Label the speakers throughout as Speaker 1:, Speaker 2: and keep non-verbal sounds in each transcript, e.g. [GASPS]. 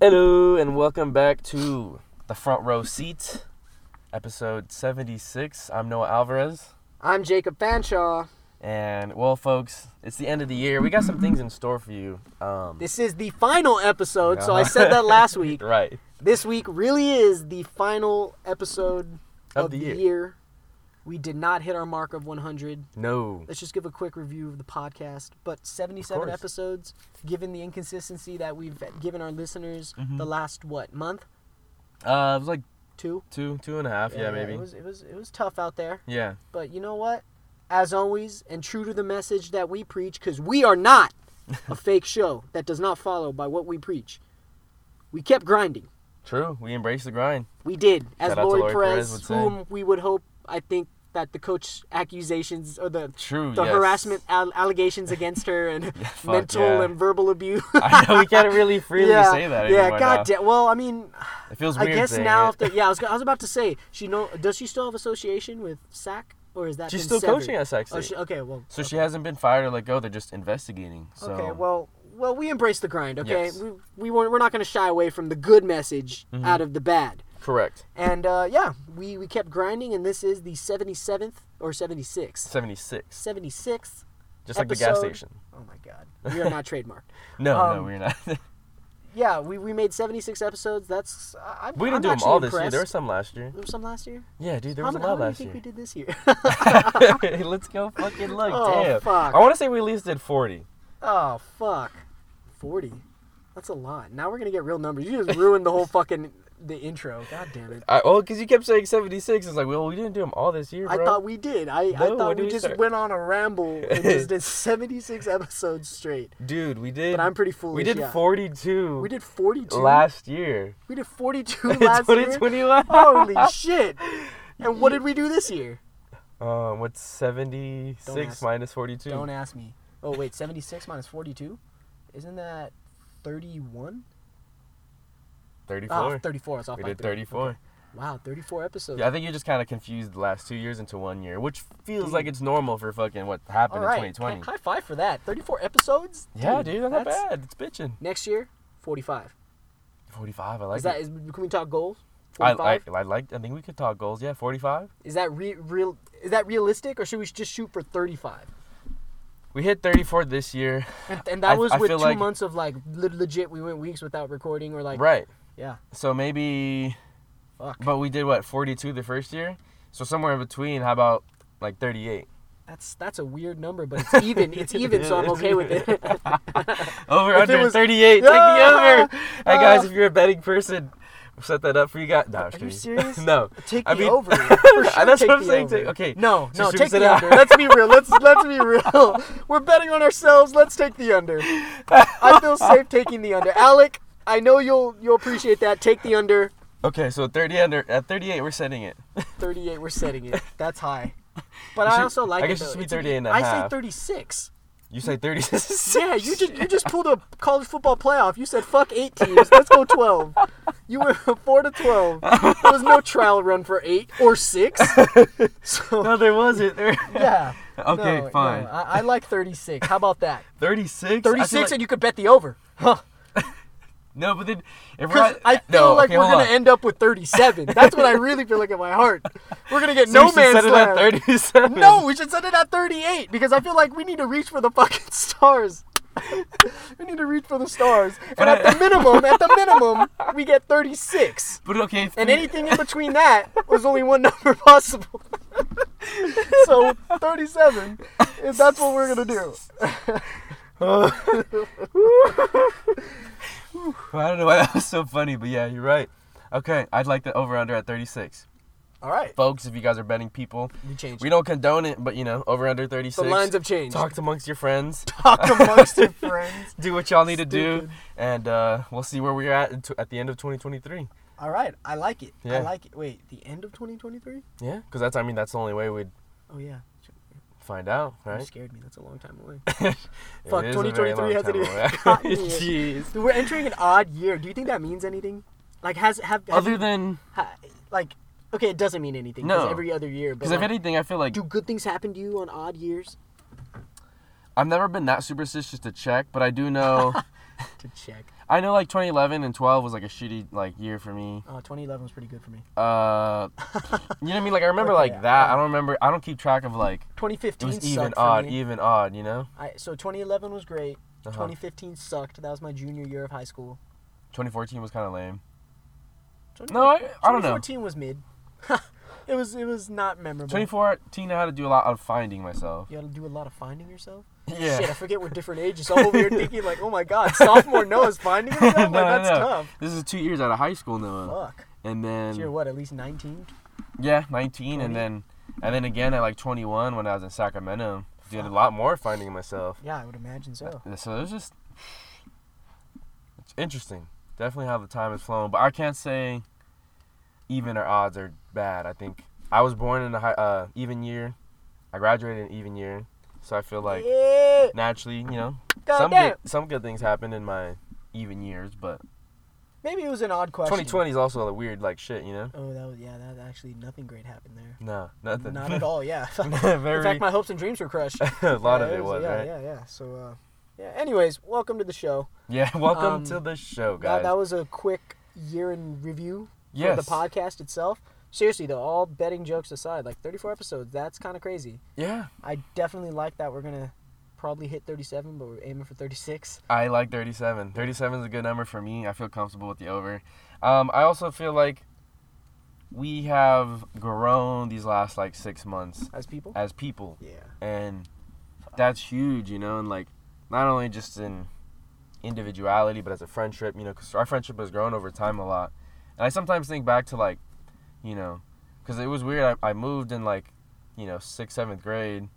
Speaker 1: Hello and welcome back to the front row seat, episode 76. I'm Noah Alvarez.
Speaker 2: I'm Jacob Fanshaw.
Speaker 1: And well, folks, it's the end of the year. We got some things in store for you. Um,
Speaker 2: This is the final episode, so I
Speaker 1: Uh-huh.
Speaker 2: said
Speaker 1: [LAUGHS]
Speaker 2: that last week.
Speaker 1: right.
Speaker 2: This week really is the final episode
Speaker 1: Of the year.
Speaker 2: We did not hit our mark of 100.
Speaker 1: No.
Speaker 2: Let's just give a quick review of the podcast. But 77
Speaker 1: course.
Speaker 2: episodes, given the inconsistency that we've given our listeners
Speaker 1: Mhm.
Speaker 2: the last, what, month?
Speaker 1: Uh, it was like
Speaker 2: Two?
Speaker 1: two, two and a half. Yeah, maybe.
Speaker 2: It was, it, was, it was tough out there.
Speaker 1: yeah.
Speaker 2: But you know what? As always, and true to the message that we preach, because we are not
Speaker 1: [LAUGHS]
Speaker 2: a fake show that does not follow by what we preach. We kept grinding.
Speaker 1: True. We embrace the grind.
Speaker 2: We did, as
Speaker 1: Shout out to
Speaker 2: Lori
Speaker 1: Lori Perez
Speaker 2: Perez,
Speaker 1: would say.
Speaker 2: whom we would hope, I think, that the coach accusations or the
Speaker 1: True.
Speaker 2: the
Speaker 1: yes.
Speaker 2: harassment al- allegations against her and
Speaker 1: fuck, [LAUGHS]
Speaker 2: mental
Speaker 1: yeah.
Speaker 2: and verbal abuse. [LAUGHS]
Speaker 1: I know we can't really freely
Speaker 2: yeah,
Speaker 1: say that
Speaker 2: yeah.
Speaker 1: anymore. now.
Speaker 2: God damn. Well, I mean,
Speaker 1: It feels
Speaker 2: I
Speaker 1: weird.
Speaker 2: guess
Speaker 1: saying
Speaker 2: now,
Speaker 1: it.
Speaker 2: if the, yeah, I was, I was about to say, she know, does she still have association with SAC or is that
Speaker 1: She's
Speaker 2: been
Speaker 1: still
Speaker 2: severed?
Speaker 1: coaching us, actually.
Speaker 2: Oh, she, okay, well,
Speaker 1: so she hasn't been fired or let go. They're just investigating. So.
Speaker 2: Okay, well, well, we embrace the grind. Okay,
Speaker 1: Yes. Mm-hmm.
Speaker 2: we we weren't, we're not going to shy away from the good message out of the bad.
Speaker 1: Correct.
Speaker 2: And uh, yeah, we we kept grinding, and this is the seventy seventh or seventy sixth,
Speaker 1: 76.
Speaker 2: seventy sixth.
Speaker 1: Just like the gas
Speaker 2: Episode-
Speaker 1: station.
Speaker 2: Oh my
Speaker 1: [LAUGHS]
Speaker 2: God, we are not trademarked.
Speaker 1: No, no,
Speaker 2: Um,
Speaker 1: we're not. [LAUGHS]
Speaker 2: Yeah, we, we made seventy six episodes. That's I, I'm-
Speaker 1: we
Speaker 2: I'm
Speaker 1: didn't do them
Speaker 2: actually
Speaker 1: all this year.
Speaker 2: impressed.
Speaker 1: There were some last year.
Speaker 2: There was some last year.
Speaker 1: Yeah, dude, there
Speaker 2: how
Speaker 1: was a
Speaker 2: many- how
Speaker 1: lot
Speaker 2: many
Speaker 1: last
Speaker 2: do you
Speaker 1: year.
Speaker 2: think we did this year? [LAUGHS]
Speaker 1: [LAUGHS] Let's go fucking look.
Speaker 2: Oh,
Speaker 1: damn.
Speaker 2: fuck.
Speaker 1: I want to say we at least did 40.
Speaker 2: oh fuck, forty. That's a lot. Now we're gonna get real numbers. You just ruined the whole fucking the intro. God damn it.
Speaker 1: I, oh, because you kept saying 76. It's like, well, we didn't do them all this year,
Speaker 2: I
Speaker 1: bro.
Speaker 2: thought we did. I,
Speaker 1: No,
Speaker 2: I
Speaker 1: when
Speaker 2: thought
Speaker 1: did
Speaker 2: we
Speaker 1: we
Speaker 2: just
Speaker 1: start?
Speaker 2: went on a ramble
Speaker 1: [LAUGHS]
Speaker 2: and just did 76 episodes straight.
Speaker 1: Dude, we did.
Speaker 2: But I'm pretty foolish.
Speaker 1: we did
Speaker 2: yeah.
Speaker 1: 42
Speaker 2: We did 42.
Speaker 1: last year.
Speaker 2: we
Speaker 1: [LAUGHS]
Speaker 2: did 42 [LAUGHS] last year.
Speaker 1: 2021.
Speaker 2: Holy shit. And what did we do this year?
Speaker 1: [LAUGHS] Um, what's 76
Speaker 2: ask.
Speaker 1: minus 42?
Speaker 2: Don't ask me. Oh, wait, 76 minus 42? Isn't that 31?
Speaker 1: 34.
Speaker 2: Ah, 34. I was off
Speaker 1: we
Speaker 2: by
Speaker 1: did
Speaker 2: three.
Speaker 1: 34.
Speaker 2: Wow, 34 episodes.
Speaker 1: Yeah, I think you just kind of confused the last two years into one year, which feels
Speaker 2: Dude.
Speaker 1: like it's normal for fucking what
Speaker 2: All
Speaker 1: happened in
Speaker 2: right.
Speaker 1: 2020.
Speaker 2: High five for that. 34 episodes?
Speaker 1: yeah, dude, that's not
Speaker 2: that's-
Speaker 1: bad. It's bitching.
Speaker 2: Next year, 45.
Speaker 1: 45, I like
Speaker 2: is that
Speaker 1: it.
Speaker 2: is, can we talk goals?
Speaker 1: I, I, I like. I think we could talk goals. Yeah, 45.
Speaker 2: Is that re- real? Is that realistic, or should we just shoot for 35?
Speaker 1: We hit 34 this year.
Speaker 2: And, and
Speaker 1: I-
Speaker 2: that was
Speaker 1: I
Speaker 2: with two
Speaker 1: feel like-
Speaker 2: months of like le- legit. We went weeks without recording, or like
Speaker 1: right.
Speaker 2: yeah,
Speaker 1: So maybe,
Speaker 2: fuck.
Speaker 1: but we did what 42 the first year. So somewhere in between. How about like 38?
Speaker 2: That's that's a weird number, but it's
Speaker 1: [LAUGHS]
Speaker 2: even. It's even, so I'm
Speaker 1: It's
Speaker 2: okay
Speaker 1: [LAUGHS]
Speaker 2: with it.
Speaker 1: Over
Speaker 2: If it
Speaker 1: under
Speaker 2: was-
Speaker 1: 38.
Speaker 2: Yeah!
Speaker 1: Take the over. Hey guys,
Speaker 2: Ah.
Speaker 1: if you're a betting person, we'll set that up for you guys. No, I'm just
Speaker 2: Are you
Speaker 1: kidding.
Speaker 2: serious?
Speaker 1: [LAUGHS] no.
Speaker 2: Take
Speaker 1: I
Speaker 2: the
Speaker 1: mean-
Speaker 2: over. For sure,
Speaker 1: That's
Speaker 2: take
Speaker 1: what I'm
Speaker 2: the
Speaker 1: saying.
Speaker 2: over.
Speaker 1: Take- okay.
Speaker 2: No,
Speaker 1: So
Speaker 2: no,
Speaker 1: should we
Speaker 2: take
Speaker 1: sit
Speaker 2: the
Speaker 1: out?
Speaker 2: under. Let's be real. Let's let's be real. [LAUGHS] We're betting on ourselves. Let's take the under. I feel safe taking the under. Alec, I know you'll you'll appreciate that. Take the under.
Speaker 1: [LAUGHS] Okay, so 30 under at 38 we're setting it.
Speaker 2: 38 we're setting it
Speaker 1: [LAUGHS]
Speaker 2: that's high
Speaker 1: You
Speaker 2: but i
Speaker 1: should-
Speaker 2: also like
Speaker 1: I
Speaker 2: it
Speaker 1: guess it
Speaker 2: though.
Speaker 1: should be
Speaker 2: It's a-
Speaker 1: 38 and a
Speaker 2: i say
Speaker 1: half. [LAUGHS]
Speaker 2: 36
Speaker 1: You say 36.
Speaker 2: yeah you just you just pulled a college football playoff you said fuck eight teams let's go 12 you went from [LAUGHS] 4 to 12 there was
Speaker 1: [LAUGHS]
Speaker 2: no trial run for 8 or 6
Speaker 1: [LAUGHS]
Speaker 2: so
Speaker 1: No, there wasn't. There-
Speaker 2: [LAUGHS]
Speaker 1: [LAUGHS]
Speaker 2: yeah
Speaker 1: Okay,
Speaker 2: No, no,
Speaker 1: fine.
Speaker 2: I, I like 36 how
Speaker 1: [LAUGHS]
Speaker 2: about that
Speaker 1: 36.
Speaker 2: 36 and you could bet the over huh
Speaker 1: no, but then if we're
Speaker 2: because
Speaker 1: at-
Speaker 2: I feel
Speaker 1: no,
Speaker 2: like
Speaker 1: okay,
Speaker 2: we're
Speaker 1: hold
Speaker 2: gonna
Speaker 1: on.
Speaker 2: end up with 37. That's what I really feel like in my heart. We're gonna get
Speaker 1: So
Speaker 2: no
Speaker 1: we should
Speaker 2: man's
Speaker 1: set it at
Speaker 2: land. [LAUGHS]
Speaker 1: 37.
Speaker 2: No, we should set it at 38 because I feel like we need to reach for the fucking stars. [LAUGHS] we need to reach for the stars.
Speaker 1: But
Speaker 2: And at
Speaker 1: I-
Speaker 2: the minimum,
Speaker 1: [LAUGHS]
Speaker 2: at the minimum, we get 36.
Speaker 1: But okay. if
Speaker 2: And
Speaker 1: we-
Speaker 2: anything in between that was only one number possible. [LAUGHS] so 37, if that's what we're going to do.
Speaker 1: I don't know why [LAUGHS] that was so funny, but yeah, you're right. Okay, I'd like the over under at 36.
Speaker 2: All right.
Speaker 1: Folks, if you guys are betting people,
Speaker 2: We changed.
Speaker 1: we don't condone it, but you know, over under 36.
Speaker 2: the lines have changed.
Speaker 1: Talk amongst your friends. [LAUGHS]
Speaker 2: Talk amongst [LAUGHS] your friends.
Speaker 1: Do what y'all need to do,
Speaker 2: Stupid.
Speaker 1: and uh, we'll see where we're at in t- at the end of 2023.
Speaker 2: All right. I like it.
Speaker 1: Yeah.
Speaker 2: I like it. Wait, the end of 2023?
Speaker 1: Yeah, because that's I mean that's the only way we'd
Speaker 2: Oh, yeah.
Speaker 1: find out,
Speaker 2: You
Speaker 1: right?
Speaker 2: scared me. That's a long time away.
Speaker 1: [LAUGHS] It
Speaker 2: [LAUGHS] Fuck,
Speaker 1: is a very
Speaker 2: 2023
Speaker 1: long
Speaker 2: hasn't
Speaker 1: time
Speaker 2: even [LAUGHS]
Speaker 1: away.
Speaker 2: gotten
Speaker 1: [LAUGHS]
Speaker 2: here.
Speaker 1: Jeez.
Speaker 2: Dude, We're entering an odd year. Do you think that means anything? Like, has have, have
Speaker 1: Other
Speaker 2: you-
Speaker 1: than
Speaker 2: ha, like okay, it doesn't mean anything. 'cause
Speaker 1: No.
Speaker 2: every other year. But
Speaker 1: because if
Speaker 2: like,
Speaker 1: anything, I feel like
Speaker 2: do good things happen to you on odd years? [LAUGHS]
Speaker 1: I've never been that superstitious to check, but I do know
Speaker 2: To check.
Speaker 1: I know like 2011 and 12 was like a shitty like year for me.
Speaker 2: Oh, 2011 was pretty good for me.
Speaker 1: Uh, you know what I mean? Like I remember
Speaker 2: Okay,
Speaker 1: like that.
Speaker 2: [LAUGHS] yeah.
Speaker 1: I don't remember. I don't keep track of like it
Speaker 2: 2015
Speaker 1: was
Speaker 2: sucked
Speaker 1: even
Speaker 2: for
Speaker 1: odd,
Speaker 2: me.
Speaker 1: even odd. You know.
Speaker 2: I, so 2011 was great.
Speaker 1: Uh-huh.
Speaker 2: 2015 sucked. That was my junior year of high school.
Speaker 1: 2014 was kind of lame. No, I, I don't know.
Speaker 2: 2014 was mid. [LAUGHS] it was it was not memorable.
Speaker 1: 2014, I had to do a lot of finding myself.
Speaker 2: You had to do a lot of finding yourself.
Speaker 1: Yeah.
Speaker 2: Shit, I forget we're different ages. All over here thinking like, oh my
Speaker 1: [LAUGHS]
Speaker 2: god, sophomore Noah's finding himself. Like
Speaker 1: No, no,
Speaker 2: that's
Speaker 1: no.
Speaker 2: tough.
Speaker 1: This is two years out of high school, Noah.
Speaker 2: Fuck.
Speaker 1: And
Speaker 2: Oh. So you're
Speaker 1: then
Speaker 2: what? At least 19.
Speaker 1: yeah, 19,
Speaker 2: 20?
Speaker 1: and then and then again at like 21 when I was in Sacramento, did a
Speaker 2: Fuck.
Speaker 1: lot more finding myself.
Speaker 2: Yeah, I would imagine so.
Speaker 1: Uh, So it's just it's interesting. Definitely how the time has flown, but I can't say even or odds are bad. I think I was born in a high, uh, even year. I graduated in an even year, so I feel like
Speaker 2: yeah.
Speaker 1: naturally, you know,
Speaker 2: God
Speaker 1: some
Speaker 2: damn.
Speaker 1: good, some good things happened in my even years, but
Speaker 2: Maybe it was an odd question.
Speaker 1: 2020 is also a weird like shit, you know?
Speaker 2: Oh, that was yeah. That actually nothing great happened there.
Speaker 1: No, nothing.
Speaker 2: Not at all. Yeah. [LAUGHS]
Speaker 1: Very
Speaker 2: In fact, my hopes and dreams were crushed.
Speaker 1: [LAUGHS] a lot
Speaker 2: Yeah,
Speaker 1: of it was,
Speaker 2: yeah,
Speaker 1: right? Yeah.
Speaker 2: yeah, yeah. So, uh, yeah. Anyways, welcome to the show.
Speaker 1: welcome
Speaker 2: Um,
Speaker 1: to the show,
Speaker 2: That,
Speaker 1: guys.
Speaker 2: that was a quick year in review
Speaker 1: yes.
Speaker 2: for the podcast itself. Seriously, though, all betting jokes aside, like 34 episodes, that's kind of crazy.
Speaker 1: Yeah,
Speaker 2: I definitely like that we're gonna probably hit 37, but we're aiming for 36.
Speaker 1: I like 37. 37 is a good number for me. I feel comfortable with the over. Um, I also feel like we have grown these last like six months
Speaker 2: As people,
Speaker 1: as people,
Speaker 2: yeah,
Speaker 1: and that's huge, you know. And like, not only just in individuality, but as a friendship, you know, 'cause our friendship has grown over time a lot. And I sometimes think back to like, you know, because it was weird. I, I moved in like, you know, sixth, seventh grade,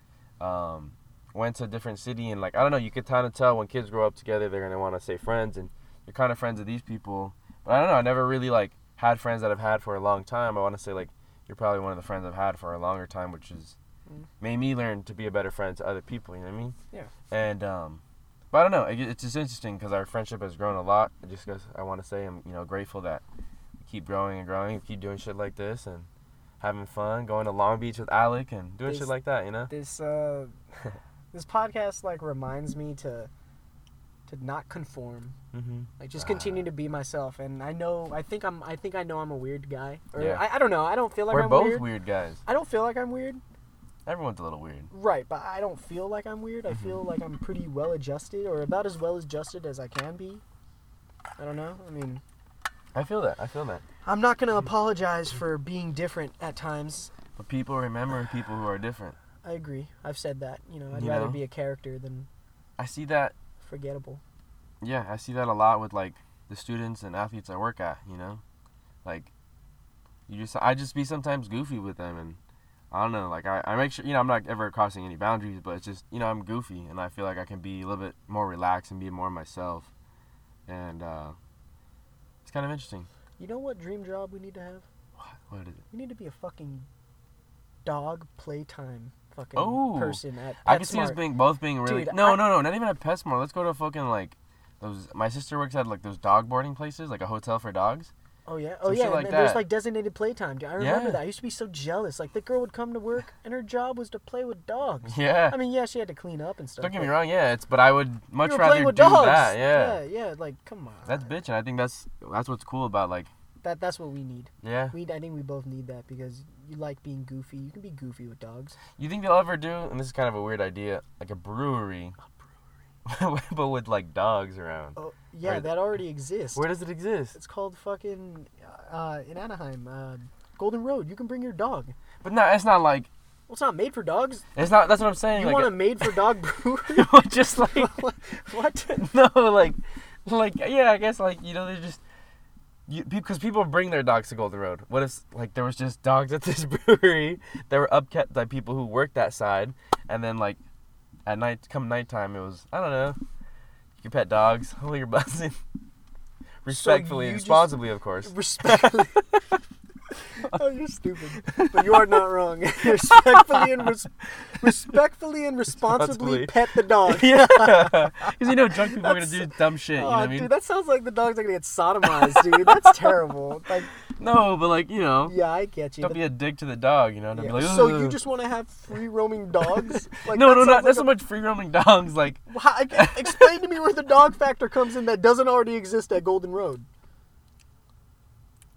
Speaker 1: um, went to a different city, and like, I don't know, you could kind of tell when kids grow up together, they're gonna want to stay friends, and you're kind of friends with these people. But I don't know, I never really like had friends that I've had for a long time. I want to say like, you're probably one of the friends I've had for a longer time, which is
Speaker 2: Mm.
Speaker 1: made me learn to be a better friend to other people. You know what I mean?
Speaker 2: Yeah.
Speaker 1: And um, but I don't know. It, it's just interesting because our friendship has grown a lot. I Just 'cause I want to say I'm you know grateful that we keep growing and growing, we keep doing shit like this and having fun, going to Long Beach with Alec and doing shit
Speaker 2: This-
Speaker 1: like that. You know?
Speaker 2: this uh, this podcast like reminds me to to not conform,
Speaker 1: Mm-hmm.
Speaker 2: like just
Speaker 1: Ah.
Speaker 2: continue to be myself. And I know, I think I'm, I think I know I'm a weird guy. Or
Speaker 1: Yeah.
Speaker 2: I, I don't know. I don't feel like
Speaker 1: We're
Speaker 2: I'm
Speaker 1: both
Speaker 2: weird.
Speaker 1: weird. guys.
Speaker 2: I don't feel like I'm weird.
Speaker 1: Everyone's a little weird.
Speaker 2: Right, but I don't feel like I'm weird. I
Speaker 1: Mhm.
Speaker 2: feel like I'm pretty well adjusted, or about as well adjusted as I can be. I don't know. I mean,
Speaker 1: I feel that. I feel that.
Speaker 2: I'm not gonna apologize for being different at times.
Speaker 1: But people remember people who are different.
Speaker 2: I agree. I've said that. You know, I'd
Speaker 1: You
Speaker 2: rather
Speaker 1: know?
Speaker 2: be a character than
Speaker 1: I see that.
Speaker 2: forgettable.
Speaker 1: Yeah, I see that a lot with like the students and athletes I work at. You know, like you just I just be sometimes goofy with them and I don't know. Like I, I make sure you know I'm not ever crossing any boundaries, but it's just you know I'm goofy and I feel like I can be a little bit more relaxed and be more myself. And uh, it's kind of interesting.
Speaker 2: You know what dream job we need to have?
Speaker 1: What, what is it?
Speaker 2: We need to be a fucking dog playtime fucking
Speaker 1: Oh.
Speaker 2: person at PetSmart.
Speaker 1: I can see us being both being really
Speaker 2: Dude,
Speaker 1: no
Speaker 2: I-
Speaker 1: no no not even at Petsmart. Let's go to fucking like those. My sister works at like those dog boarding places, like a hotel for dogs.
Speaker 2: Oh yeah, oh
Speaker 1: Some
Speaker 2: yeah.
Speaker 1: shit
Speaker 2: and
Speaker 1: like
Speaker 2: then there's
Speaker 1: that.
Speaker 2: like designated playtime. Dude, I remember
Speaker 1: Yeah.
Speaker 2: that. I used to be so jealous. Like the girl would come to work and her job was to play with dogs.
Speaker 1: Yeah.
Speaker 2: I mean, yeah, she had to clean up and stuff.
Speaker 1: Don't get
Speaker 2: but
Speaker 1: me wrong. Yeah, it's but I would
Speaker 2: you
Speaker 1: much
Speaker 2: were
Speaker 1: rather
Speaker 2: playing
Speaker 1: do
Speaker 2: with dogs.
Speaker 1: that.
Speaker 2: yeah,
Speaker 1: Yeah.
Speaker 2: yeah, Like, come on.
Speaker 1: That's bitch, and I think that's that's what's cool about like
Speaker 2: that. That's what we need.
Speaker 1: yeah.
Speaker 2: We, I think we both need that because you like being goofy. You can be goofy with dogs.
Speaker 1: You think they'll ever do? And this is kind of a weird idea, like a brewery, [LAUGHS] but with like dogs around.
Speaker 2: Oh yeah,
Speaker 1: Where-
Speaker 2: that already exists.
Speaker 1: Where does it exist?
Speaker 2: It's called fucking uh, in Anaheim, uh, Golden Road. You can bring your dog. Well,
Speaker 1: But no, it's not like
Speaker 2: it's not made for dogs.
Speaker 1: it's not. That's what I'm saying.
Speaker 2: You
Speaker 1: like
Speaker 2: want
Speaker 1: [LAUGHS]
Speaker 2: a made for dog brewery? [LAUGHS]
Speaker 1: a- just like
Speaker 2: what?
Speaker 1: [LAUGHS] no, like like yeah, I guess like you know they just. You, because people bring their dogs to Golden Road. What if like there was just dogs at this [LAUGHS] brewery that were upkept by people who worked that side, and then like at night, come nighttime, it was I don't know. You could pet dogs. [LAUGHS] Hold your butts in. Respectfully,
Speaker 2: you
Speaker 1: and
Speaker 2: just-
Speaker 1: responsibly, of
Speaker 2: [LAUGHS]
Speaker 1: course. [LAUGHS]
Speaker 2: Respectfully. oh, you're stupid. But you are not wrong. [LAUGHS] respectfully and res- respectfully and responsibly
Speaker 1: Responsibly.
Speaker 2: pet the
Speaker 1: [LAUGHS]
Speaker 2: dog.
Speaker 1: yeah, because you know drunk people are gonna do dumb shit. You know
Speaker 2: Oh,
Speaker 1: what I mean? [LAUGHS]
Speaker 2: dude, that sounds like the dog's are gonna get sodomized, dude. That's terrible. Like,
Speaker 1: No, but like you know,
Speaker 2: Yeah, I get you.
Speaker 1: don't
Speaker 2: but-
Speaker 1: be a dick to the dog. You know, don't
Speaker 2: yeah.
Speaker 1: be like.
Speaker 2: so you
Speaker 1: "Ugh."
Speaker 2: just want to have free roaming
Speaker 1: [LAUGHS]
Speaker 2: dogs? Like,
Speaker 1: no, no,
Speaker 2: that sounds
Speaker 1: not, not
Speaker 2: like
Speaker 1: so
Speaker 2: a-
Speaker 1: much free roaming [LAUGHS] dogs. Like
Speaker 2: How- I
Speaker 1: [LAUGHS]
Speaker 2: can't- explain to me where the dog factor comes in that doesn't already exist at Golden Road.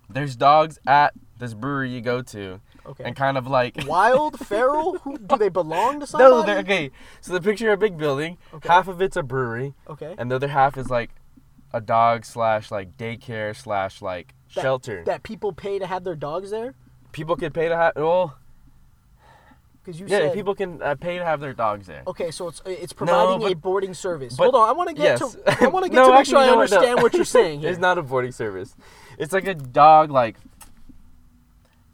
Speaker 1: there's dogs at this brewery you go to,
Speaker 2: Okay.
Speaker 1: and kind of like
Speaker 2: Wild, feral? Who do they
Speaker 1: [LAUGHS]
Speaker 2: belong to
Speaker 1: no,
Speaker 2: somebody?
Speaker 1: they're okay. So the picture of a big building,
Speaker 2: Okay.
Speaker 1: half of it's a brewery,
Speaker 2: okay.
Speaker 1: and the other half is like a dog slash like daycare slash like
Speaker 2: That-
Speaker 1: shelter.
Speaker 2: That people pay to have their dogs there?
Speaker 1: people could pay to have well,
Speaker 2: Because you
Speaker 1: yeah,
Speaker 2: said Oh,
Speaker 1: people can uh, pay to have their dogs there.
Speaker 2: okay, so it's it's providing
Speaker 1: but-
Speaker 2: a boarding service.
Speaker 1: but-
Speaker 2: Hold on, I want to
Speaker 1: yes.
Speaker 2: get to
Speaker 1: [LAUGHS]
Speaker 2: I want to get
Speaker 1: No,
Speaker 2: to make
Speaker 1: actually,
Speaker 2: sure I
Speaker 1: you know what, no.
Speaker 2: understand what you're saying
Speaker 1: [LAUGHS]
Speaker 2: here.
Speaker 1: It's not a boarding service. It's like a dog like.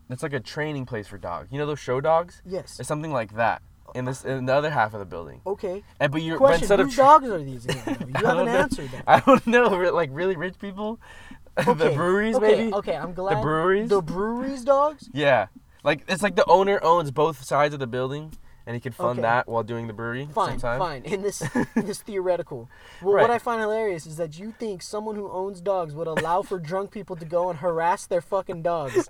Speaker 1: It's like a training place for dogs. You know those show dogs?
Speaker 2: yes.
Speaker 1: It's something like that. In this, in the other half of the building.
Speaker 2: Okay.
Speaker 1: And but you're but
Speaker 2: Question:
Speaker 1: instead of
Speaker 2: Whose
Speaker 1: tra-
Speaker 2: dogs are
Speaker 1: [LAUGHS]
Speaker 2: these? Again? though? You
Speaker 1: I
Speaker 2: haven't
Speaker 1: don't know.
Speaker 2: answered that.
Speaker 1: I don't know, re- like really rich people, [LAUGHS] the
Speaker 2: Okay,
Speaker 1: breweries
Speaker 2: okay,
Speaker 1: maybe.
Speaker 2: Okay, I'm glad.
Speaker 1: breweries?
Speaker 2: The breweries dogs.
Speaker 1: Yeah, like it's like the owner owns both sides of the building, and he can fund
Speaker 2: Okay.
Speaker 1: that while doing the brewery. at the
Speaker 2: Fine,
Speaker 1: same time.
Speaker 2: fine.
Speaker 1: [LAUGHS]
Speaker 2: In this, in this theoretical, well,
Speaker 1: Right.
Speaker 2: what I find hilarious is that you think someone who owns dogs would allow for drunk people to go and harass their fucking dogs.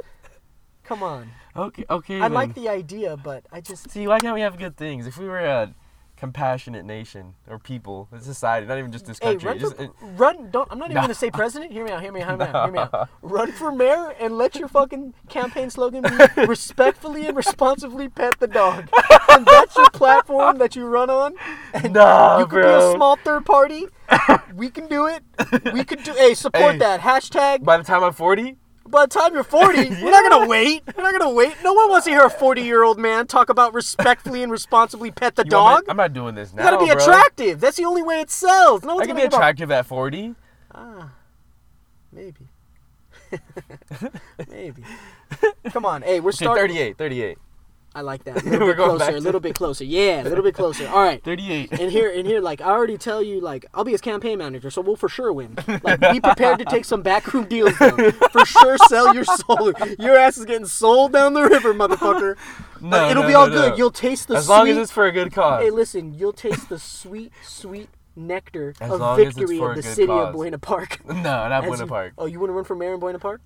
Speaker 2: Come on.
Speaker 1: Okay, okay.
Speaker 2: I
Speaker 1: then.
Speaker 2: like the idea, but I just
Speaker 1: See, why can't we have good things? If we were a compassionate nation or people, a society, not even just this
Speaker 2: Hey,
Speaker 1: country.
Speaker 2: run,
Speaker 1: just-
Speaker 2: for,
Speaker 1: it-
Speaker 2: run! Don't. I'm not even
Speaker 1: No.
Speaker 2: gonna say president. Hear me out. Hear me out. Hear me out. Hear me
Speaker 1: [LAUGHS]
Speaker 2: out. Run for mayor and let your fucking campaign slogan
Speaker 1: [LAUGHS]
Speaker 2: be "respectfully and responsibly pet the dog." and that's your platform that you run on.
Speaker 1: uh,
Speaker 2: [LAUGHS]
Speaker 1: nah,
Speaker 2: You could be a small third
Speaker 1: [LAUGHS]
Speaker 2: party. We can do it. We could do. Hey, support
Speaker 1: Hey.
Speaker 2: that hashtag.
Speaker 1: By the time I'm 40,
Speaker 2: By the time you're 40,
Speaker 1: [LAUGHS]
Speaker 2: we're not gonna wait. We're not gonna wait. No one wants to hear a 40 year old man talk about respectfully and responsibly pet the
Speaker 1: you want me-
Speaker 2: dog.
Speaker 1: I'm not doing this now.
Speaker 2: you gotta be
Speaker 1: bro.
Speaker 2: attractive. That's the only way it sells. No
Speaker 1: I
Speaker 2: one's
Speaker 1: can
Speaker 2: gonna
Speaker 1: be
Speaker 2: give a
Speaker 1: attractive at 40.
Speaker 2: Ah, maybe. [LAUGHS] maybe. Come
Speaker 1: [LAUGHS]
Speaker 2: on, hey, we're
Speaker 1: Okay,
Speaker 2: starting.
Speaker 1: 38, 38,
Speaker 2: I like
Speaker 1: [LAUGHS]
Speaker 2: that. A little
Speaker 1: We're
Speaker 2: bit
Speaker 1: going back
Speaker 2: closer. A
Speaker 1: to-
Speaker 2: little bit closer. Yeah, a little bit closer.
Speaker 1: [LAUGHS]
Speaker 2: All right.
Speaker 1: 38.
Speaker 2: And here, and here, like I already tell you, like I'll be his campaign manager, so we'll for sure win. Like, be prepared to take some backroom deals. Though. For sure, sell your soul. Your ass is getting sold down the river, motherfucker.
Speaker 1: [LAUGHS] No,
Speaker 2: Like, it'll
Speaker 1: no,
Speaker 2: be
Speaker 1: no,
Speaker 2: all
Speaker 1: no.
Speaker 2: good. You'll taste the
Speaker 1: As
Speaker 2: sweet.
Speaker 1: long as it's for a good cause. [LAUGHS]
Speaker 2: Hey, listen, you'll taste the sweet, sweet nectar
Speaker 1: As
Speaker 2: of
Speaker 1: long as it's
Speaker 2: victory
Speaker 1: for
Speaker 2: of
Speaker 1: a
Speaker 2: the
Speaker 1: good
Speaker 2: city
Speaker 1: cause.
Speaker 2: of
Speaker 1: [LAUGHS]
Speaker 2: Buena Park.
Speaker 1: no, not
Speaker 2: As
Speaker 1: Winter
Speaker 2: you-
Speaker 1: Park.
Speaker 2: Oh, you want to run for mayor in Buena Park?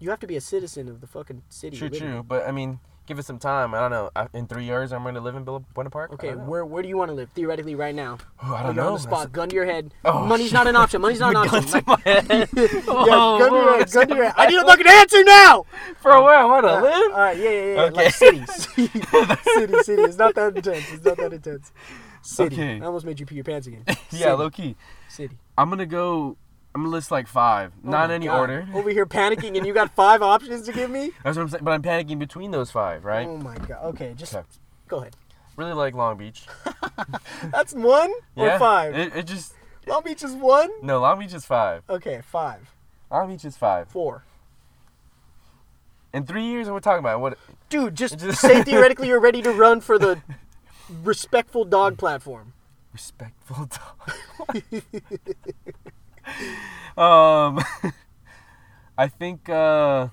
Speaker 2: You have to be a citizen of the fucking city. you
Speaker 1: True,
Speaker 2: live in.
Speaker 1: true. But I mean, give it some time. I don't know. I- In three years, I'm going to live in Winter Park. I
Speaker 2: Okay,
Speaker 1: don't know.
Speaker 2: where where do you want to live theoretically right now?
Speaker 1: Ooh, [SIGHS] I
Speaker 2: Like,
Speaker 1: don't
Speaker 2: you're
Speaker 1: know.
Speaker 2: On the spot, gun to your head.
Speaker 1: Oh, [LAUGHS]
Speaker 2: Money's
Speaker 1: shit.
Speaker 2: not an option. Money's not an
Speaker 1: Gun to
Speaker 2: option.
Speaker 1: my head.
Speaker 2: [LAUGHS]
Speaker 1: [LAUGHS]
Speaker 2: yeah,
Speaker 1: Oh,
Speaker 2: gun to your head. Gun to your head. I need a fucking answer now. [LAUGHS]
Speaker 1: For where I want to
Speaker 2: All
Speaker 1: live?
Speaker 2: right, yeah, uh, yeah, yeah.
Speaker 1: Okay.
Speaker 2: Like city, city, [LAUGHS] city, city. It's not that intense. It's not that intense. City.
Speaker 1: Okay.
Speaker 2: I almost made you pee your pants again.
Speaker 1: [LAUGHS] Yeah,
Speaker 2: City.
Speaker 1: low key.
Speaker 2: City.
Speaker 1: I'm gonna go. I'm gonna list like five,
Speaker 2: Oh
Speaker 1: not
Speaker 2: my
Speaker 1: any
Speaker 2: God.
Speaker 1: order.
Speaker 2: Over here panicking, and you got five options to give me.
Speaker 1: That's what I'm saying. But I'm panicking between those five, right?
Speaker 2: Oh my god. Okay, just
Speaker 1: Okay.
Speaker 2: go ahead.
Speaker 1: Really like Long Beach.
Speaker 2: That's one or
Speaker 1: Yeah,
Speaker 2: five.
Speaker 1: It, it just
Speaker 2: Long Beach is one.
Speaker 1: no. Long Beach is five.
Speaker 2: Okay, five,
Speaker 1: Long Beach is five.
Speaker 2: four.
Speaker 1: In three years, we're talking about what?
Speaker 2: Dude,
Speaker 1: [LAUGHS]
Speaker 2: just
Speaker 1: Just-
Speaker 2: say theoretically you're ready to run for the respectful dog platform. [LAUGHS]
Speaker 1: Respectful [LAUGHS] dog. um, [LAUGHS] I think uh,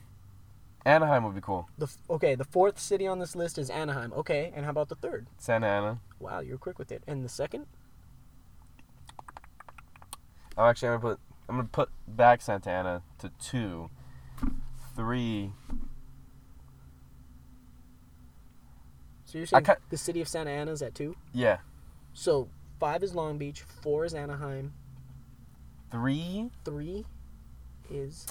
Speaker 1: Anaheim would be cool.
Speaker 2: The f- okay, the fourth city on this list is Anaheim. Okay, and how about the third?
Speaker 1: Santa Ana.
Speaker 2: Wow, you're quick with it. And the second?
Speaker 1: I'm actually I'm gonna put I'm gonna put back Santa Ana to two, three.
Speaker 2: So you're
Speaker 1: I
Speaker 2: saying
Speaker 1: ca-
Speaker 2: the city of Santa Ana is at two.
Speaker 1: Yeah,
Speaker 2: So five is Long Beach, four is Anaheim,
Speaker 1: three.
Speaker 2: three is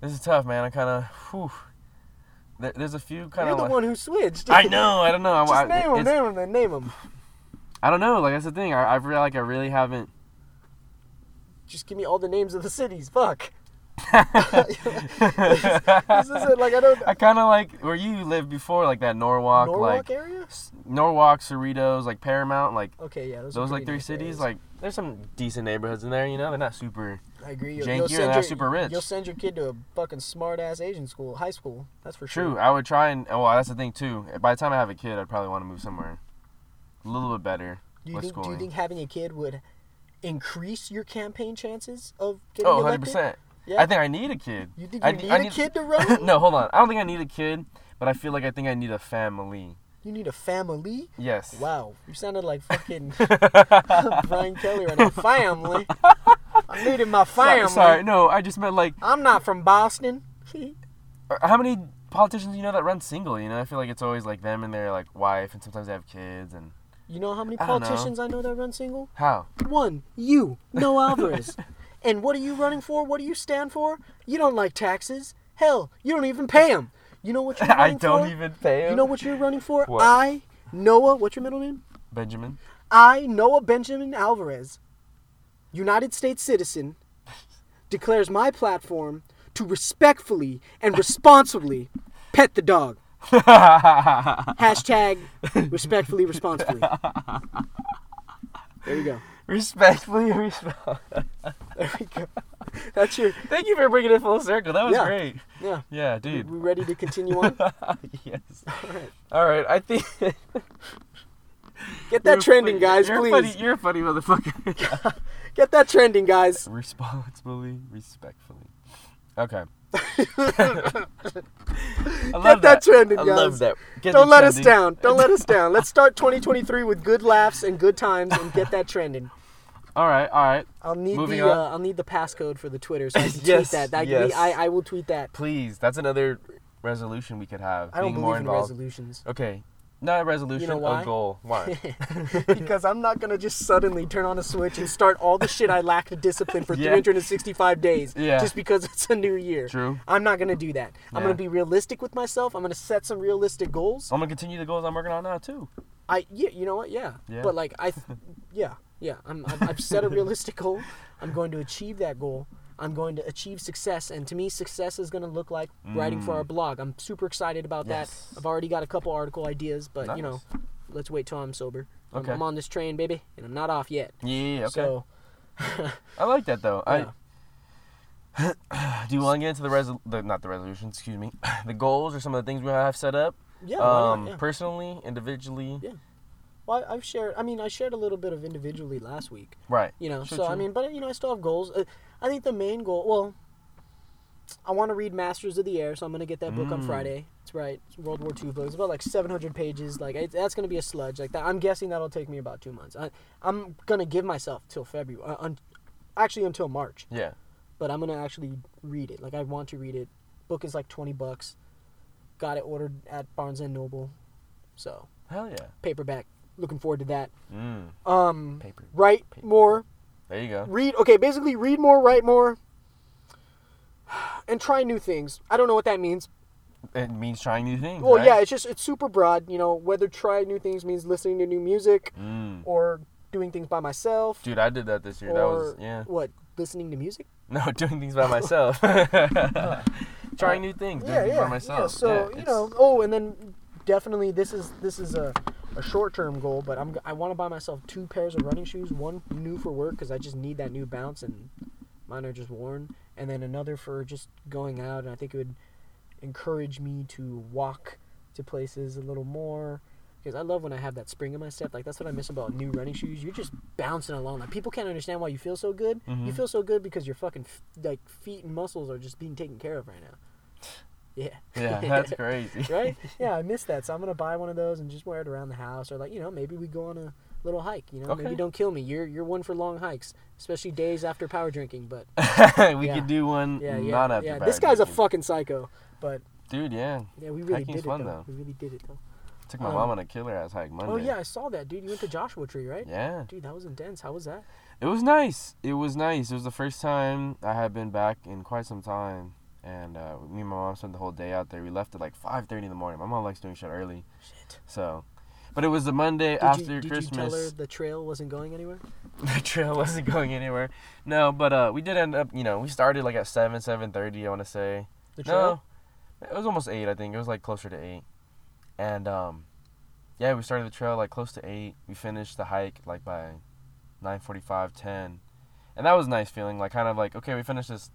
Speaker 1: This is tough, man. I kind of. There, there's a few kind
Speaker 2: you're
Speaker 1: of.
Speaker 2: the one who switched.
Speaker 1: I know. I don't know. I,
Speaker 2: [LAUGHS] Just
Speaker 1: I,
Speaker 2: name them,
Speaker 1: it's-
Speaker 2: name them, then name them.
Speaker 1: I don't know. Like that's the thing. I, I feel like I really
Speaker 2: [LAUGHS]
Speaker 1: haven't.
Speaker 2: Just give me all the names of the cities. Fuck. This
Speaker 1: [LAUGHS] I
Speaker 2: isn't like I don't
Speaker 1: kind of like where you lived before, like that Norwalk,
Speaker 2: Norwalk
Speaker 1: like
Speaker 2: area.
Speaker 1: S- Norwalk, Cerritos, like Paramount, like
Speaker 2: Okay, yeah, those, are
Speaker 1: those like
Speaker 2: pretty
Speaker 1: three
Speaker 2: nice
Speaker 1: cities.
Speaker 2: areas.
Speaker 1: Like there's some decent neighborhoods in there. You know, they're not super.
Speaker 2: I agree. You'll,
Speaker 1: janky
Speaker 2: you'll
Speaker 1: and
Speaker 2: send
Speaker 1: they're
Speaker 2: your,
Speaker 1: super rich.
Speaker 2: You'll send your kid to a fucking smart ass Asian school, high school. That's for
Speaker 1: True.
Speaker 2: sure.
Speaker 1: I would try and. Well, that's the thing too. By the time I have a kid, I'd probably want to move somewhere a little bit better.
Speaker 2: Do you
Speaker 1: with
Speaker 2: think do you
Speaker 1: schooling.
Speaker 2: think having a kid would increase your campaign chances of getting
Speaker 1: Oh, 100
Speaker 2: elected?
Speaker 1: percent.
Speaker 2: Yeah?
Speaker 1: I think I need a kid.
Speaker 2: You think you
Speaker 1: I
Speaker 2: need,
Speaker 1: I
Speaker 2: a
Speaker 1: [LAUGHS]
Speaker 2: kid to run?
Speaker 1: no, hold on. I don't think I need a kid, but I feel like I think I need a family.
Speaker 2: You need a family?
Speaker 1: Yes. [LAUGHS]
Speaker 2: [LAUGHS] uh,
Speaker 1: [LAUGHS]
Speaker 2: Wow, you sounded like fucking Brian Kelly right now. Family. I I needed my family.
Speaker 1: Sorry, sorry, no, I just meant like,
Speaker 2: I'm not from Boston. [LAUGHS]
Speaker 1: uh, how many politicians you know that run single? You know, I feel like it's always like them and their like wife, and sometimes they have kids. And
Speaker 2: You know how many
Speaker 1: I don't know.
Speaker 2: politicians I know that run single?
Speaker 1: how? [LAUGHS]
Speaker 2: One, you, no Alvarez. and what are you running for? What do you stand for? You don't like taxes. Hell, you don't even pay them. You know what you're
Speaker 1: [LAUGHS]
Speaker 2: running
Speaker 1: I don't
Speaker 2: for?
Speaker 1: even pay him.
Speaker 2: You know what you're running for?
Speaker 1: What?
Speaker 2: I, Noah, what's your middle name? [LAUGHS]
Speaker 1: Benjamin. [LAUGHS]
Speaker 2: I, Noah Benjamin Alvarez, United States citizen, declares my platform to respectfully and
Speaker 1: [LAUGHS]
Speaker 2: responsibly pet the dog. Hashtag respectfully, responsibly. There we go.
Speaker 1: Respectfully, [LAUGHS] respect.
Speaker 2: There we go. That's your.
Speaker 1: Thank you for bringing it full circle. That was
Speaker 2: Yeah.
Speaker 1: great.
Speaker 2: Yeah.
Speaker 1: Yeah,
Speaker 2: We [LAUGHS]
Speaker 1: dude. [LAUGHS]
Speaker 2: ready to continue on?
Speaker 1: yes.
Speaker 2: Alright.
Speaker 1: All right. I think that
Speaker 2: Get [LAUGHS] that trending, guys,
Speaker 1: You're
Speaker 2: please.
Speaker 1: Funny, you're a funny motherfucker. [LAUGHS]
Speaker 2: Get that trending, guys.
Speaker 1: Responsibly, respectfully.
Speaker 2: [LAUGHS]
Speaker 1: Okay. [LAUGHS] I
Speaker 2: Get that trending,
Speaker 1: I
Speaker 2: guys.
Speaker 1: love that. Get
Speaker 2: Don't
Speaker 1: the
Speaker 2: let us
Speaker 1: trending.
Speaker 2: down. Don't
Speaker 1: [LAUGHS]
Speaker 2: let us down. Let's start 2023 with good laughs and good times and get that trending.
Speaker 1: All right. All right.
Speaker 2: I'll need
Speaker 1: Moving
Speaker 2: the
Speaker 1: on.
Speaker 2: uh, I'll need the passcode for the
Speaker 1: [LAUGHS]
Speaker 2: Twitter so I can
Speaker 1: Yes,
Speaker 2: tweet that. that
Speaker 1: yes.
Speaker 2: I, I will tweet that.
Speaker 1: Please, that's another resolution we could have.
Speaker 2: I don't
Speaker 1: being
Speaker 2: believe
Speaker 1: more
Speaker 2: in
Speaker 1: involved. [LAUGHS]
Speaker 2: resolutions [LAUGHS]
Speaker 1: Okay. Not a resolution,
Speaker 2: why?
Speaker 1: a goal.
Speaker 2: [LAUGHS]
Speaker 1: Why?
Speaker 2: because I'm not gonna just suddenly turn on a switch and start all the shit I lacked of discipline
Speaker 1: [LAUGHS]
Speaker 2: for
Speaker 1: Yeah.
Speaker 2: 365 days
Speaker 1: [LAUGHS] Yeah.
Speaker 2: just because it's a new year.
Speaker 1: True.
Speaker 2: I'm not gonna do that. I'm
Speaker 1: Yeah.
Speaker 2: gonna be realistic with myself. I'm gonna set some realistic goals.
Speaker 1: I'm gonna continue the goals I'm working on now too.
Speaker 2: I yeah, you know what? Yeah.
Speaker 1: Yeah.
Speaker 2: But like
Speaker 1: [LAUGHS]
Speaker 2: I, th- yeah, yeah. I'm, I'm I've set a realistic goal. I'm going to achieve that goal. I'm going to achieve success, and to me, success is going to look like writing for our blog. I'm super excited about
Speaker 1: Mm. Yes.
Speaker 2: that. I've already got a couple article ideas, but you know,
Speaker 1: Nice.
Speaker 2: let's wait till I'm sober. I'm-
Speaker 1: Okay.
Speaker 2: I'm on this train, baby, and I'm not off yet.
Speaker 1: Yeah. Okay.
Speaker 2: So
Speaker 1: I like that though.
Speaker 2: Yeah.
Speaker 1: I [CLEARS THROAT] do you want to get into the resol- the, not the resolution, excuse me, [CLEARS THROAT] the goals or some of the things we have set up.
Speaker 2: yeah, why
Speaker 1: um,
Speaker 2: not? Yeah.
Speaker 1: personally, individually.
Speaker 2: Yeah. Well, I- I've shared. I mean, I shared a little bit of individually last week.
Speaker 1: Right.
Speaker 2: You know,
Speaker 1: True,
Speaker 2: so I
Speaker 1: true.
Speaker 2: mean, but you know, I still have goals. Uh, I think the main goal, well, I want to read Masters of the Air, so I'm gonna get that book on
Speaker 1: Mm.
Speaker 2: Friday. That's right, it's World War II book. It's about like 700 pages. Like it, that's gonna be a sludge. Like that, I'm guessing that'll take me about two months. I, I'm gonna give myself till February, uh, un, actually until March,
Speaker 1: Yeah.
Speaker 2: but I'm gonna actually read it. Like I want to read it. Book is like 20 bucks. Got it ordered at Barnes and Noble, so
Speaker 1: Hell yeah.
Speaker 2: paperback. Looking forward to that.
Speaker 1: Mm.
Speaker 2: Um,
Speaker 1: Paper.
Speaker 2: write
Speaker 1: Paper.
Speaker 2: more,
Speaker 1: There you go.
Speaker 2: read okay basically read more write more and try new things i don't know what that means
Speaker 1: It means trying new things.
Speaker 2: well
Speaker 1: right?
Speaker 2: yeah it's just it's super broad you know whether try new things means listening to new music
Speaker 1: Mm.
Speaker 2: or doing things by myself
Speaker 1: Dude, I did that this year.
Speaker 2: or
Speaker 1: that was yeah. [LAUGHS]
Speaker 2: what listening to music
Speaker 1: No, doing things by
Speaker 2: [LAUGHS]
Speaker 1: myself. [LAUGHS] trying new things. Doing
Speaker 2: yeah
Speaker 1: things
Speaker 2: yeah,
Speaker 1: by myself.
Speaker 2: yeah so you
Speaker 1: it's-
Speaker 2: know oh and then definitely this is this is a a short-term goal, but I'm I want to buy myself two pairs of running shoes. One new for work because I just need that new bounce, and mine are just worn. And then another for just going out, and I think it would encourage me to walk to places a little more because I love when I have that spring in my step. Like that's what I miss about new running shoes. You're just bouncing along. Like people can't understand why you feel so good. You
Speaker 1: Mhm.
Speaker 2: feel so good because your fucking f- like feet and muscles are just being taken care of right now. Yeah. [LAUGHS]
Speaker 1: Yeah, that's crazy. [LAUGHS]
Speaker 2: right? Yeah, I miss that. So I'm gonna buy one of those and just wear it around the house, or like you know, maybe we go on a little hike. You know,
Speaker 1: Okay.
Speaker 2: maybe don't kill me. You're you're one for long hikes, especially days after power drinking.
Speaker 1: [LAUGHS]
Speaker 2: But
Speaker 1: we
Speaker 2: Yeah.
Speaker 1: could do one
Speaker 2: yeah, yeah,
Speaker 1: not after
Speaker 2: yeah.
Speaker 1: bad
Speaker 2: This guy's a
Speaker 1: drinking.
Speaker 2: fucking psycho. But
Speaker 1: Dude, yeah.
Speaker 2: yeah, we really
Speaker 1: Hiking's
Speaker 2: did it
Speaker 1: fun,
Speaker 2: though.
Speaker 1: though.
Speaker 2: We really did it though.
Speaker 1: Took my
Speaker 2: Um,
Speaker 1: mom on a killer ass hike Monday.
Speaker 2: Oh yeah, I saw that, dude. You went to Joshua Tree, right?
Speaker 1: Yeah.
Speaker 2: Dude, that was intense. How was that?
Speaker 1: It was nice. It was nice. It was the first time I had been back in quite some time. And uh, me and my mom spent the whole day out there. We left at like 5.30 in the morning. My mom likes doing shit early.
Speaker 2: Shit.
Speaker 1: So, but it was the Monday
Speaker 2: Did
Speaker 1: after
Speaker 2: you, did
Speaker 1: Christmas.
Speaker 2: you tell her the trail wasn't going anywhere?
Speaker 1: [LAUGHS] the trail wasn't going anywhere. No, but uh, we did end up, you know, we started like at 7, 7.30, I want to say.
Speaker 2: The trail?
Speaker 1: No, it was almost eight. I think it was like closer to eight, and um, yeah, we started the trail like close to eight. We finished the hike like by 9:45, 10. and that was a nice feeling. Like kind of like okay, we finished this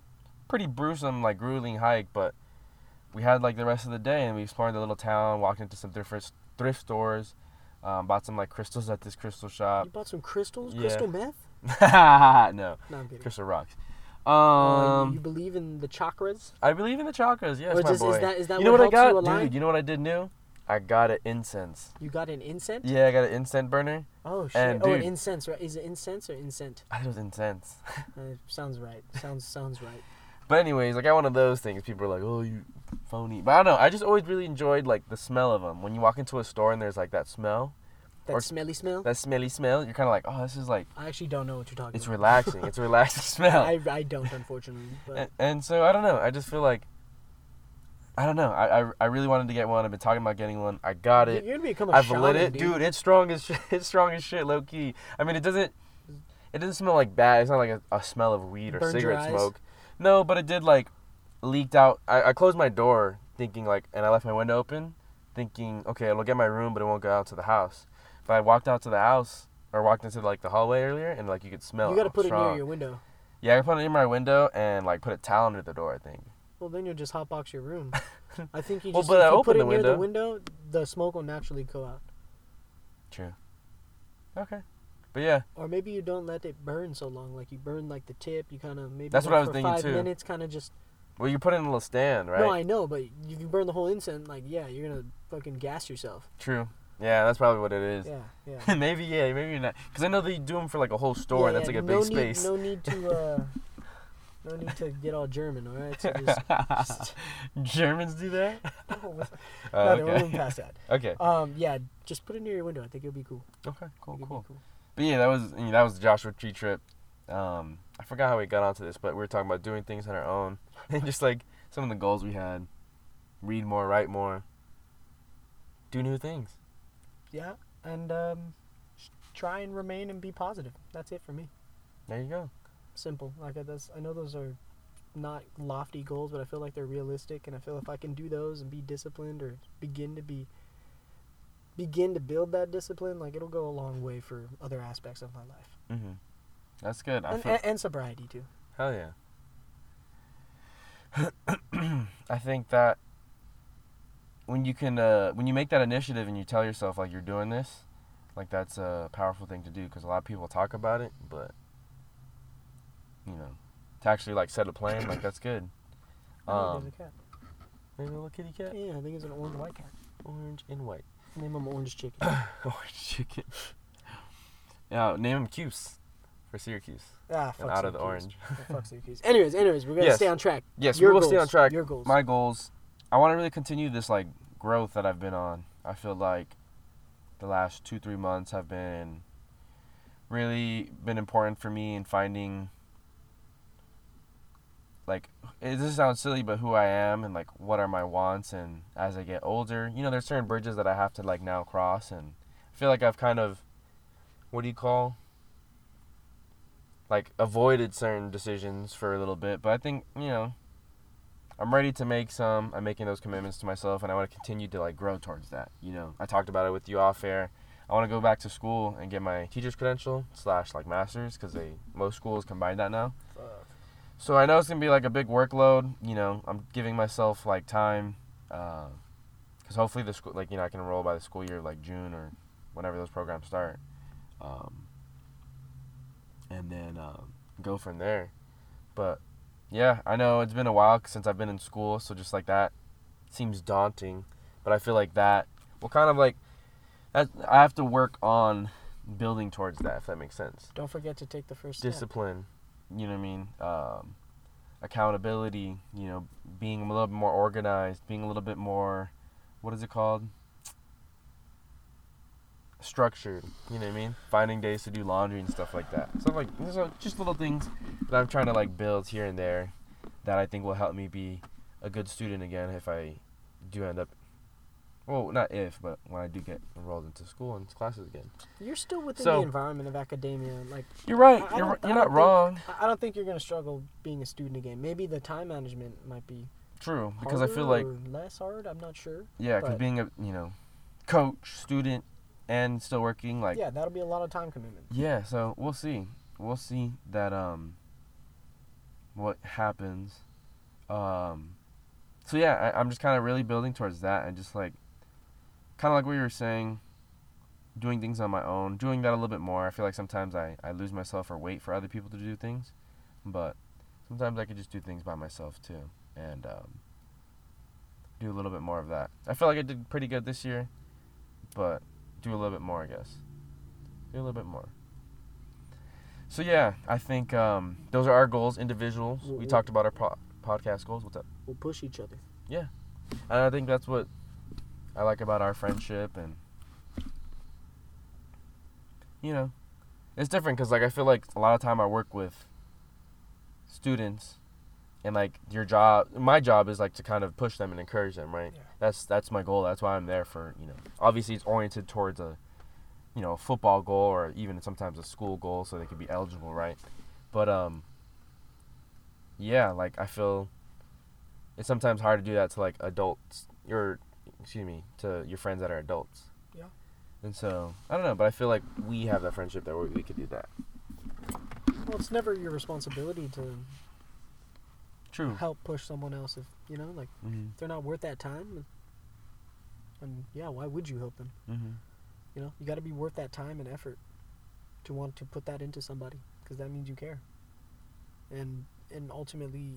Speaker 1: pretty gruesome, like grueling hike, but we had like the rest of the day and we explored the little town, walked into some different thrift stores, um, bought some like crystals at this crystal shop. [LAUGHS]
Speaker 2: You bought some crystals?
Speaker 1: yeah.
Speaker 2: Crystal meth?
Speaker 1: no,
Speaker 2: No, I'm kidding.
Speaker 1: crystal rocks.
Speaker 2: Uh, you
Speaker 1: Um,
Speaker 2: believe in the chakras?
Speaker 1: I believe in the chakras. Yes,
Speaker 2: Or
Speaker 1: my
Speaker 2: just-
Speaker 1: boy.
Speaker 2: is that is that
Speaker 1: you know
Speaker 2: what,
Speaker 1: what I
Speaker 2: helps you
Speaker 1: got,
Speaker 2: align?
Speaker 1: dude? You know what I did new? I got an incense.
Speaker 2: You got an incense?
Speaker 1: Yeah, I got an incense burner.
Speaker 2: Oh shit!
Speaker 1: And,
Speaker 2: oh, an
Speaker 1: dude-
Speaker 2: incense, right? Is it incense or incent?
Speaker 1: I think it was incense. [LAUGHS]
Speaker 2: Uh, sounds right. Sounds sounds right.
Speaker 1: But anyways, like I one of those things. People are like, "Oh, you phony." But I don't know. I just always really enjoyed like the smell of them. When you walk into a store and there's like that smell,
Speaker 2: That
Speaker 1: Or-
Speaker 2: smelly smell.
Speaker 1: that smelly smell, you're kind of like, "Oh, this is like
Speaker 2: I actually don't know what you're talking
Speaker 1: it's
Speaker 2: about.
Speaker 1: relaxing. it's a relaxing [LAUGHS] smell."
Speaker 2: I, I
Speaker 1: [LAUGHS]
Speaker 2: don't unfortunately. But
Speaker 1: and, and so I don't know. I just feel like I don't know. I, I, I really wanted to get one. I've been talking about getting one. I got
Speaker 2: you're
Speaker 1: it.
Speaker 2: gonna become a
Speaker 1: I've
Speaker 2: shaman,
Speaker 1: lit it,
Speaker 2: dude.
Speaker 1: dude. It's strong as shit. [LAUGHS] It's strong as shit, low key. I mean, it doesn't. It doesn't smell like bad. It's not like a, a smell of weed or
Speaker 2: Burned your
Speaker 1: cigarette
Speaker 2: eyes?
Speaker 1: smoke. No, but it did like leaked out. I, I closed my door thinking like, and I left my window open, thinking, okay, it'll get my room, but it won't go out to the house. But I walked out to the house or walked into like the hallway earlier, and like you could smell.
Speaker 2: You gotta
Speaker 1: it
Speaker 2: put it
Speaker 1: strong.
Speaker 2: near your window.
Speaker 1: Yeah, I put it in my window and like put a towel under the door. I think.
Speaker 2: Well, then you'll just hotbox
Speaker 1: [LAUGHS]
Speaker 2: your room. I think you
Speaker 1: Well,
Speaker 2: just
Speaker 1: but
Speaker 2: if
Speaker 1: I
Speaker 2: you
Speaker 1: opened
Speaker 2: put it
Speaker 1: the
Speaker 2: near the window, the smoke will naturally go out.
Speaker 1: True. Okay. But yeah,
Speaker 2: Or maybe you don't let it burn so long. Like you burn like the tip. You kind of maybe
Speaker 1: That's what
Speaker 2: like,
Speaker 1: I was
Speaker 2: for
Speaker 1: thinking,
Speaker 2: five
Speaker 1: too.
Speaker 2: minutes, kind of just.
Speaker 1: well, you put it in a little stand, right?
Speaker 2: No, I know, but if you burn the whole incense, like yeah, you're gonna fucking gas yourself.
Speaker 1: True. Yeah, that's probably what it is.
Speaker 2: Yeah,
Speaker 1: [LAUGHS]
Speaker 2: yeah.
Speaker 1: maybe yeah, maybe you're not. Because I know they do them for like a whole store.
Speaker 2: Yeah,
Speaker 1: and that's
Speaker 2: yeah,
Speaker 1: like a
Speaker 2: no
Speaker 1: big
Speaker 2: need,
Speaker 1: space.
Speaker 2: No need to, uh, no need to get all German. All right, so
Speaker 1: [LAUGHS]
Speaker 2: just, just
Speaker 1: [LAUGHS]
Speaker 2: [LAUGHS]
Speaker 1: Germans do that.
Speaker 2: no,
Speaker 1: Oh,
Speaker 2: no, we're
Speaker 1: okay.
Speaker 2: moving past that.
Speaker 1: [LAUGHS] okay.
Speaker 2: Um, yeah, just put it near your window. I think it'll be cool.
Speaker 1: Okay.
Speaker 2: I
Speaker 1: Cool.
Speaker 2: think
Speaker 1: Oh,
Speaker 2: it'll
Speaker 1: Cool.
Speaker 2: be cool.
Speaker 1: But yeah, that was you know, that was the Joshua Tree trip. Um, I forgot how we got onto this, but we were talking about doing things on our own [LAUGHS] and just like some of the goals we had: read more, write more, do new things.
Speaker 2: Yeah, and um, sh- try and remain and be positive. That's it for me.
Speaker 1: There you go.
Speaker 2: Simple. Like I, that's, I know those are not lofty goals, but I feel like they're realistic, and I feel if I can do those and be disciplined or begin to be begin to build that discipline, like it'll go a long way for other aspects of my life
Speaker 1: hmm That's good. I
Speaker 2: and,
Speaker 1: feel,
Speaker 2: and, and sobriety too.
Speaker 1: hell yeah. [CLEARS THROAT] I think that when you can, uh, when you make that initiative and you tell yourself like you're doing this, like that's a powerful thing to do because a lot of people talk about it, but you know, to actually like set a plan, like that's [CLEARS THROAT] good.
Speaker 2: Oh,
Speaker 1: Um,
Speaker 2: there's a cat.
Speaker 1: there's a little kitty cat,
Speaker 2: Yeah, I think it's an orange white cat.
Speaker 1: orange and white,
Speaker 2: Name him
Speaker 1: [COUGHS]
Speaker 2: Orange Chicken.
Speaker 1: [LAUGHS]
Speaker 2: Ah,
Speaker 1: orange chicken. [LAUGHS] yeah, name him Cuse for Syracuse.
Speaker 2: ah, fuck
Speaker 1: out of the
Speaker 2: Syracuse. [LAUGHS]
Speaker 1: orange.
Speaker 2: Oh,
Speaker 1: [LAUGHS]
Speaker 2: fuck Syracuse. Anyways, anyways, we're gonna
Speaker 1: Yes.
Speaker 2: stay on track.
Speaker 1: Yes,
Speaker 2: Your
Speaker 1: we will stay on
Speaker 2: goals,
Speaker 1: track.
Speaker 2: Your goals.
Speaker 1: my goals i want to really continue this like growth that i've been on i feel like the last two three months have been really been important for me in finding like it just sounds silly but who i am and like what are my wants and as i get older you know there's certain bridges that i have to like now cross and i feel like i've kind of what do you call like avoided certain decisions for a little bit but i think you know I'm ready to make some. I'm making those commitments to myself, and I want to continue to like grow towards that. You know, I talked about it with you off air. I want to go back to school and get my teacher's credential slash like master's because they most schools combine that now.
Speaker 2: Fuck.
Speaker 1: So I know it's gonna be like a big workload. You know, I'm giving myself like time, because hopefully the school, like you know, I can enroll by the school year of like June or whenever those programs start, um, and then um, go from there. But yeah, I know it's been a while since I've been in school, so just like that seems daunting. But I feel like that will kind of like that. I have to work on building towards that, if that makes sense
Speaker 2: Don't forget to take the first step.
Speaker 1: discipline you know what i mean um, accountability you know being a little bit more organized being a little bit more what is it called structured you know what i mean finding days to do laundry and stuff like that stuff like so just little things that i'm trying to like build here and there that i think will help me be a good student again if i do end up well not if but when i do get enrolled into school and classes again
Speaker 2: You're still within
Speaker 1: So-
Speaker 2: the environment of academia. Like
Speaker 1: you're right
Speaker 2: I- I
Speaker 1: you're,
Speaker 2: don't-
Speaker 1: ri-
Speaker 2: I
Speaker 1: you're
Speaker 2: don't
Speaker 1: not
Speaker 2: think-
Speaker 1: wrong
Speaker 2: I- I don't think you're gonna struggle being a student again. Maybe the time management might be
Speaker 1: true because i feel like
Speaker 2: harder or less hard. I'm not sure.
Speaker 1: Yeah, because
Speaker 2: But-
Speaker 1: being a you know, coach, student, and still working like yeah.
Speaker 2: yeah, that'll be a lot of time commitment.
Speaker 1: So we'll see. We'll see that um. What happens, um, so yeah, I, I'm just kind of really building towards that and just like, kind of like what you were saying, doing things on my own, doing that a little bit more. I feel like sometimes I I lose myself or wait for other people to do things, but sometimes I could just do things by myself too and um, do a little bit more of that. I feel like I did pretty good this year, but do a little bit more, I guess. a little bit more. So yeah, I think um, those are our goals, individuals.
Speaker 2: Wh-
Speaker 1: We
Speaker 2: wh-
Speaker 1: talked about our po- podcast goals. What's up?
Speaker 2: We'll push each other.
Speaker 1: And I think that's what I like about our friendship, and you know, it's different because like I feel like a lot of time I work with students, and like your job, my job is like to kind of push them and encourage them, right?
Speaker 2: Yeah.
Speaker 1: That's that's my goal. That's why I'm there for you know. Obviously, it's oriented towards a you know a football goal or even sometimes a school goal, so they could be eligible, right? But um, yeah, like I feel it's sometimes hard to do that to like adults your excuse me to your friends that are adults
Speaker 2: Yeah.
Speaker 1: and so i don't know but i feel like we have that friendship that we, we could do that
Speaker 2: Well, it's never your responsibility to
Speaker 1: true
Speaker 2: help push someone else if you know, like
Speaker 1: mm-hmm.
Speaker 2: if they're not worth that time. And yeah, why would you help them?
Speaker 1: Mm-hmm.
Speaker 2: You know, you got to be worth that time and effort to want to put that into somebody because that means you care. And and ultimately,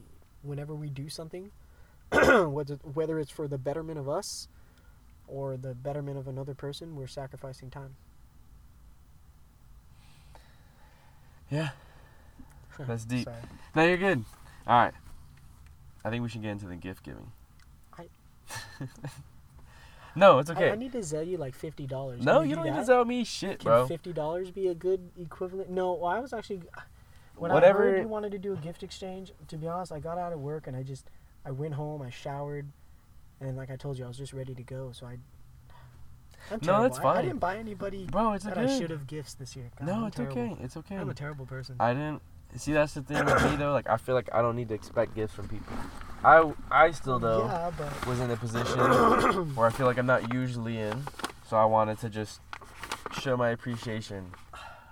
Speaker 2: whenever we do something, [CLEARS THROAT] whether whether it's for the betterment of us or the betterment of another person, we're sacrificing time. [LAUGHS]
Speaker 1: Yeah. That's deep.
Speaker 2: Sorry.
Speaker 1: no you're good all right i think we should get into the gift giving
Speaker 2: I-
Speaker 1: [LAUGHS] no it's
Speaker 2: I-
Speaker 1: okay
Speaker 2: I, need to sell you like fifty dollars.
Speaker 1: no you don't need to sell me shit
Speaker 2: Can
Speaker 1: bro
Speaker 2: fifty dollars be a good equivalent? No, well, I was actually when
Speaker 1: Whatever-
Speaker 2: I heard you wanted to do a gift exchange. To be honest, I got out of work and I just I went home, I showered, and like I told you, I was just ready to go. So I. I'm
Speaker 1: No, that's
Speaker 2: terrible. I- I,
Speaker 1: fine.
Speaker 2: didn't buy anybody
Speaker 1: bro it's
Speaker 2: that I
Speaker 1: okay
Speaker 2: should have gifts this year. God,
Speaker 1: no
Speaker 2: I'm
Speaker 1: it's
Speaker 2: terrible.
Speaker 1: okay it's okay
Speaker 2: I'm a terrible person.
Speaker 1: I didn't see that's the thing with me though. Like I feel like I don't need to expect gifts from people. I I still though
Speaker 2: yeah, but
Speaker 1: was in a
Speaker 2: [COUGHS]
Speaker 1: position where I feel like I'm not usually in, so I wanted to just show my appreciation.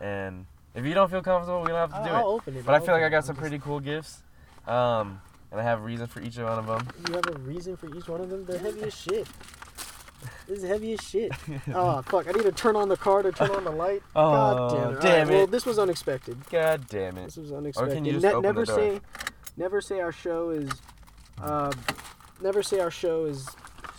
Speaker 1: And if you don't feel comfortable, we don't have to
Speaker 2: I'll,
Speaker 1: do
Speaker 2: I'll
Speaker 1: it.
Speaker 2: open it.
Speaker 1: But I
Speaker 2: I'll
Speaker 1: feel like
Speaker 2: open
Speaker 1: I
Speaker 2: it.
Speaker 1: got
Speaker 2: I'm
Speaker 1: some
Speaker 2: just-
Speaker 1: pretty cool gifts, um, and I have reason for each one of them.
Speaker 2: You have a reason for each one of them. They're heavy as shit. This is heavy as
Speaker 1: [LAUGHS]
Speaker 2: shit. oh fuck! I need to turn on the car to turn on the light. God
Speaker 1: Oh,
Speaker 2: damn it! All
Speaker 1: damn
Speaker 2: Well,
Speaker 1: it.
Speaker 2: this was unexpected.
Speaker 1: God damn it!
Speaker 2: This was unexpected.
Speaker 1: just
Speaker 2: Ne-
Speaker 1: open the
Speaker 2: never
Speaker 1: door?
Speaker 2: say, never say our show is, uh, never say our show is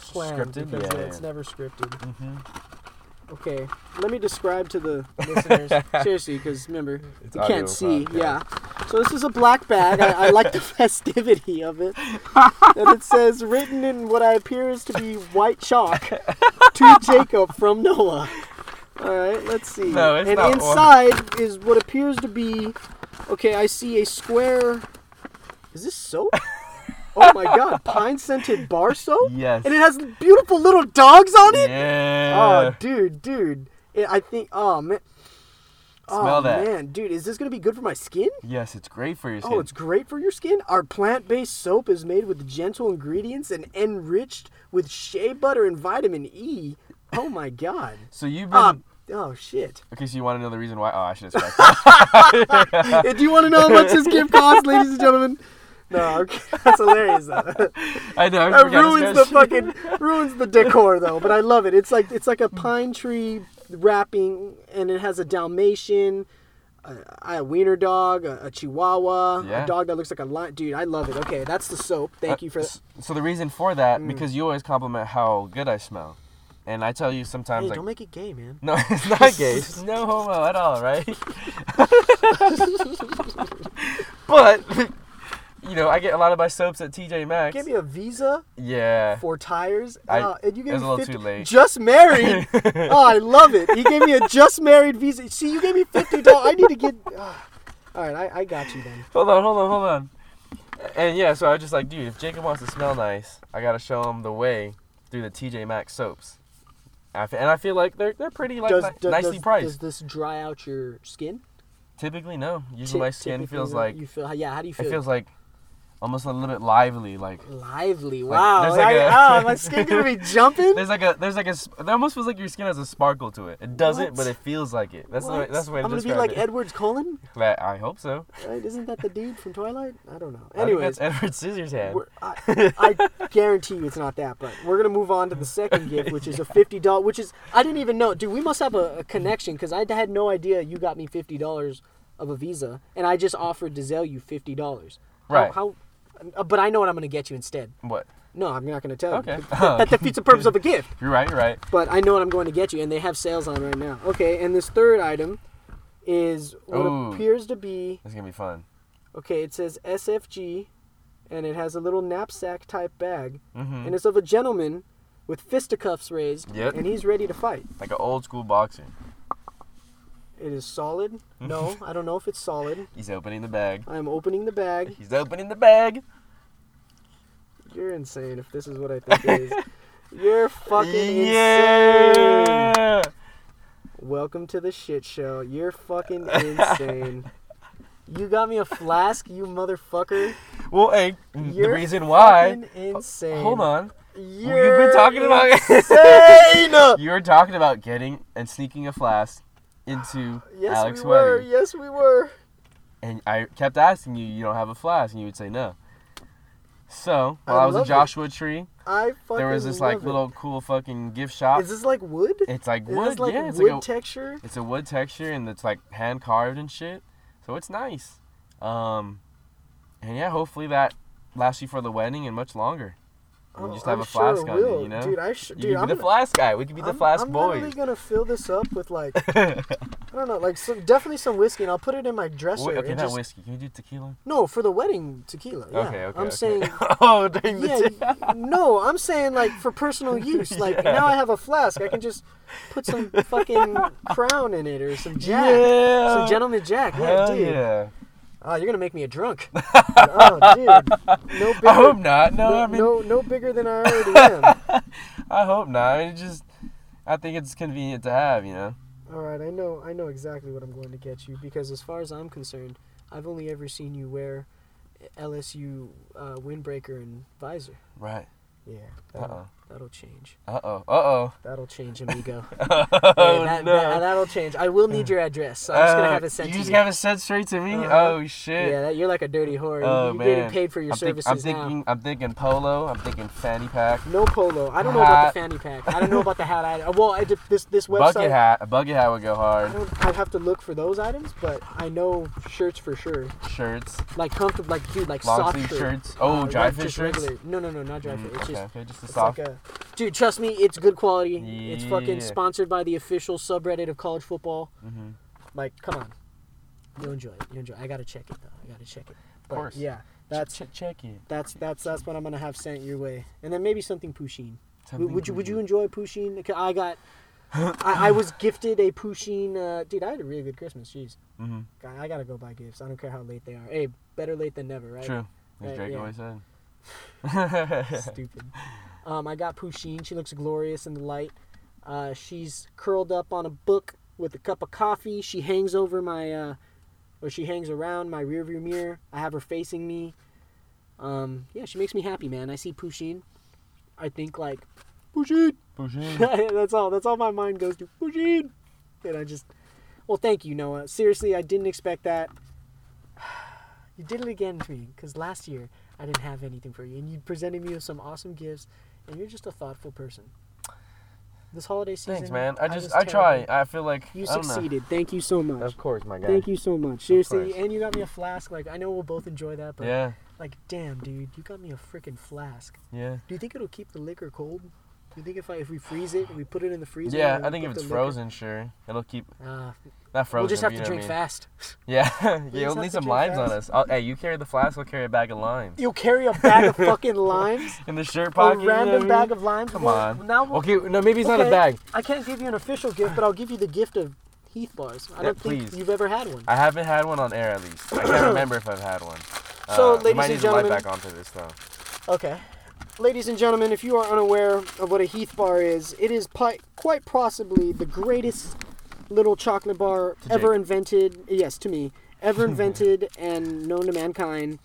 Speaker 2: planned
Speaker 1: Scripted?
Speaker 2: because
Speaker 1: Yeah,
Speaker 2: it's
Speaker 1: yeah.
Speaker 2: never scripted.
Speaker 1: hmm
Speaker 2: Okay, let me describe
Speaker 1: [LAUGHS]
Speaker 2: to the listeners seriously because remember
Speaker 1: It's
Speaker 2: you
Speaker 1: audio
Speaker 2: can't see.
Speaker 1: podcast.
Speaker 2: Yeah. So this is a black bag. I, I like the [LAUGHS] festivity of it. And it says written in what I appears to be white chalk to Jacob from Noah. All right, let's see.
Speaker 1: No, it's
Speaker 2: and
Speaker 1: not
Speaker 2: inside is what appears to be okay, I see a square Is this soap? oh
Speaker 1: [LAUGHS]
Speaker 2: my god, pine scented bar soap?
Speaker 1: Yes.
Speaker 2: And it has beautiful little dogs on it?
Speaker 1: Yeah.
Speaker 2: Oh, dude, dude. It, I think. Oh man.
Speaker 1: Smell
Speaker 2: oh,
Speaker 1: that.
Speaker 2: man, dude, is this gonna be good for my skin?
Speaker 1: yes, it's great for your skin.
Speaker 2: Oh, it's great for your skin. Our plant-based soap is made with gentle ingredients and enriched with shea butter and vitamin E. Oh
Speaker 1: [LAUGHS]
Speaker 2: my God.
Speaker 1: so you've been.
Speaker 2: Um, oh shit. [LAUGHS]
Speaker 1: Okay, so you want to know the reason why? Oh, I should have said
Speaker 2: And do you want to know how much this gift costs, ladies and gentlemen? No, okay. [LAUGHS] that's hilarious. Though.
Speaker 1: I know. I
Speaker 2: That
Speaker 1: forgot
Speaker 2: ruins
Speaker 1: this
Speaker 2: the
Speaker 1: guy's-
Speaker 2: fucking ruins the decor though, but I love it. It's like it's like a pine tree wrapping, and it has a Dalmatian, a, a wiener dog, a, a Chihuahua,
Speaker 1: Yeah. Uh,
Speaker 2: a dog that looks like a lion. Dude, I love it. Okay, that's the soap. Thank you for that.
Speaker 1: [LAUGHS] S- So the reason for that,
Speaker 2: Mm.
Speaker 1: because you always compliment how good I smell, and I tell you sometimes
Speaker 2: Hey,
Speaker 1: like,
Speaker 2: don't make it gay, man.
Speaker 1: no, [LAUGHS] it's not gay, It's no homo at all, right? [LAUGHS] but you know, I get a lot of my soaps at TJ Maxx.
Speaker 2: Give me a visa [LAUGHS]
Speaker 1: yeah.
Speaker 2: for tires,
Speaker 1: I-
Speaker 2: uh, and you gave
Speaker 1: it was
Speaker 2: me
Speaker 1: a little
Speaker 2: 50
Speaker 1: too late. [LAUGHS]
Speaker 2: Just married. oh, I love it. You gave me a just married visa. See, you gave me fifty dollars. I need to get. ah. all right, I, I got you then.
Speaker 1: Hold on, hold on, hold on. And yeah, so I was just like, dude, if Jacob wants to smell nice, I gotta show him the way through the TJ Maxx soaps. I fe- And I feel like they're they're pretty like ni- nicely
Speaker 2: does,
Speaker 1: priced.
Speaker 2: Does this dry out your skin?
Speaker 1: Typically, no. Usually,
Speaker 2: Ty-
Speaker 1: my skin
Speaker 2: typically
Speaker 1: feels
Speaker 2: though,
Speaker 1: like
Speaker 2: you feel. Yeah, how do you
Speaker 1: it
Speaker 2: feel?
Speaker 1: feels like almost a little bit lively. Like
Speaker 2: lively.
Speaker 1: like-
Speaker 2: Wow,
Speaker 1: there's like
Speaker 2: I-
Speaker 1: a-
Speaker 2: oh,
Speaker 1: [LAUGHS]
Speaker 2: my skin gonna be jumping.
Speaker 1: there's like a there's like a s- it almost feels like your skin has a sparkle to it. It doesn't,
Speaker 2: What?
Speaker 1: but it feels like it. That's the
Speaker 2: What?
Speaker 1: way, that's the way to
Speaker 2: I'm gonna be
Speaker 1: describe
Speaker 2: like
Speaker 1: it.
Speaker 2: Edward's Cullen.
Speaker 1: That- I hope so.
Speaker 2: Right? Isn't that the dude from Twilight? I don't know.
Speaker 1: I think
Speaker 2: Anyways,
Speaker 1: that's Edward Scissorhand.
Speaker 2: we're-
Speaker 1: [LAUGHS]
Speaker 2: I, I guarantee you it's not that. But we're gonna move on to the second gift, which is a fifty dollar. Which is I didn't even know, dude. We must have a, a connection because I had no idea you got me fifty dollars of a visa, and I just offered to sell you fifty dollars.
Speaker 1: Right.
Speaker 2: How? how uh, but I know what I'm gonna get you instead.
Speaker 1: What?
Speaker 2: No, I'm not going to tell you.
Speaker 1: Okay. [LAUGHS]
Speaker 2: that defeats the purpose of a gift.
Speaker 1: You're right. You're right.
Speaker 2: But I know what I'm going to get you, and they have sales on right now. Okay, and this third item is what
Speaker 1: Ooh.
Speaker 2: appears to be
Speaker 1: This is gonna be fun.
Speaker 2: okay. It says SFG, and it has a little knapsack type bag,
Speaker 1: Mm-hmm.
Speaker 2: and it's of a gentleman with fisticuffs raised,
Speaker 1: Yep.
Speaker 2: and he's ready to fight.
Speaker 1: Like an old school boxer.
Speaker 2: It
Speaker 1: [LAUGHS]
Speaker 2: is solid. No, I don't know if it's solid.
Speaker 1: He's opening the bag.
Speaker 2: I'm opening the bag.
Speaker 1: He's opening the bag.
Speaker 2: You're insane if this is what I
Speaker 1: [LAUGHS]
Speaker 2: think it is. You're fucking insane.
Speaker 1: yeah.
Speaker 2: Welcome to the shit show.
Speaker 1: [LAUGHS]
Speaker 2: You're fucking insane. you got me a flask, you motherfucker.
Speaker 1: Well, hey, the
Speaker 2: You're
Speaker 1: reason why.
Speaker 2: Fucking insane.
Speaker 1: Hold on.
Speaker 2: You're
Speaker 1: You've been talking about. [LAUGHS]
Speaker 2: insane.
Speaker 1: you were talking about getting and sneaking a flask into
Speaker 2: yes,
Speaker 1: Alex
Speaker 2: we were.
Speaker 1: Weber,
Speaker 2: Yes, we were.
Speaker 1: and I kept asking you, "You don't have a flask," and you would say no. So while
Speaker 2: I
Speaker 1: I, was a
Speaker 2: love it.
Speaker 1: Joshua Tree,
Speaker 2: I fucking.
Speaker 1: there was this
Speaker 2: love
Speaker 1: like
Speaker 2: it.
Speaker 1: little cool fucking gift shop.
Speaker 2: Is this like wood?
Speaker 1: it's like
Speaker 2: Is
Speaker 1: wood,
Speaker 2: this like
Speaker 1: yeah. It's
Speaker 2: wood
Speaker 1: like a,
Speaker 2: texture?
Speaker 1: it's a wood texture and it's like hand carved and shit. So it's nice. Um, and yeah, hopefully that lasts you for the wedding and much longer. And
Speaker 2: Oh,
Speaker 1: we just have
Speaker 2: I'm
Speaker 1: a
Speaker 2: sure it
Speaker 1: flask on
Speaker 2: will.
Speaker 1: you, you know.
Speaker 2: Dude, I sh-
Speaker 1: you
Speaker 2: dude,
Speaker 1: could be
Speaker 2: I'm
Speaker 1: the
Speaker 2: gonna-
Speaker 1: flask guy. We could be the
Speaker 2: I'm-
Speaker 1: flask
Speaker 2: I'm literally
Speaker 1: boys.
Speaker 2: gonna fill this up
Speaker 1: [LAUGHS]
Speaker 2: with like I don't know, like some, definitely some whiskey, and I'll put it in my dresser.
Speaker 1: Wait, okay,
Speaker 2: and
Speaker 1: not
Speaker 2: just-
Speaker 1: whiskey. Can we do tequila?
Speaker 2: No, for the wedding tequila. Yeah.
Speaker 1: okay, okay.
Speaker 2: I'm
Speaker 1: okay.
Speaker 2: saying
Speaker 1: [LAUGHS] oh, during the [LAUGHS]
Speaker 2: yeah, y- no, I'm saying like for personal use. Like
Speaker 1: Yeah.
Speaker 2: now I have a flask, I can just
Speaker 1: [LAUGHS]
Speaker 2: put some fucking crown in it or some jack,
Speaker 1: Yeah.
Speaker 2: some gentleman jack. Yeah,
Speaker 1: Hell
Speaker 2: dude.
Speaker 1: yeah.
Speaker 2: Oh, you're gonna make me
Speaker 1: [LAUGHS]
Speaker 2: a drunk. oh, dude, no bigger.
Speaker 1: I hope not. No,
Speaker 2: No,
Speaker 1: I mean,
Speaker 2: no, no bigger than
Speaker 1: [LAUGHS]
Speaker 2: I already am.
Speaker 1: I hope not. I mean, it just, I think it's convenient to have, you know.
Speaker 2: All right, I know, I know exactly what I'm going to get you because as far as I'm concerned, I've only ever seen you wear LSU uh, windbreaker and visor.
Speaker 1: Right.
Speaker 2: Yeah,
Speaker 1: Uh
Speaker 2: that'll,
Speaker 1: oh.
Speaker 2: that'll chango
Speaker 1: Uh oh. [LAUGHS] Uh
Speaker 2: That'll change, amigo.
Speaker 1: oh.
Speaker 2: Yeah,
Speaker 1: Oh
Speaker 2: that,
Speaker 1: no.
Speaker 2: will change. I will need your address. So I'm just gonna
Speaker 1: Uh,
Speaker 2: have it sent
Speaker 1: You
Speaker 2: to
Speaker 1: just
Speaker 2: you.
Speaker 1: have it sent straight to me.
Speaker 2: Uh-huh.
Speaker 1: Oh shit.
Speaker 2: yeah, that, you're like a dirty whore. You-
Speaker 1: Oh,
Speaker 2: you're getting
Speaker 1: man.
Speaker 2: paid for your
Speaker 1: I'm, think-
Speaker 2: services
Speaker 1: I'm thinking. I'm thinking polo. I'm thinking fanny pack.
Speaker 2: now. No polo. I don't know about
Speaker 1: Hat.
Speaker 2: the fanny pack. I don't know about the hat. I, well, I, did- this this
Speaker 1: Bucket
Speaker 2: website.
Speaker 1: hat. A bucket hat would go
Speaker 2: I
Speaker 1: hard.
Speaker 2: don't. I'd have to look for those items, but I know shirts for sure.
Speaker 1: Shirts.
Speaker 2: Like comfortable, like dude, like
Speaker 1: Long
Speaker 2: soft
Speaker 1: sleeve
Speaker 2: shirt.
Speaker 1: shirts. Oh,
Speaker 2: Uh,
Speaker 1: dry
Speaker 2: like
Speaker 1: fit
Speaker 2: just
Speaker 1: shirts.
Speaker 2: regular- No, no, no, not dry fit.
Speaker 1: Mm,
Speaker 2: It's
Speaker 1: okay,
Speaker 2: just
Speaker 1: okay, just the
Speaker 2: it's
Speaker 1: soft.
Speaker 2: like a. Dude, trust me, it's good quality. It's fucking
Speaker 1: Yeah.
Speaker 2: sponsored by the official subreddit of college football.
Speaker 1: Mhm.
Speaker 2: Like, come on, you'll enjoy it. You'll enjoy. It. I gotta check it though. I gotta check it. But,
Speaker 1: course.
Speaker 2: Yeah, that's
Speaker 1: check, check it.
Speaker 2: that's that's that's what I'm gonna have sent your way, and then maybe something Pusheen. Would,
Speaker 1: Something
Speaker 2: would you
Speaker 1: for
Speaker 2: would you enjoy Pusheen? 'Cause I
Speaker 1: [LAUGHS]
Speaker 2: got, I, I was gifted a Pusheen. Uh, dude, I had a really good Christmas. Jeez,
Speaker 1: Mhm.
Speaker 2: God, I gotta go buy gifts. I don't care how late they are. Hey, better late than never, right?
Speaker 1: Mm-hmm. True. As
Speaker 2: Right,
Speaker 1: Drake
Speaker 2: yeah.
Speaker 1: always
Speaker 2: [LAUGHS]
Speaker 1: said. [LAUGHS]
Speaker 2: Stupid. Um, I got Pusheen. She looks glorious in the light. Uh, she's curled up on a book with a cup of coffee. She hangs over my, uh, or she hangs around my rearview mirror. I have her facing me. Um, yeah, she makes me happy, man. I see Pusheen. I think like Pusheen.
Speaker 1: Push in.
Speaker 2: [LAUGHS] that's all. That's all my mind goes to Pusheen. And I just, well, thank you, Noah. Seriously, I didn't expect that. [SIGHS] You did it again to me because last year I didn't have anything for you, and you presented me with some awesome gifts, and you're just a thoughtful person. This holiday season,
Speaker 1: Thanks, man. I
Speaker 2: was
Speaker 1: just, I try.
Speaker 2: terrible.
Speaker 1: I feel like
Speaker 2: You
Speaker 1: I don't know.
Speaker 2: succeeded. Thank you so much.
Speaker 1: Of course, my guy.
Speaker 2: Thank you so much. Seriously,
Speaker 1: course.
Speaker 2: and you got me a flask. Like I know we'll both enjoy that, but
Speaker 1: Yeah,
Speaker 2: like, damn, dude, you got me a freaking flask.
Speaker 1: yeah.
Speaker 2: Do you think it'll keep the liquor cold? Do you think if I if we freeze it and we put it in the freezer?
Speaker 1: Yeah,
Speaker 2: and we
Speaker 1: I think
Speaker 2: put
Speaker 1: if it's
Speaker 2: the liquor-
Speaker 1: frozen, sure, it'll keep
Speaker 2: Ah,
Speaker 1: not frozen.
Speaker 2: we'll just have
Speaker 1: but you
Speaker 2: to
Speaker 1: know
Speaker 2: drink
Speaker 1: what [LAUGHS]
Speaker 2: fast.
Speaker 1: I mean. Yeah, yeah.
Speaker 2: just
Speaker 1: We'll
Speaker 2: have
Speaker 1: need
Speaker 2: to
Speaker 1: some
Speaker 2: drink
Speaker 1: limes on us.
Speaker 2: fast.
Speaker 1: I'll, hey, you carry the flask. I'll carry a bag of
Speaker 2: [LAUGHS]
Speaker 1: limes
Speaker 2: You'll carry a bag of fucking limes,
Speaker 1: in the shirt
Speaker 2: a
Speaker 1: pocket. you know what I
Speaker 2: Oh, random
Speaker 1: mean?
Speaker 2: bag of limes.
Speaker 1: Come
Speaker 2: Well,
Speaker 1: on.
Speaker 2: Now we'll-
Speaker 1: Okay, no, maybe it's not
Speaker 2: Okay.
Speaker 1: a bag.
Speaker 2: I can't give you an official gift, but I'll give you the gift of Heath bars. I
Speaker 1: Yeah,
Speaker 2: don't think
Speaker 1: please.
Speaker 2: you've ever had one.
Speaker 1: I haven't had one on air at least. I
Speaker 2: [CLEARS THROAT]
Speaker 1: can't remember if I've had one. Uh,
Speaker 2: So,
Speaker 1: we
Speaker 2: ladies
Speaker 1: might
Speaker 2: and
Speaker 1: need to light
Speaker 2: gentlemen-
Speaker 1: back onto this though.
Speaker 2: Okay. Ladies and gentlemen, if you are unaware of what a Heath bar is, it is pi- quite possibly the greatest little chocolate bar
Speaker 1: To
Speaker 2: ever
Speaker 1: Jake.
Speaker 2: invented. Yes, to me. Ever invented and known to mankind.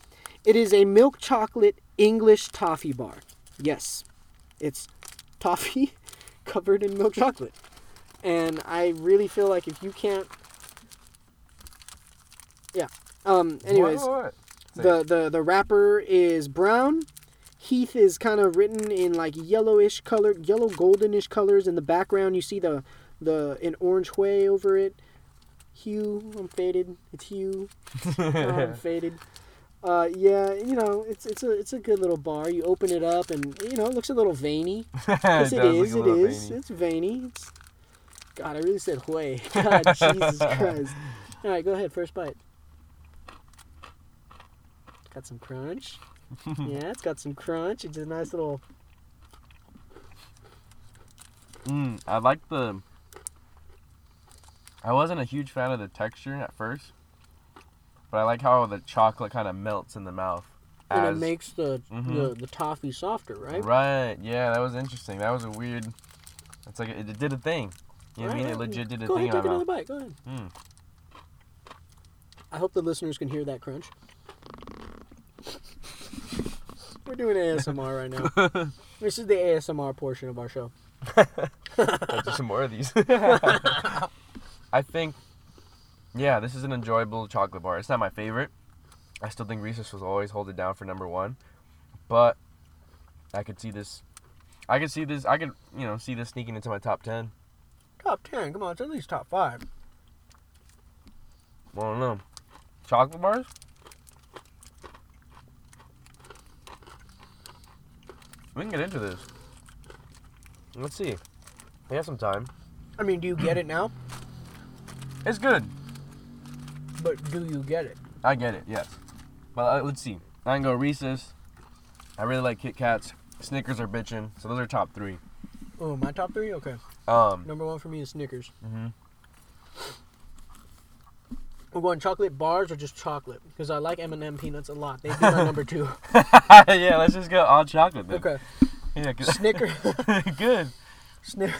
Speaker 2: It is a milk chocolate English toffee bar. Yes. It's toffee [LAUGHS] covered in milk chocolate. And I really feel like if you can't. Yeah. Um, anyways
Speaker 1: What, what, what?
Speaker 2: the the the wrapper is brown. Heath is kind of written in like yellowish color, yellow goldenish colors. In the background, you see the the an orange
Speaker 1: [LAUGHS]
Speaker 2: way [LAUGHS] over it. Hue, I'm faded. It's hue. I'm faded. Uh, yeah, you know, it's it's a it's a good little bar. You open it up, and you know, it looks a little veiny. Yes, it is. It
Speaker 1: [LAUGHS]
Speaker 2: is. It's veiny. It's God. I really said "hui." [LAUGHS] God, Jesus Christ. All right, go ahead. First bite. Got some crunch.
Speaker 1: Hmm.
Speaker 2: yeah, it's got some crunch. It's a nice little.
Speaker 1: Mm, I like the. I wasn't a huge fan of the texture at first, but I like how the chocolate kind of melts in the mouth.
Speaker 2: And it
Speaker 1: as-
Speaker 2: makes the,
Speaker 1: Mhm.
Speaker 2: the the toffee softer, right?
Speaker 1: Right. Yeah, that was interesting. That was a weird. It's like it, it did a thing. You know what I mean?
Speaker 2: Right.
Speaker 1: It legit did a
Speaker 2: Go
Speaker 1: thing
Speaker 2: ahead,
Speaker 1: in
Speaker 2: take
Speaker 1: my
Speaker 2: another
Speaker 1: mouth.
Speaker 2: bite. Go ahead.
Speaker 1: Mm.
Speaker 2: I hope the listeners can hear that crunch. [LAUGHS] We're doing ASMR right now. this is the ASMR portion of our show.
Speaker 1: I'll do some more of these. [LAUGHS] I think, yeah, this is an enjoyable chocolate bar. It's not my favorite. I still think Reese's was always hold it down for number one, but I could see this. I could see this. I could you know see this sneaking into my top ten.
Speaker 2: Top ten. Come on, it's at least top five.
Speaker 1: I don't know. Chocolate bars. We can get into this. Let's see. We have some time.
Speaker 2: I mean, do you get it now?
Speaker 1: It's good.
Speaker 2: But do you get it?
Speaker 1: I get it. Yes. But uh, let's see. I can go Reese's. I really like Kit Kats. Snickers are bitching. So those are top three.
Speaker 2: Oh, my top three. Okay,
Speaker 1: Um.
Speaker 2: number one for me is Snickers.
Speaker 1: mhm.
Speaker 2: We're going chocolate bars or just chocolate because I like M and m peanuts a lot. They'd be my number
Speaker 1: [LAUGHS]
Speaker 2: two.
Speaker 1: [LAUGHS] yeah. Let's just go all chocolate then.
Speaker 2: Okay,
Speaker 1: Yeah. 'cause-
Speaker 2: Snicker,
Speaker 1: [LAUGHS]
Speaker 2: [LAUGHS]
Speaker 1: good. [LAUGHS]
Speaker 2: Snick-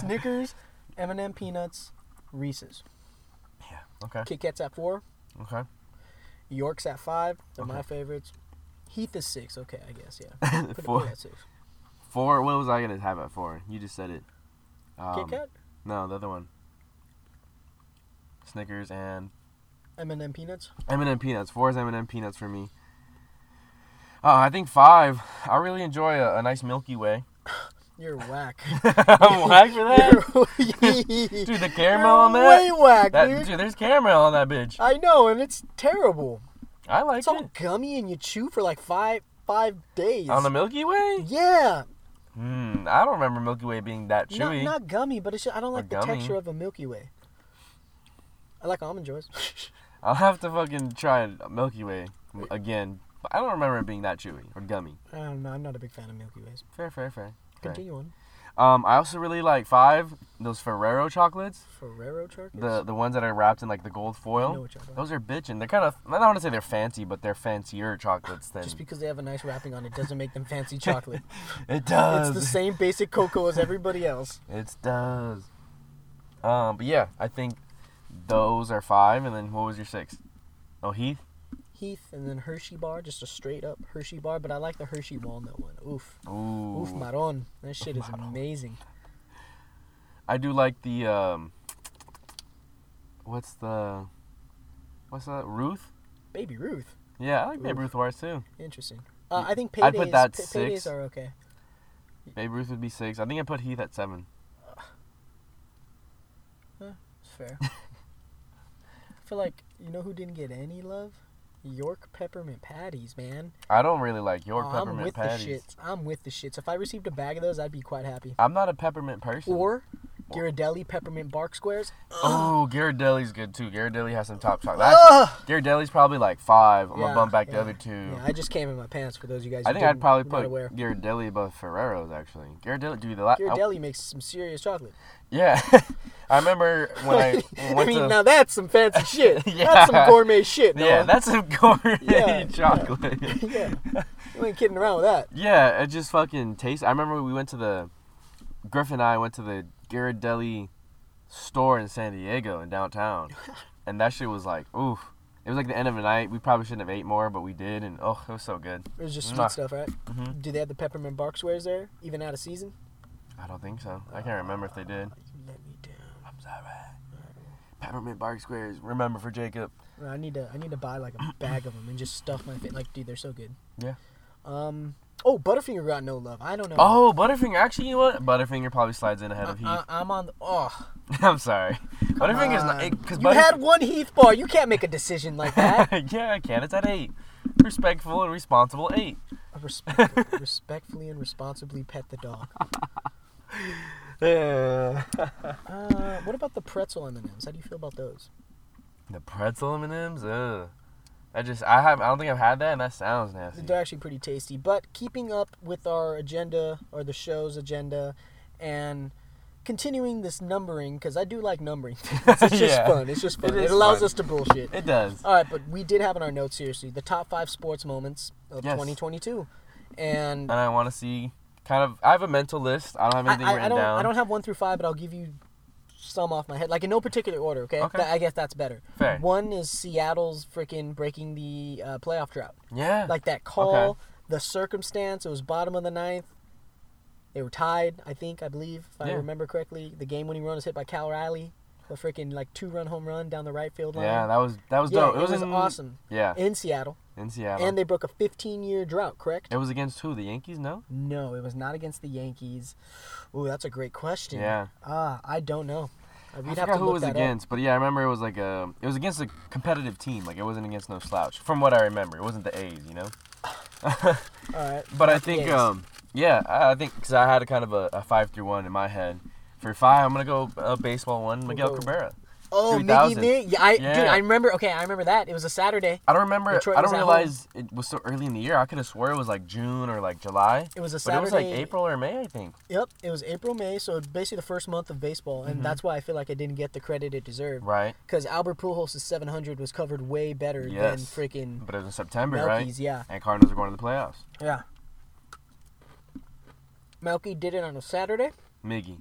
Speaker 2: Snickers, M and m peanuts, Reese's.
Speaker 1: Okay.
Speaker 2: Kit Kats at four. [LAUGHS]
Speaker 1: Okay.
Speaker 2: York's at five. They're my
Speaker 1: Okay.
Speaker 2: favorites. Heath is six. Okay, I guess
Speaker 1: [LAUGHS]
Speaker 2: yeah. Put it-
Speaker 1: Four.
Speaker 2: put it at six.
Speaker 1: Four. What was I gonna have at four? You just said it. Um,
Speaker 2: Kit Kat,
Speaker 1: No, the other one. Snickers and
Speaker 2: M and m peanuts.
Speaker 1: M&M peanuts. Four is M&M peanuts for me. Uh, I think five. I really enjoy a, a nice Milky Way. [LAUGHS]
Speaker 2: You're whack.
Speaker 1: I'm whack for that,
Speaker 2: [LAUGHS] Dude, [LAUGHS]
Speaker 1: dude. The caramel on that.
Speaker 2: Way whack,
Speaker 1: that
Speaker 2: dude. Uh,
Speaker 1: dude, there's caramel on that bitch.
Speaker 2: I know, and it's terrible.
Speaker 1: I like
Speaker 2: It's all
Speaker 1: it
Speaker 2: gummy, and you chew for like five five days.
Speaker 1: on the Milky Way.
Speaker 2: [LAUGHS] yeah,
Speaker 1: Hmm. I don't remember Milky Way being that
Speaker 2: not,
Speaker 1: chewy.
Speaker 2: not gummy, but it's just, I don't like the
Speaker 1: gummy.
Speaker 2: texture of a Milky Way. I like almond joys. [LAUGHS]
Speaker 1: I'll have to fucking try a Milky Way again. But I don't remember it being that chewy or gummy.
Speaker 2: I don't know. I'm not a big fan of Milky Ways.
Speaker 1: Fair, fair, fair. Okay.
Speaker 2: Continue on.
Speaker 1: Um, I also really like five those Ferrero chocolates.
Speaker 2: Ferrero chocolates.
Speaker 1: The the ones that are wrapped in like the gold
Speaker 2: I know
Speaker 1: foil.
Speaker 2: what you're talking about.
Speaker 1: Those are bitchin'. They're kind of I don't want to say they're fancy, but they're fancier chocolates than
Speaker 2: Just because they have a nice wrapping on it doesn't make
Speaker 1: [LAUGHS]
Speaker 2: them fancy chocolate.
Speaker 1: it
Speaker 2: it's
Speaker 1: does.
Speaker 2: the same basic cocoa as everybody else.
Speaker 1: It does. Um, but yeah, I think those are five, and then what was your six? Oh, Heath.
Speaker 2: Heath and then Hershey bar, just a straight up Hershey bar, but I like the Hershey walnut one. Oof.
Speaker 1: Ooh.
Speaker 2: Oof marron. That shit is
Speaker 1: Marron.
Speaker 2: amazing.
Speaker 1: I do like the um. What's the, what's that? Ruth.
Speaker 2: Baby Ruth.
Speaker 1: Yeah, I like Babe
Speaker 2: Oof.
Speaker 1: Ruth bars too.
Speaker 2: Interesting. Uh, I think paydays,
Speaker 1: I'd put that
Speaker 2: pay-
Speaker 1: six.
Speaker 2: paydays are okay.
Speaker 1: Babe Ruth would be six. I think I put Heath at seven.
Speaker 2: It's
Speaker 1: [LAUGHS]
Speaker 2: fair. I feel like you know who didn't get any love? York peppermint patties, man.
Speaker 1: I don't really like York
Speaker 2: Oh, I'm
Speaker 1: peppermint
Speaker 2: with
Speaker 1: patties.
Speaker 2: the shits. I'm with the shits. If I received a bag of those, I'd be quite happy.
Speaker 1: I'm not a peppermint person.
Speaker 2: Or Ghirardelli peppermint bark squares.
Speaker 1: oh, Ghirardelli's good too. Ghirardelli has some top chocolate. Actually,
Speaker 2: Ugh!
Speaker 1: Ghirardelli's probably like five. I'm
Speaker 2: Yeah,
Speaker 1: gonna bump back the
Speaker 2: yeah,
Speaker 1: other two.
Speaker 2: Yeah, I just came in my pants for those of you guys.
Speaker 1: I
Speaker 2: who
Speaker 1: think I'd
Speaker 2: didn't-
Speaker 1: probably
Speaker 2: not
Speaker 1: put
Speaker 2: aware.
Speaker 1: Ghirardelli above Ferrero's actually. Ghirardelli, dude, the la- I-
Speaker 2: Ghirardelli makes some serious chocolate.
Speaker 1: [LAUGHS] Yeah, I remember when
Speaker 2: [LAUGHS]
Speaker 1: I went
Speaker 2: I mean,
Speaker 1: to.
Speaker 2: now that's
Speaker 1: [LAUGHS]
Speaker 2: some fancy shit.
Speaker 1: Yeah.
Speaker 2: That's some gourmet shit.
Speaker 1: yeah,
Speaker 2: Yeah,
Speaker 1: that's some [LAUGHS] gourmet
Speaker 2: Yeah,
Speaker 1: [LAUGHS]
Speaker 2: yeah.
Speaker 1: chocolate. [LAUGHS] Yeah.
Speaker 2: yeah. You ain't kidding around with that.
Speaker 1: it just fucking tastes. I remember we went to the Griffin and I went to the Ghirardelli store in San Diego in
Speaker 2: [LAUGHS]
Speaker 1: downtown, and that shit was like, oof. It was like the end of the night. We probably shouldn't have ate more, but we did, and oh, it was so good.
Speaker 2: It was just sweet
Speaker 1: Mwah.
Speaker 2: stuff, right?
Speaker 1: Mhm.
Speaker 2: Do they have the peppermint bark squares there, even out of season?
Speaker 1: I don't think so. I can't remember if they did.
Speaker 2: You let me down.
Speaker 1: I'm sorry. Peppermint bark squares. Remember for Jacob.
Speaker 2: [CLEARS THROAT] I need to. I need to buy like a bag of them and just stuff my face. Like, dude, they're so good.
Speaker 1: Yeah.
Speaker 2: Um. Oh, Butterfinger got no love. I don't know.
Speaker 1: Oh, Butterfinger. Actually, you know what? Butterfinger probably slides in ahead of Heath.
Speaker 2: I, am on. The, oh,
Speaker 1: [LAUGHS] I'm sorry. Butterfinger's not
Speaker 2: um,
Speaker 1: because
Speaker 2: you
Speaker 1: Butterf-
Speaker 2: had one Heath bar. You can't make a decision like [LAUGHS]
Speaker 1: [LAUGHS]
Speaker 2: that.
Speaker 1: yeah, I can. It's at eight. Respectful and responsible eight.
Speaker 2: I respect- respectfully and responsibly pet the dog.
Speaker 1: Yeah.
Speaker 2: Uh, what about the pretzel M and M's? How do you feel about those?
Speaker 1: [LAUGHS] The pretzel M and M's. Ugh. I just I have I don't think I've had that and that sounds nasty.
Speaker 2: They're actually pretty tasty. But keeping up with our agenda or the show's agenda, and continuing this numbering because I do like numbering.
Speaker 1: [LAUGHS]
Speaker 2: it's just
Speaker 1: Yeah.
Speaker 2: fun. It's just fun.
Speaker 1: It
Speaker 2: It,
Speaker 1: is
Speaker 2: allows
Speaker 1: fun.
Speaker 2: us to bullshit.
Speaker 1: It does.
Speaker 2: All right, but we did have in our notes seriously the top five sports moments of
Speaker 1: Yes.
Speaker 2: 2022,
Speaker 1: And
Speaker 2: and
Speaker 1: I want to see kind of I have a mental list. I don't have
Speaker 2: I,
Speaker 1: anything
Speaker 2: I- I
Speaker 1: written
Speaker 2: don't
Speaker 1: down.
Speaker 2: I don't have one through five, but I'll give you some off my head, like in no particular order. Okay,
Speaker 1: Okay.
Speaker 2: Th- I guess that's better.
Speaker 1: Fair.
Speaker 2: One is Seattle's freaking breaking the uh, playoff drought,
Speaker 1: yeah.
Speaker 2: like that call, the circumstance. It was bottom of the ninth. They were tied, I think, I believe, if I
Speaker 1: Yeah.
Speaker 2: remember correctly. The game-winning run was hit by Cal Riley, the freaking like two-run home run down the right field line.
Speaker 1: yeah, that was that was
Speaker 2: Yeah,
Speaker 1: dope.
Speaker 2: it was
Speaker 1: in-
Speaker 2: awesome.
Speaker 1: Yeah,
Speaker 2: in Seattle,
Speaker 1: in Seattle.
Speaker 2: and they broke a 15-year drought, correct?
Speaker 1: it was against who? The Yankees? No.
Speaker 2: No, it was not against the Yankees. Ooh, that's a great question.
Speaker 1: Yeah.
Speaker 2: Ah, I don't know. Uh, We'd
Speaker 1: I
Speaker 2: have to
Speaker 1: forgot who
Speaker 2: look
Speaker 1: it was
Speaker 2: that up.
Speaker 1: against, but yeah, I remember it was like a it was against a competitive team. Like it wasn't against no slouch, from what I remember. It wasn't the A's, you know.
Speaker 2: All right.
Speaker 1: But I
Speaker 2: not the
Speaker 1: think,
Speaker 2: A's.
Speaker 1: um, yeah, I I think because I had a kind of a, a five through one in my head. For five, I'm gonna go uh, baseball one, Miguel
Speaker 2: go-
Speaker 1: Cabrera.
Speaker 2: oh, Mickey
Speaker 1: 2000.
Speaker 2: Nick. Yeah, I, dude,
Speaker 1: Yeah.
Speaker 2: I remember. Okay, I remember that. It was a Saturday.
Speaker 1: I don't remember.
Speaker 2: Detroit
Speaker 1: I
Speaker 2: was
Speaker 1: don't
Speaker 2: at home.
Speaker 1: realize it was so early in the year. I could have swore it was like June or like July,
Speaker 2: It was a
Speaker 1: but
Speaker 2: Saturday.
Speaker 1: it was like April or May, I think.
Speaker 2: Yep, it was April, May. So basically the first month of baseball,
Speaker 1: Mm-hmm.
Speaker 2: and that's why I feel like I didn't get the credit it deserved.
Speaker 1: Right,
Speaker 2: Because Albert Pujols' 700 was covered way better
Speaker 1: Yes.
Speaker 2: than freaking
Speaker 1: but it was in September, right?
Speaker 2: Melky's. Yeah,
Speaker 1: And Cardinals are going to the playoffs.
Speaker 2: yeah. Melky did it on a Saturday.
Speaker 1: Miggy,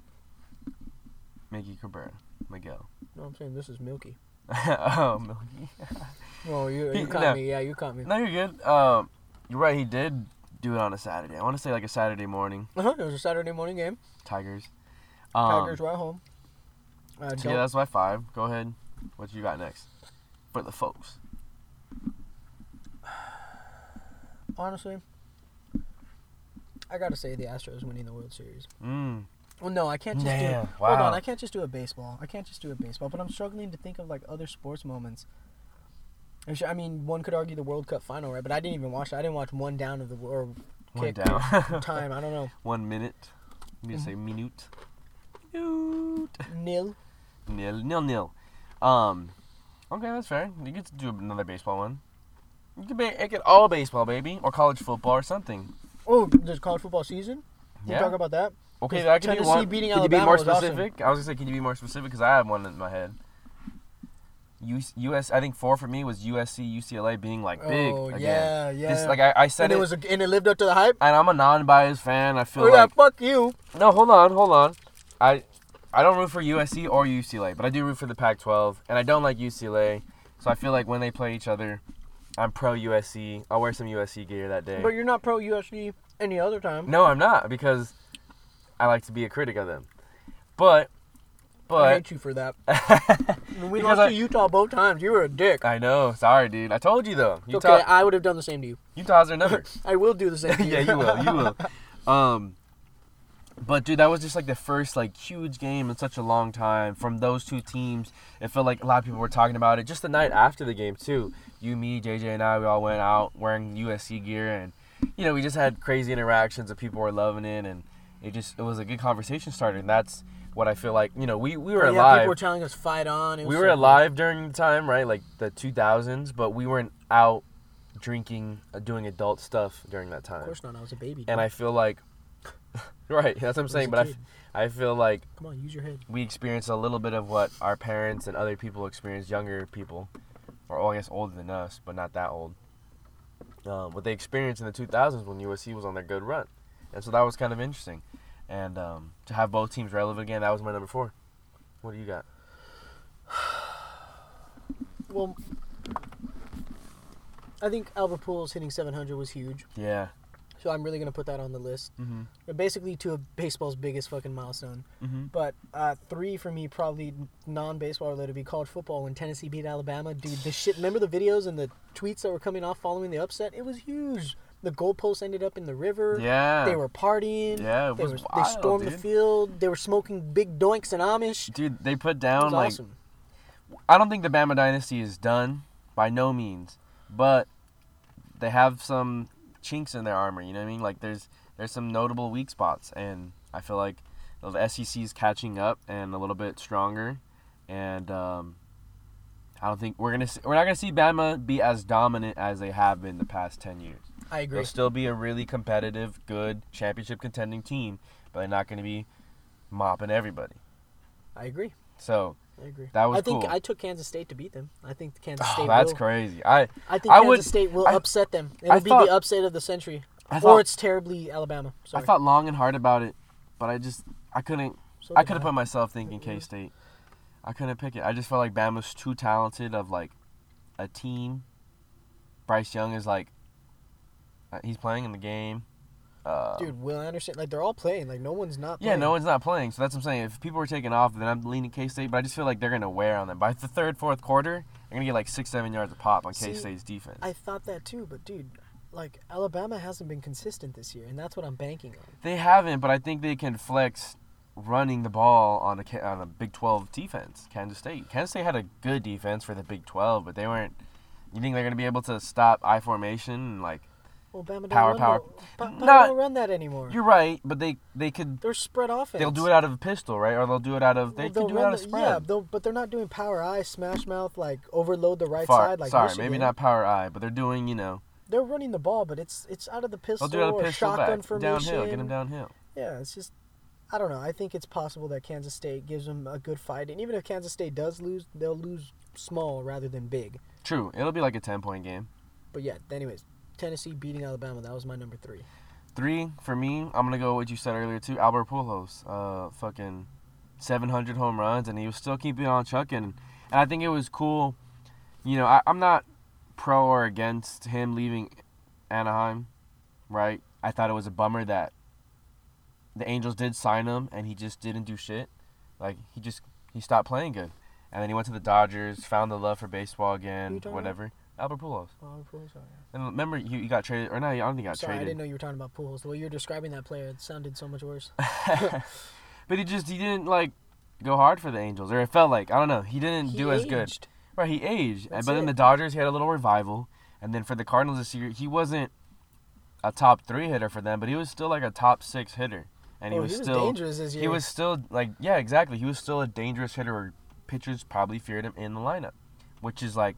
Speaker 1: Miggy Cabrera, Miguel. [LAUGHS]
Speaker 2: No, I'm saying this is Milky.
Speaker 1: oh, Milky.
Speaker 2: Oh, you,
Speaker 1: He-
Speaker 2: you caught
Speaker 1: no.
Speaker 2: me. Yeah, you caught me.
Speaker 1: No, you're good. Um, you're right. He did do it on a Saturday. I want to say like a Saturday morning.
Speaker 2: Uh-huh. It was a Saturday morning game.
Speaker 1: Tigers. Um,
Speaker 2: Tigers were at home. Uh,
Speaker 1: So yeah,
Speaker 2: don't-
Speaker 1: that's my five. Go ahead. What you got next for the folks?
Speaker 2: honestly, I gotta say the Astros winning the World Series.
Speaker 1: Mm.
Speaker 2: Well, no, I can't just
Speaker 1: Damn,
Speaker 2: do. Hold
Speaker 1: wow.
Speaker 2: on, I can't just do a baseball. I can't just do a baseball. But I'm struggling to think of like other sports moments. I sh- I mean, one could argue the World Cup final, right? But I didn't even watch. that. I didn't watch one down of the or
Speaker 1: One
Speaker 2: kick
Speaker 1: down. [LAUGHS]
Speaker 2: time. I don't know.
Speaker 1: One minute. Let me just
Speaker 2: Mm-hmm.
Speaker 1: say minute. Minute. [LAUGHS]
Speaker 2: Nil.
Speaker 1: Nil nil nil. Um. Okay, that's fair. You get to do another baseball one. You could make it all baseball, baby, or college football or something.
Speaker 2: Oh, there's college football season. We
Speaker 1: Yeah.
Speaker 2: talk about that.
Speaker 1: Okay,
Speaker 2: Because
Speaker 1: that could
Speaker 2: Tennessee
Speaker 1: be one.
Speaker 2: beating
Speaker 1: can you be more
Speaker 2: Alabama was awesome.
Speaker 1: specific? I was gonna say, can you be more specific? Because I had one in my head. US, US, I think four for me was USC, UCLA being like big.
Speaker 2: oh
Speaker 1: again.
Speaker 2: yeah, yeah.
Speaker 1: This, like I, I said
Speaker 2: and it,
Speaker 1: it,
Speaker 2: was a, and it lived up to the hype.
Speaker 1: and I'm a non-biased fan. I feel
Speaker 2: Oh yeah,
Speaker 1: like
Speaker 2: fuck you.
Speaker 1: no, hold on, hold on. I I don't root for USC or UCLA, but I do root for the Pac-12, and I don't like UCLA. So I feel like when they play each other, I'm pro USC. I'll wear some USC gear that day.
Speaker 2: But you're not pro USC any other time.
Speaker 1: no, I'm not because I like to be a critic of them. But
Speaker 2: I
Speaker 1: but
Speaker 2: hate you for that. we
Speaker 1: Because
Speaker 2: lost
Speaker 1: I-
Speaker 2: to Utah both times. You were a
Speaker 1: [LAUGHS]
Speaker 2: dick.
Speaker 1: I know. Sorry, dude. I told you though.
Speaker 2: It's
Speaker 1: Utah,
Speaker 2: okay, I would have done the same to you.
Speaker 1: Utah's their number.
Speaker 2: I will do the same to
Speaker 1: [LAUGHS]
Speaker 2: you.
Speaker 1: yeah, you will. You will. Um, but dude, that was just like the first like huge game in such a long time from those two teams. It felt like a lot of people were talking about it. Just the night after the game too. You, me, JJ, and I, we all went out wearing USC gear, and you know we just had crazy interactions and people were loving it, and it just it was a good conversation starter. And that's what I feel like. You know, we we were
Speaker 2: Oh, yeah,
Speaker 1: alive
Speaker 2: people were telling us fight on. It
Speaker 1: we
Speaker 2: was
Speaker 1: were
Speaker 2: so-
Speaker 1: alive during the time, right? Like the 2000s, but we weren't out drinking, uh, doing adult stuff during that
Speaker 2: Of
Speaker 1: time.
Speaker 2: course not. I was a baby.
Speaker 1: And I feel like, [LAUGHS] right, that's what I'm saying.
Speaker 2: a
Speaker 1: But I,
Speaker 2: kid.
Speaker 1: f- I feel like
Speaker 2: come on, use your head.
Speaker 1: we experienced a little bit of what our parents and other people experienced, younger people, or well, I guess older than us, but not that old. Um, what they experienced in the 2000s when USC was on their good run, and so that was kind of interesting. And um, to have both teams relevant again, that was my number four. What do you got?
Speaker 2: Well, I think Albert Pujols hitting 700 was huge,
Speaker 1: Yeah.
Speaker 2: so I'm really gonna put that on the list.
Speaker 1: Mm-hmm.
Speaker 2: But basically, two of baseball's biggest fucking milestone.
Speaker 1: Mm-hmm.
Speaker 2: But uh, three for me, probably non-baseball related, would be college football when Tennessee beat Alabama. Dude, the shit. Remember the videos and the tweets that were coming off following the upset? It was huge. the goalposts ended up in the river.
Speaker 1: Yeah.
Speaker 2: They were partying.
Speaker 1: Yeah, it
Speaker 2: they,
Speaker 1: was
Speaker 2: were,
Speaker 1: wild,
Speaker 2: they stormed the
Speaker 1: dude.
Speaker 2: field. They were smoking big doinks and Amish.
Speaker 1: Dude, they put
Speaker 2: It was
Speaker 1: down like
Speaker 2: awesome.
Speaker 1: I don't think the Bama dynasty is done by no means, but they have some chinks in their armor. You know what I mean? Like there's there's some notable weak spots, and I feel like the SEC is catching up and a little bit stronger, and um, I don't think we're gonna see, we're not gonna see Bama be as dominant as they have been the past ten years.
Speaker 2: I agree.
Speaker 1: They'll still be a really competitive, good championship contending team, but they're not gonna be mopping everybody.
Speaker 2: I agree.
Speaker 1: So
Speaker 2: I agree.
Speaker 1: That was
Speaker 2: I think
Speaker 1: cool.
Speaker 2: I took Kansas State to beat them. I think Kansas
Speaker 1: oh,
Speaker 2: State.
Speaker 1: that's
Speaker 2: will.
Speaker 1: crazy. I
Speaker 2: I think
Speaker 1: I
Speaker 2: Kansas
Speaker 1: would-
Speaker 2: State will
Speaker 1: I-
Speaker 2: upset them. It'll
Speaker 1: I
Speaker 2: be
Speaker 1: thought-
Speaker 2: the upset of the century,
Speaker 1: I
Speaker 2: or
Speaker 1: thought
Speaker 2: it's terribly Alabama. Sorry.
Speaker 1: I thought long and hard about it, but I just I couldn't.
Speaker 2: So
Speaker 1: I
Speaker 2: did
Speaker 1: could have put myself thinking K State. I couldn't pick it. I just felt like Bama's too talented of like a team. Bryce Young is like uh, he's playing in the game. Uh,
Speaker 2: Dude, Will Anderson, like they're all playing. Like no one's not.
Speaker 1: yeah,
Speaker 2: Playing.
Speaker 1: no one's not playing, so that's what I'm saying. If people were taking off, then I'm leaning K State, but I just feel like they're gonna wear on them by the third, fourth quarter. They're gonna get like six, seven yards a pop on
Speaker 2: See,
Speaker 1: K State's defense.
Speaker 2: I thought that too, but dude, like Alabama hasn't been consistent this year, and that's what I'm banking on.
Speaker 1: They haven't, but I think they can flex running the ball on a Ca- on a Big Twelve defense. Kansas State. Kansas State had a good defense for the Big Twelve, but they weren't. You think they're gonna be able to stop I formation? and, Like
Speaker 2: Well, Bama don't
Speaker 1: Power,
Speaker 2: run
Speaker 1: power.
Speaker 2: the- Ba- Bama
Speaker 1: Not-
Speaker 2: don't run that anymore.
Speaker 1: you're right, but they they could.
Speaker 2: They're spread offense.
Speaker 1: They'll do it out of a pistol, right? Or they'll do it out of they
Speaker 2: Well, they'll
Speaker 1: could do it
Speaker 2: run
Speaker 1: out of
Speaker 2: the-
Speaker 1: spread.
Speaker 2: Yeah, they'll, but they're not doing power eye, smash mouth, like overload the right
Speaker 1: Far-
Speaker 2: side. Like
Speaker 1: sorry,
Speaker 2: Michigan.
Speaker 1: maybe not power eye, but they're doing you know
Speaker 2: They're running the ball, but it's it's out of the pistol
Speaker 1: they'll do it out of
Speaker 2: or
Speaker 1: pistol
Speaker 2: shotgun
Speaker 1: back
Speaker 2: formation.
Speaker 1: downhill, get them downhill.
Speaker 2: Yeah, it's just I don't know. I think it's possible that Kansas State gives them a good fight, and even if Kansas State does lose, they'll lose small rather than big.
Speaker 1: True, it'll be like a ten point game.
Speaker 2: But yeah, anyways, Tennessee beating Alabama. That was my number three.
Speaker 1: Three for me. I'm gonna go with what you said earlier too. Albert Pujols, uh, fucking 700 home runs, and he was still keeping on chucking. And I think it was cool. You know, I, I'm not pro or against him leaving Anaheim, right? I thought it was a bummer that the Angels did sign him, and he just didn't do shit. Like he just he stopped playing good, and then he went to the Dodgers, found the love for baseball
Speaker 2: Who you
Speaker 1: again,
Speaker 2: talking about?
Speaker 1: whatever. Albert Pujols.
Speaker 2: Oh, Pujols, oh, yeah.
Speaker 1: And remember, he, he got traded, or no, I don't think he got
Speaker 2: Sorry, I
Speaker 1: traded.
Speaker 2: didn't know you were talking about Pujols. The way you were describing that player, it sounded so much worse.
Speaker 1: but he just he didn't like go hard for the Angels, or it felt like I don't know. [LAUGHS] He didn't
Speaker 2: He
Speaker 1: do as good.
Speaker 2: aged.
Speaker 1: Right, he aged.
Speaker 2: That's
Speaker 1: but then
Speaker 2: it.
Speaker 1: the Dodgers he had a little revival, and then for the Cardinals this year he wasn't a top three hitter for them, but he was still like a top six hitter, and
Speaker 2: Oh,
Speaker 1: he was still
Speaker 2: dangerous this year.
Speaker 1: he was still like yeah exactly he was still a dangerous hitter. Where pitchers probably feared him in the lineup, which is like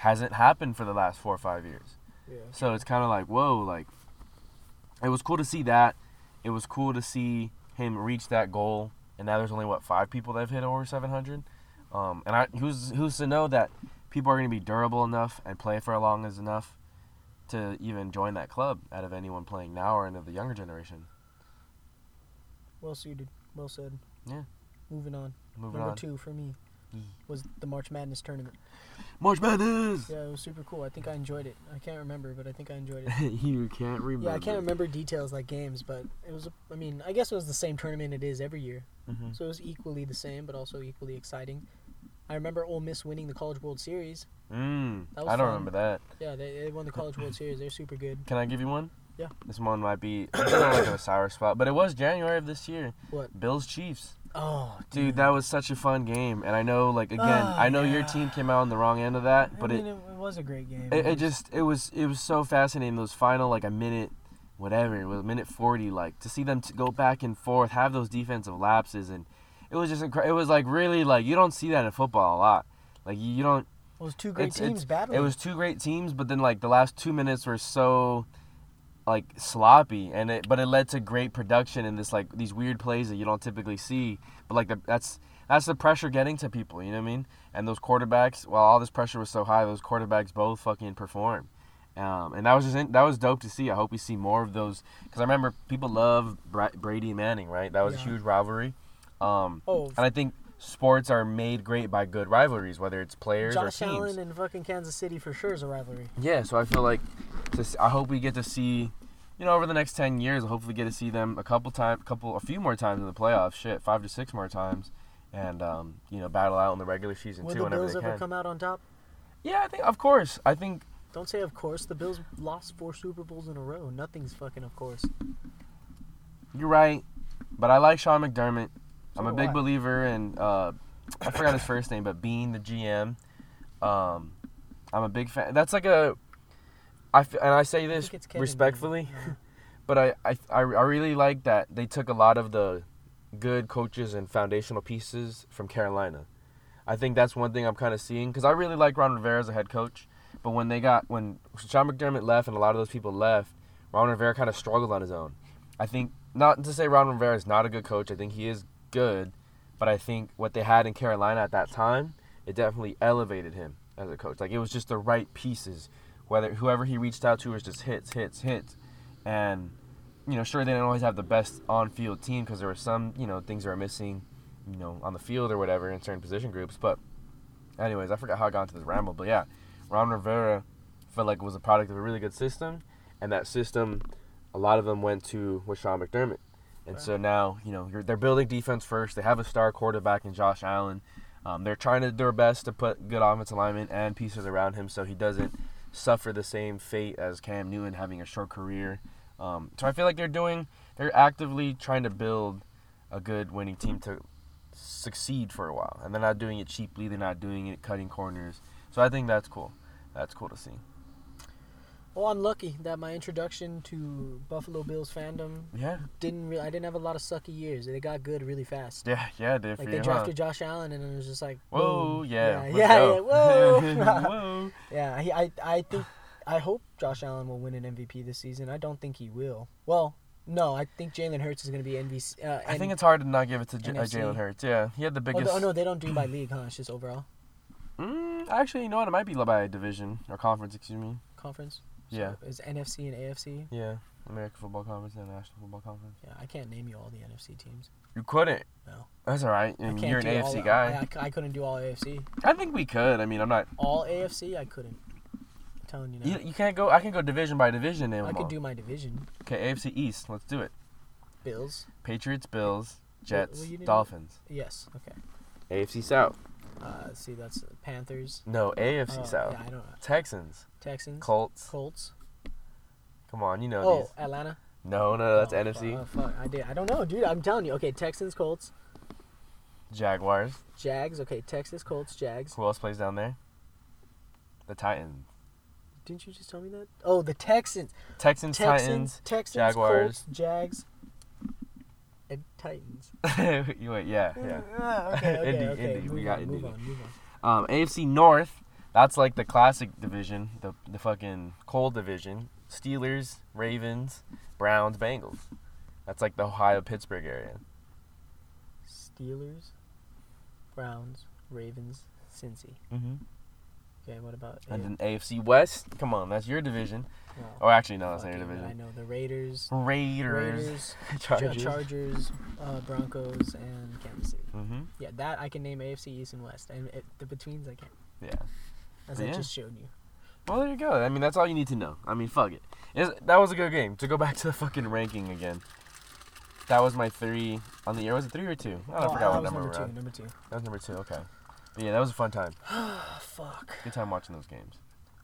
Speaker 1: hasn't happened for the last four or five years.
Speaker 2: Yeah.
Speaker 1: So it's kind of like, whoa, like it was cool to see that. It was cool to see him reach that goal. And now there's only what five people that have hit over 700. Um, and I who's who's to know that people are going to be durable enough and play for as long as enough to even join that club out of anyone playing now or into the younger generation.
Speaker 2: Well suited. Well said.
Speaker 1: Yeah.
Speaker 2: Moving on.
Speaker 1: Moving
Speaker 2: number
Speaker 1: on.
Speaker 2: two for me was the March Madness tournament.
Speaker 1: March Madness.
Speaker 2: Yeah, it was super cool. I think I enjoyed it. I can't remember, but I think I enjoyed it.
Speaker 1: [LAUGHS] you can't remember.
Speaker 2: Yeah, I can't remember details like games, but it was. I mean, I guess it was the same tournament it is every year,
Speaker 1: Mhm.
Speaker 2: so it was equally the same, but also equally exciting. I remember Ole Miss winning the College World Series.
Speaker 1: Mm,
Speaker 2: That was
Speaker 1: I don't
Speaker 2: fun.
Speaker 1: remember that.
Speaker 2: Yeah, they, they won the College World Series. They're super good.
Speaker 1: Can I give you one?
Speaker 2: Yeah.
Speaker 1: This one might be [COUGHS] it's not like in a sour spot, but it was January of this year.
Speaker 2: What?
Speaker 1: Bills Chiefs.
Speaker 2: Oh,
Speaker 1: Dude, that was such a fun game, and I know, like again,
Speaker 2: Oh,
Speaker 1: I know your
Speaker 2: yeah.
Speaker 1: team came out on the wrong end of that, but
Speaker 2: I
Speaker 1: it,
Speaker 2: mean, it, it was a great game.
Speaker 1: it, it just it was it was so fascinating. Those final like a minute, whatever it was, a minute forty, like to see them to go back and forth, have those defensive lapses, and it was just incredible. It was like really like you don't see that in football a lot. Like you you don't.
Speaker 2: It was two great
Speaker 1: it's-
Speaker 2: teams
Speaker 1: it's-
Speaker 2: battling.
Speaker 1: It was two great teams, but then like the last two minutes were so like sloppy, and it but it led to great production and this like these weird plays that you don't typically see. But like the, that's that's the pressure getting to people. You know what I mean? And those quarterbacks, while all this pressure was so high, those quarterbacks both fucking performed. Um, and that was just in, that was dope to see. I hope we see more of those because I remember people love Bra- Brady and Manning, right? That was a
Speaker 2: Yeah.
Speaker 1: huge rivalry. Um,
Speaker 2: oh,
Speaker 1: and I think sports are made great by good rivalries, whether it's players or
Speaker 2: Josh
Speaker 1: teams.
Speaker 2: Allen and fucking Kansas City for sure is a rivalry.
Speaker 1: Yeah, so I feel like to s I hope we get to see, you know, over the next ten years, I hopefully get to see them a couple time, couple, a few more times in the playoffs. Shit, five to six more times, and um, you know, battle out in the regular season
Speaker 2: Will
Speaker 1: too
Speaker 2: the
Speaker 1: whenever
Speaker 2: Bills
Speaker 1: they
Speaker 2: ever
Speaker 1: can.
Speaker 2: come out on top?
Speaker 1: yeah, I think of course. I think
Speaker 2: Don't say of course. The Bills lost four Super Bowls in a row. Nothing's fucking of course.
Speaker 1: You're right, but I like Sean McDermott. I'm
Speaker 2: So
Speaker 1: a
Speaker 2: do
Speaker 1: big
Speaker 2: I.
Speaker 1: believer in. Uh, I forgot his first name, but Bean, the GM. Um, I'm a big fan. That's like a. I f- and I say
Speaker 2: I
Speaker 1: this
Speaker 2: think it's Kevin.
Speaker 1: respectfully,
Speaker 2: Yeah.
Speaker 1: [LAUGHS] but I, I I I really like that they took a lot of the good coaches and foundational pieces from Carolina. I think that's one thing I'm kind of seeing because I really like Ron Rivera as a head coach, but when they got when Sean McDermott left and a lot of those people left, Ron Rivera kind of struggled on his own. I think not to say Ron Rivera is not a good coach. I think he is good, but I think what they had in Carolina at that time it definitely elevated him as a coach. Like it was just the right pieces. Whether whoever he reached out to was just hits, hits, hits, and you know, sure they didn't always have the best on-field team because there were some, you know, things that were missing, you know, on the field or whatever in certain position groups. But, anyways, I forgot how I got into this ramble, but yeah, Ron Rivera felt like was a product of a really good system, and that system, a lot of them went to with Sean McDermott, and so now you know you're, they're building defense first. They have a star quarterback in Josh Allen. Um, they're trying to do their best to put good offense alignment and pieces around him so he doesn't suffer the same fate as Cam Newton having a short career. Um, so I feel like they're doing, they're actively trying to build a good winning team to succeed for a while. And they're not doing it cheaply, they're not doing it cutting corners. So I think that's cool. That's cool to see.
Speaker 2: Well, I'm lucky that my introduction to Buffalo Bills fandom
Speaker 1: Yeah,
Speaker 2: didn't. Re- I didn't have a lot of sucky years. They got good really fast.
Speaker 1: yeah, yeah, dude.
Speaker 2: Like
Speaker 1: for
Speaker 2: they
Speaker 1: you,
Speaker 2: drafted Josh Allen, and then it was just like,
Speaker 1: huh? Whoa,
Speaker 2: boom.
Speaker 1: yeah.
Speaker 2: yeah,
Speaker 1: let's
Speaker 2: yeah,
Speaker 1: go.
Speaker 2: yeah, whoa.
Speaker 1: [LAUGHS]
Speaker 2: [LAUGHS]
Speaker 1: whoa.
Speaker 2: Yeah, he, I, I think, I hope Josh Allen will win an MVP this season. I don't think he will. Well, no, I think Jalen Hurts is going to be MVP. Uh,
Speaker 1: I
Speaker 2: [LAUGHS] and-
Speaker 1: think it's hard to not give it to J- uh,
Speaker 2: NFC.
Speaker 1: Jalen Hurts. Yeah, he had the
Speaker 2: Oh,
Speaker 1: biggest.
Speaker 2: no- oh no, they don't do by league, huh? It's just overall
Speaker 1: Mm, actually, you know what? It might be by division or conference. Excuse me.
Speaker 2: conference. So
Speaker 1: Yeah,
Speaker 2: It's NFC and AFC.
Speaker 1: yeah. American Football Conference and National Football Conference.
Speaker 2: Yeah, I can't name you all the NFC teams.
Speaker 1: You couldn't.
Speaker 2: No.
Speaker 1: That's all right. I
Speaker 2: I
Speaker 1: mean,
Speaker 2: can't
Speaker 1: Mm, you're an
Speaker 2: do all,
Speaker 1: AFC
Speaker 2: the-
Speaker 1: guy.
Speaker 2: I- I, I couldn't do all AFC.
Speaker 1: I think we could. I mean, I'm not.
Speaker 2: All AFC, I couldn't. I'm telling you now.
Speaker 1: You, you can't go. I can go division by division. Name
Speaker 2: I
Speaker 1: them all.
Speaker 2: could do my division.
Speaker 1: okay, AFC East. Let's do it.
Speaker 2: Bills.
Speaker 1: Patriots, Bills, Jets,
Speaker 2: well, you didn't-
Speaker 1: Dolphins.
Speaker 2: Yes. Okay.
Speaker 1: AFC South.
Speaker 2: Uh, see, that's Panthers.
Speaker 1: No, AFC
Speaker 2: Uh,
Speaker 1: South.
Speaker 2: Yeah, I don't know.
Speaker 1: Texans,
Speaker 2: Texans.
Speaker 1: Colts.
Speaker 2: Colts.
Speaker 1: Come on, you know
Speaker 2: Oh,
Speaker 1: these.
Speaker 2: Atlanta.
Speaker 1: No, no, that's
Speaker 2: Oh,
Speaker 1: NFC.
Speaker 2: fu- Oh, fuck. I did. I don't know, dude. I'm telling you. Okay, Texans, Colts,
Speaker 1: Jaguars.
Speaker 2: Jags. Okay, Texas, Colts, Jags.
Speaker 1: Who else plays down there? The Titans.
Speaker 2: Didn't you just tell me that? Oh, the Texans.
Speaker 1: Texans,
Speaker 2: Texans, Texans,
Speaker 1: Jaguars.
Speaker 2: Colts, Jags, and
Speaker 1: [LAUGHS]
Speaker 2: Titans.
Speaker 1: Titans. You Wait, yeah, yeah.
Speaker 2: [LAUGHS] Ah, okay, okay,
Speaker 1: Indy,
Speaker 2: okay.
Speaker 1: Indy. We
Speaker 2: Move
Speaker 1: got
Speaker 2: on,
Speaker 1: Indy.
Speaker 2: Move on, move on.
Speaker 1: Um, AFC North, that's like the classic division, the the fucking cold division. Steelers, Ravens, Browns, Bengals. That's like the Ohio Pittsburgh area.
Speaker 2: Steelers, Browns, Ravens, Cincy.
Speaker 1: Mm-hmm.
Speaker 2: Okay, what about?
Speaker 1: And
Speaker 2: it?
Speaker 1: then AFC West, come on, that's your division.
Speaker 2: No,
Speaker 1: Or actually, no, that's not your
Speaker 2: Oh, fucking- I
Speaker 1: division.
Speaker 2: know the Raiders,
Speaker 1: Raiders,
Speaker 2: Raiders,
Speaker 1: [LAUGHS]
Speaker 2: Ja-
Speaker 1: Chargers.
Speaker 2: Chargers, uh, Broncos, and Kansas City.
Speaker 1: mm-hmm.
Speaker 2: Yeah, that I can name AFC East and West, and it, the betweens I can't.
Speaker 1: Yeah.
Speaker 2: As
Speaker 1: Yeah.
Speaker 2: I just showed you.
Speaker 1: Well, there you go. I mean, that's all you need to know. I mean, fuck it. It's- that was a good game. To go back [LAUGHS] to the fucking ranking again. That was my three on the year. Was it three or two? Oh, I
Speaker 2: Oh,
Speaker 1: forgot
Speaker 2: that
Speaker 1: what
Speaker 2: was
Speaker 1: number,
Speaker 2: number
Speaker 1: we're
Speaker 2: two.
Speaker 1: on.
Speaker 2: Number two.
Speaker 1: That was number two. Okay. But yeah, that was a fun time.
Speaker 2: Oh, fuck.
Speaker 1: Good time watching those games.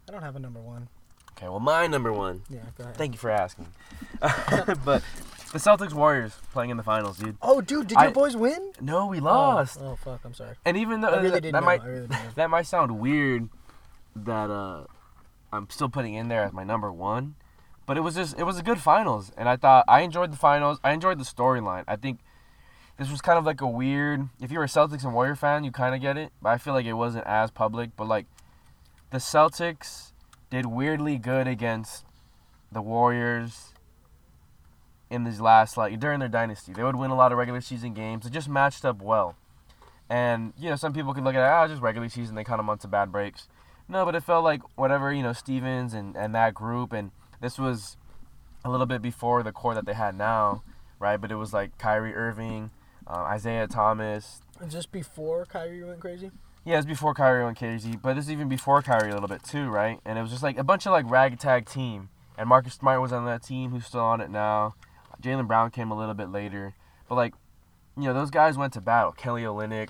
Speaker 2: I don't have a number one.
Speaker 1: Okay. Well, my number one.
Speaker 2: Yeah, go ahead.
Speaker 1: Thank you for asking. [LAUGHS] but the Celtics Warriors playing in the finals, dude.
Speaker 2: oh, dude, did
Speaker 1: I-
Speaker 2: your boys win?
Speaker 1: No, we lost.
Speaker 2: Oh, oh, fuck. I'm sorry.
Speaker 1: And even though
Speaker 2: I really
Speaker 1: that-
Speaker 2: didn't
Speaker 1: that
Speaker 2: know.
Speaker 1: might
Speaker 2: I really didn't know.
Speaker 1: that might sound weird that uh I'm still putting in there as my number one, but it was just it was a good finals, and I thought I enjoyed the finals. I enjoyed the storyline. I think this was kind of like a weird. If you were a Celtics and Warrior fan, you kind of get it, but I feel like it wasn't as public. But like the Celtics did weirdly good against the Warriors in these last like during their dynasty. They would win a lot of regular season games. It just matched up well. And you know, some people could look at it, oh, just regular season. They kind of months of bad breaks. No, but it felt like whatever you know, Stevens and and that group, and this was a little bit before the core that they had now, right? But it was like Kyrie Irving, uh, Isaiah Thomas.
Speaker 2: Just before Kyrie went crazy?
Speaker 1: Yeah, it's before Kyrie and KZ, but this is even before Kyrie a little bit too, right? And it was just like a bunch of like ragtag team, and Marcus Smart was on that team, who's still on it now. Jalen Brown came a little bit later, but like, you know, those guys went to battle. Kelly Olynyk,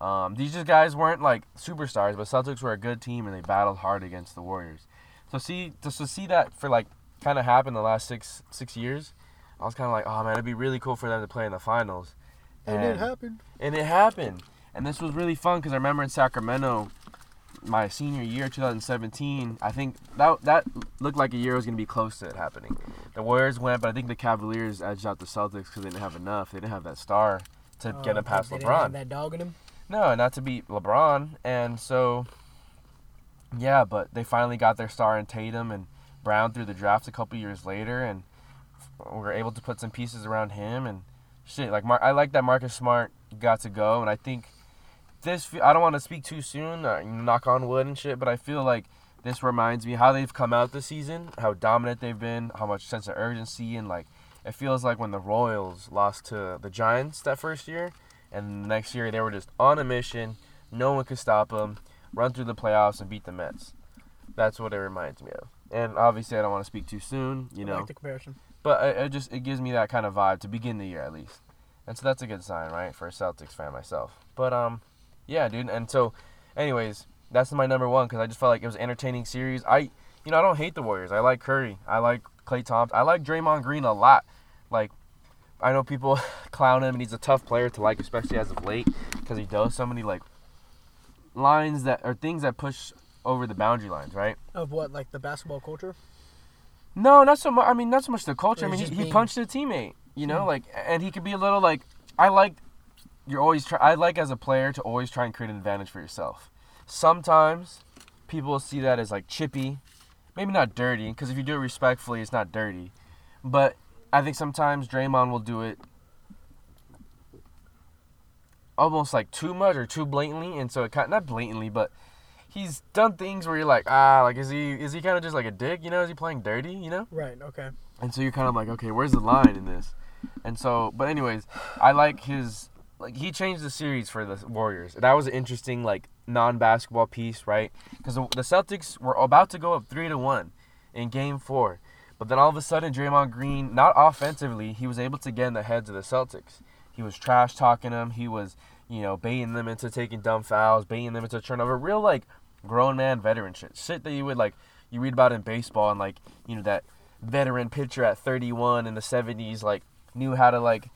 Speaker 1: um, these just guys weren't like superstars, but Celtics were a good team and they battled hard against the Warriors. So see, to, so see that for like kind of happen the last six six years, I was kind of like, oh man, it'd be really cool for them to play in the finals.
Speaker 2: And it happened.
Speaker 1: And it happened. And this was really fun because I remember in Sacramento, my senior year, 2017, I think that that looked like a year was going to be close to it happening. The Warriors went, but I think the Cavaliers edged out the Celtics because they didn't have enough. They didn't have that star to
Speaker 2: Uh,
Speaker 1: get him past
Speaker 2: they didn't have
Speaker 1: LeBron.
Speaker 2: that dog in him.
Speaker 1: No, not to beat LeBron. And so, yeah, but they finally got their star in Tatum and Brown through the draft a couple years later, and we were able to put some pieces around him and shit. Like Mar- I like that Marcus Smart got to go, and I think this. I don't want to speak too soon, uh, knock on wood and shit, but I feel like this reminds me how they've come out this season, how dominant they've been, how much sense of urgency, and like it feels like when the Royals lost to the Giants that first year, and the next year they were just on a mission. No one could stop them. Run through the playoffs and beat the Mets. That's what it reminds me of. And obviously, I don't want to speak too soon. You
Speaker 2: I
Speaker 1: know,
Speaker 2: like the comparison.
Speaker 1: but it, it just it gives me that kind of vibe to begin the year at least, and so that's a good sign, right, for a Celtics fan myself. But um, yeah, dude. And so, anyways, that's my number one because I just felt like it was an entertaining series. I, you know, I don't hate the Warriors. I like Curry. I like Klay Thompson. I like Draymond Green a lot. Like, I know people [LAUGHS] clown him, and he's a tough player to like, especially as of late, because he does so many like lines that or things that push over the boundary lines, right?
Speaker 2: Of what, like the basketball culture?
Speaker 1: No, not so much. I mean, not so much the culture.
Speaker 2: Or
Speaker 1: I mean,
Speaker 2: just
Speaker 1: he, he
Speaker 2: being-
Speaker 1: punched a teammate. You know, like, and he could be a little like, I like. You're always try. I like as a player to always try and create an advantage for yourself. Sometimes people see that as like chippy, maybe not dirty, because if you do it respectfully, it's not dirty. But I think sometimes Draymond will do it almost like too much or too blatantly, and so it kind not blatantly, but he's done things where you're like, ah, like is he is he kind of just like a dick? You know, is he playing dirty? You know.
Speaker 2: Right, okay.
Speaker 1: And so you're kind of like, okay, where's the line in this? And so, but anyways, I like his like he changed the series for the Warriors. That was an interesting like non-basketball piece, right? Because the, the Celtics were about to go up three to one in Game Four, but then all of a sudden, Draymond Green, not offensively, he was able to get in the heads of the Celtics. He was trash talking them. He was, you know, baiting them into taking dumb fouls, baiting them into turnover. Real like grown man veteran shit, shit that you would like you read about in baseball and like you know that veteran pitcher at 31 in the 70s like knew how to like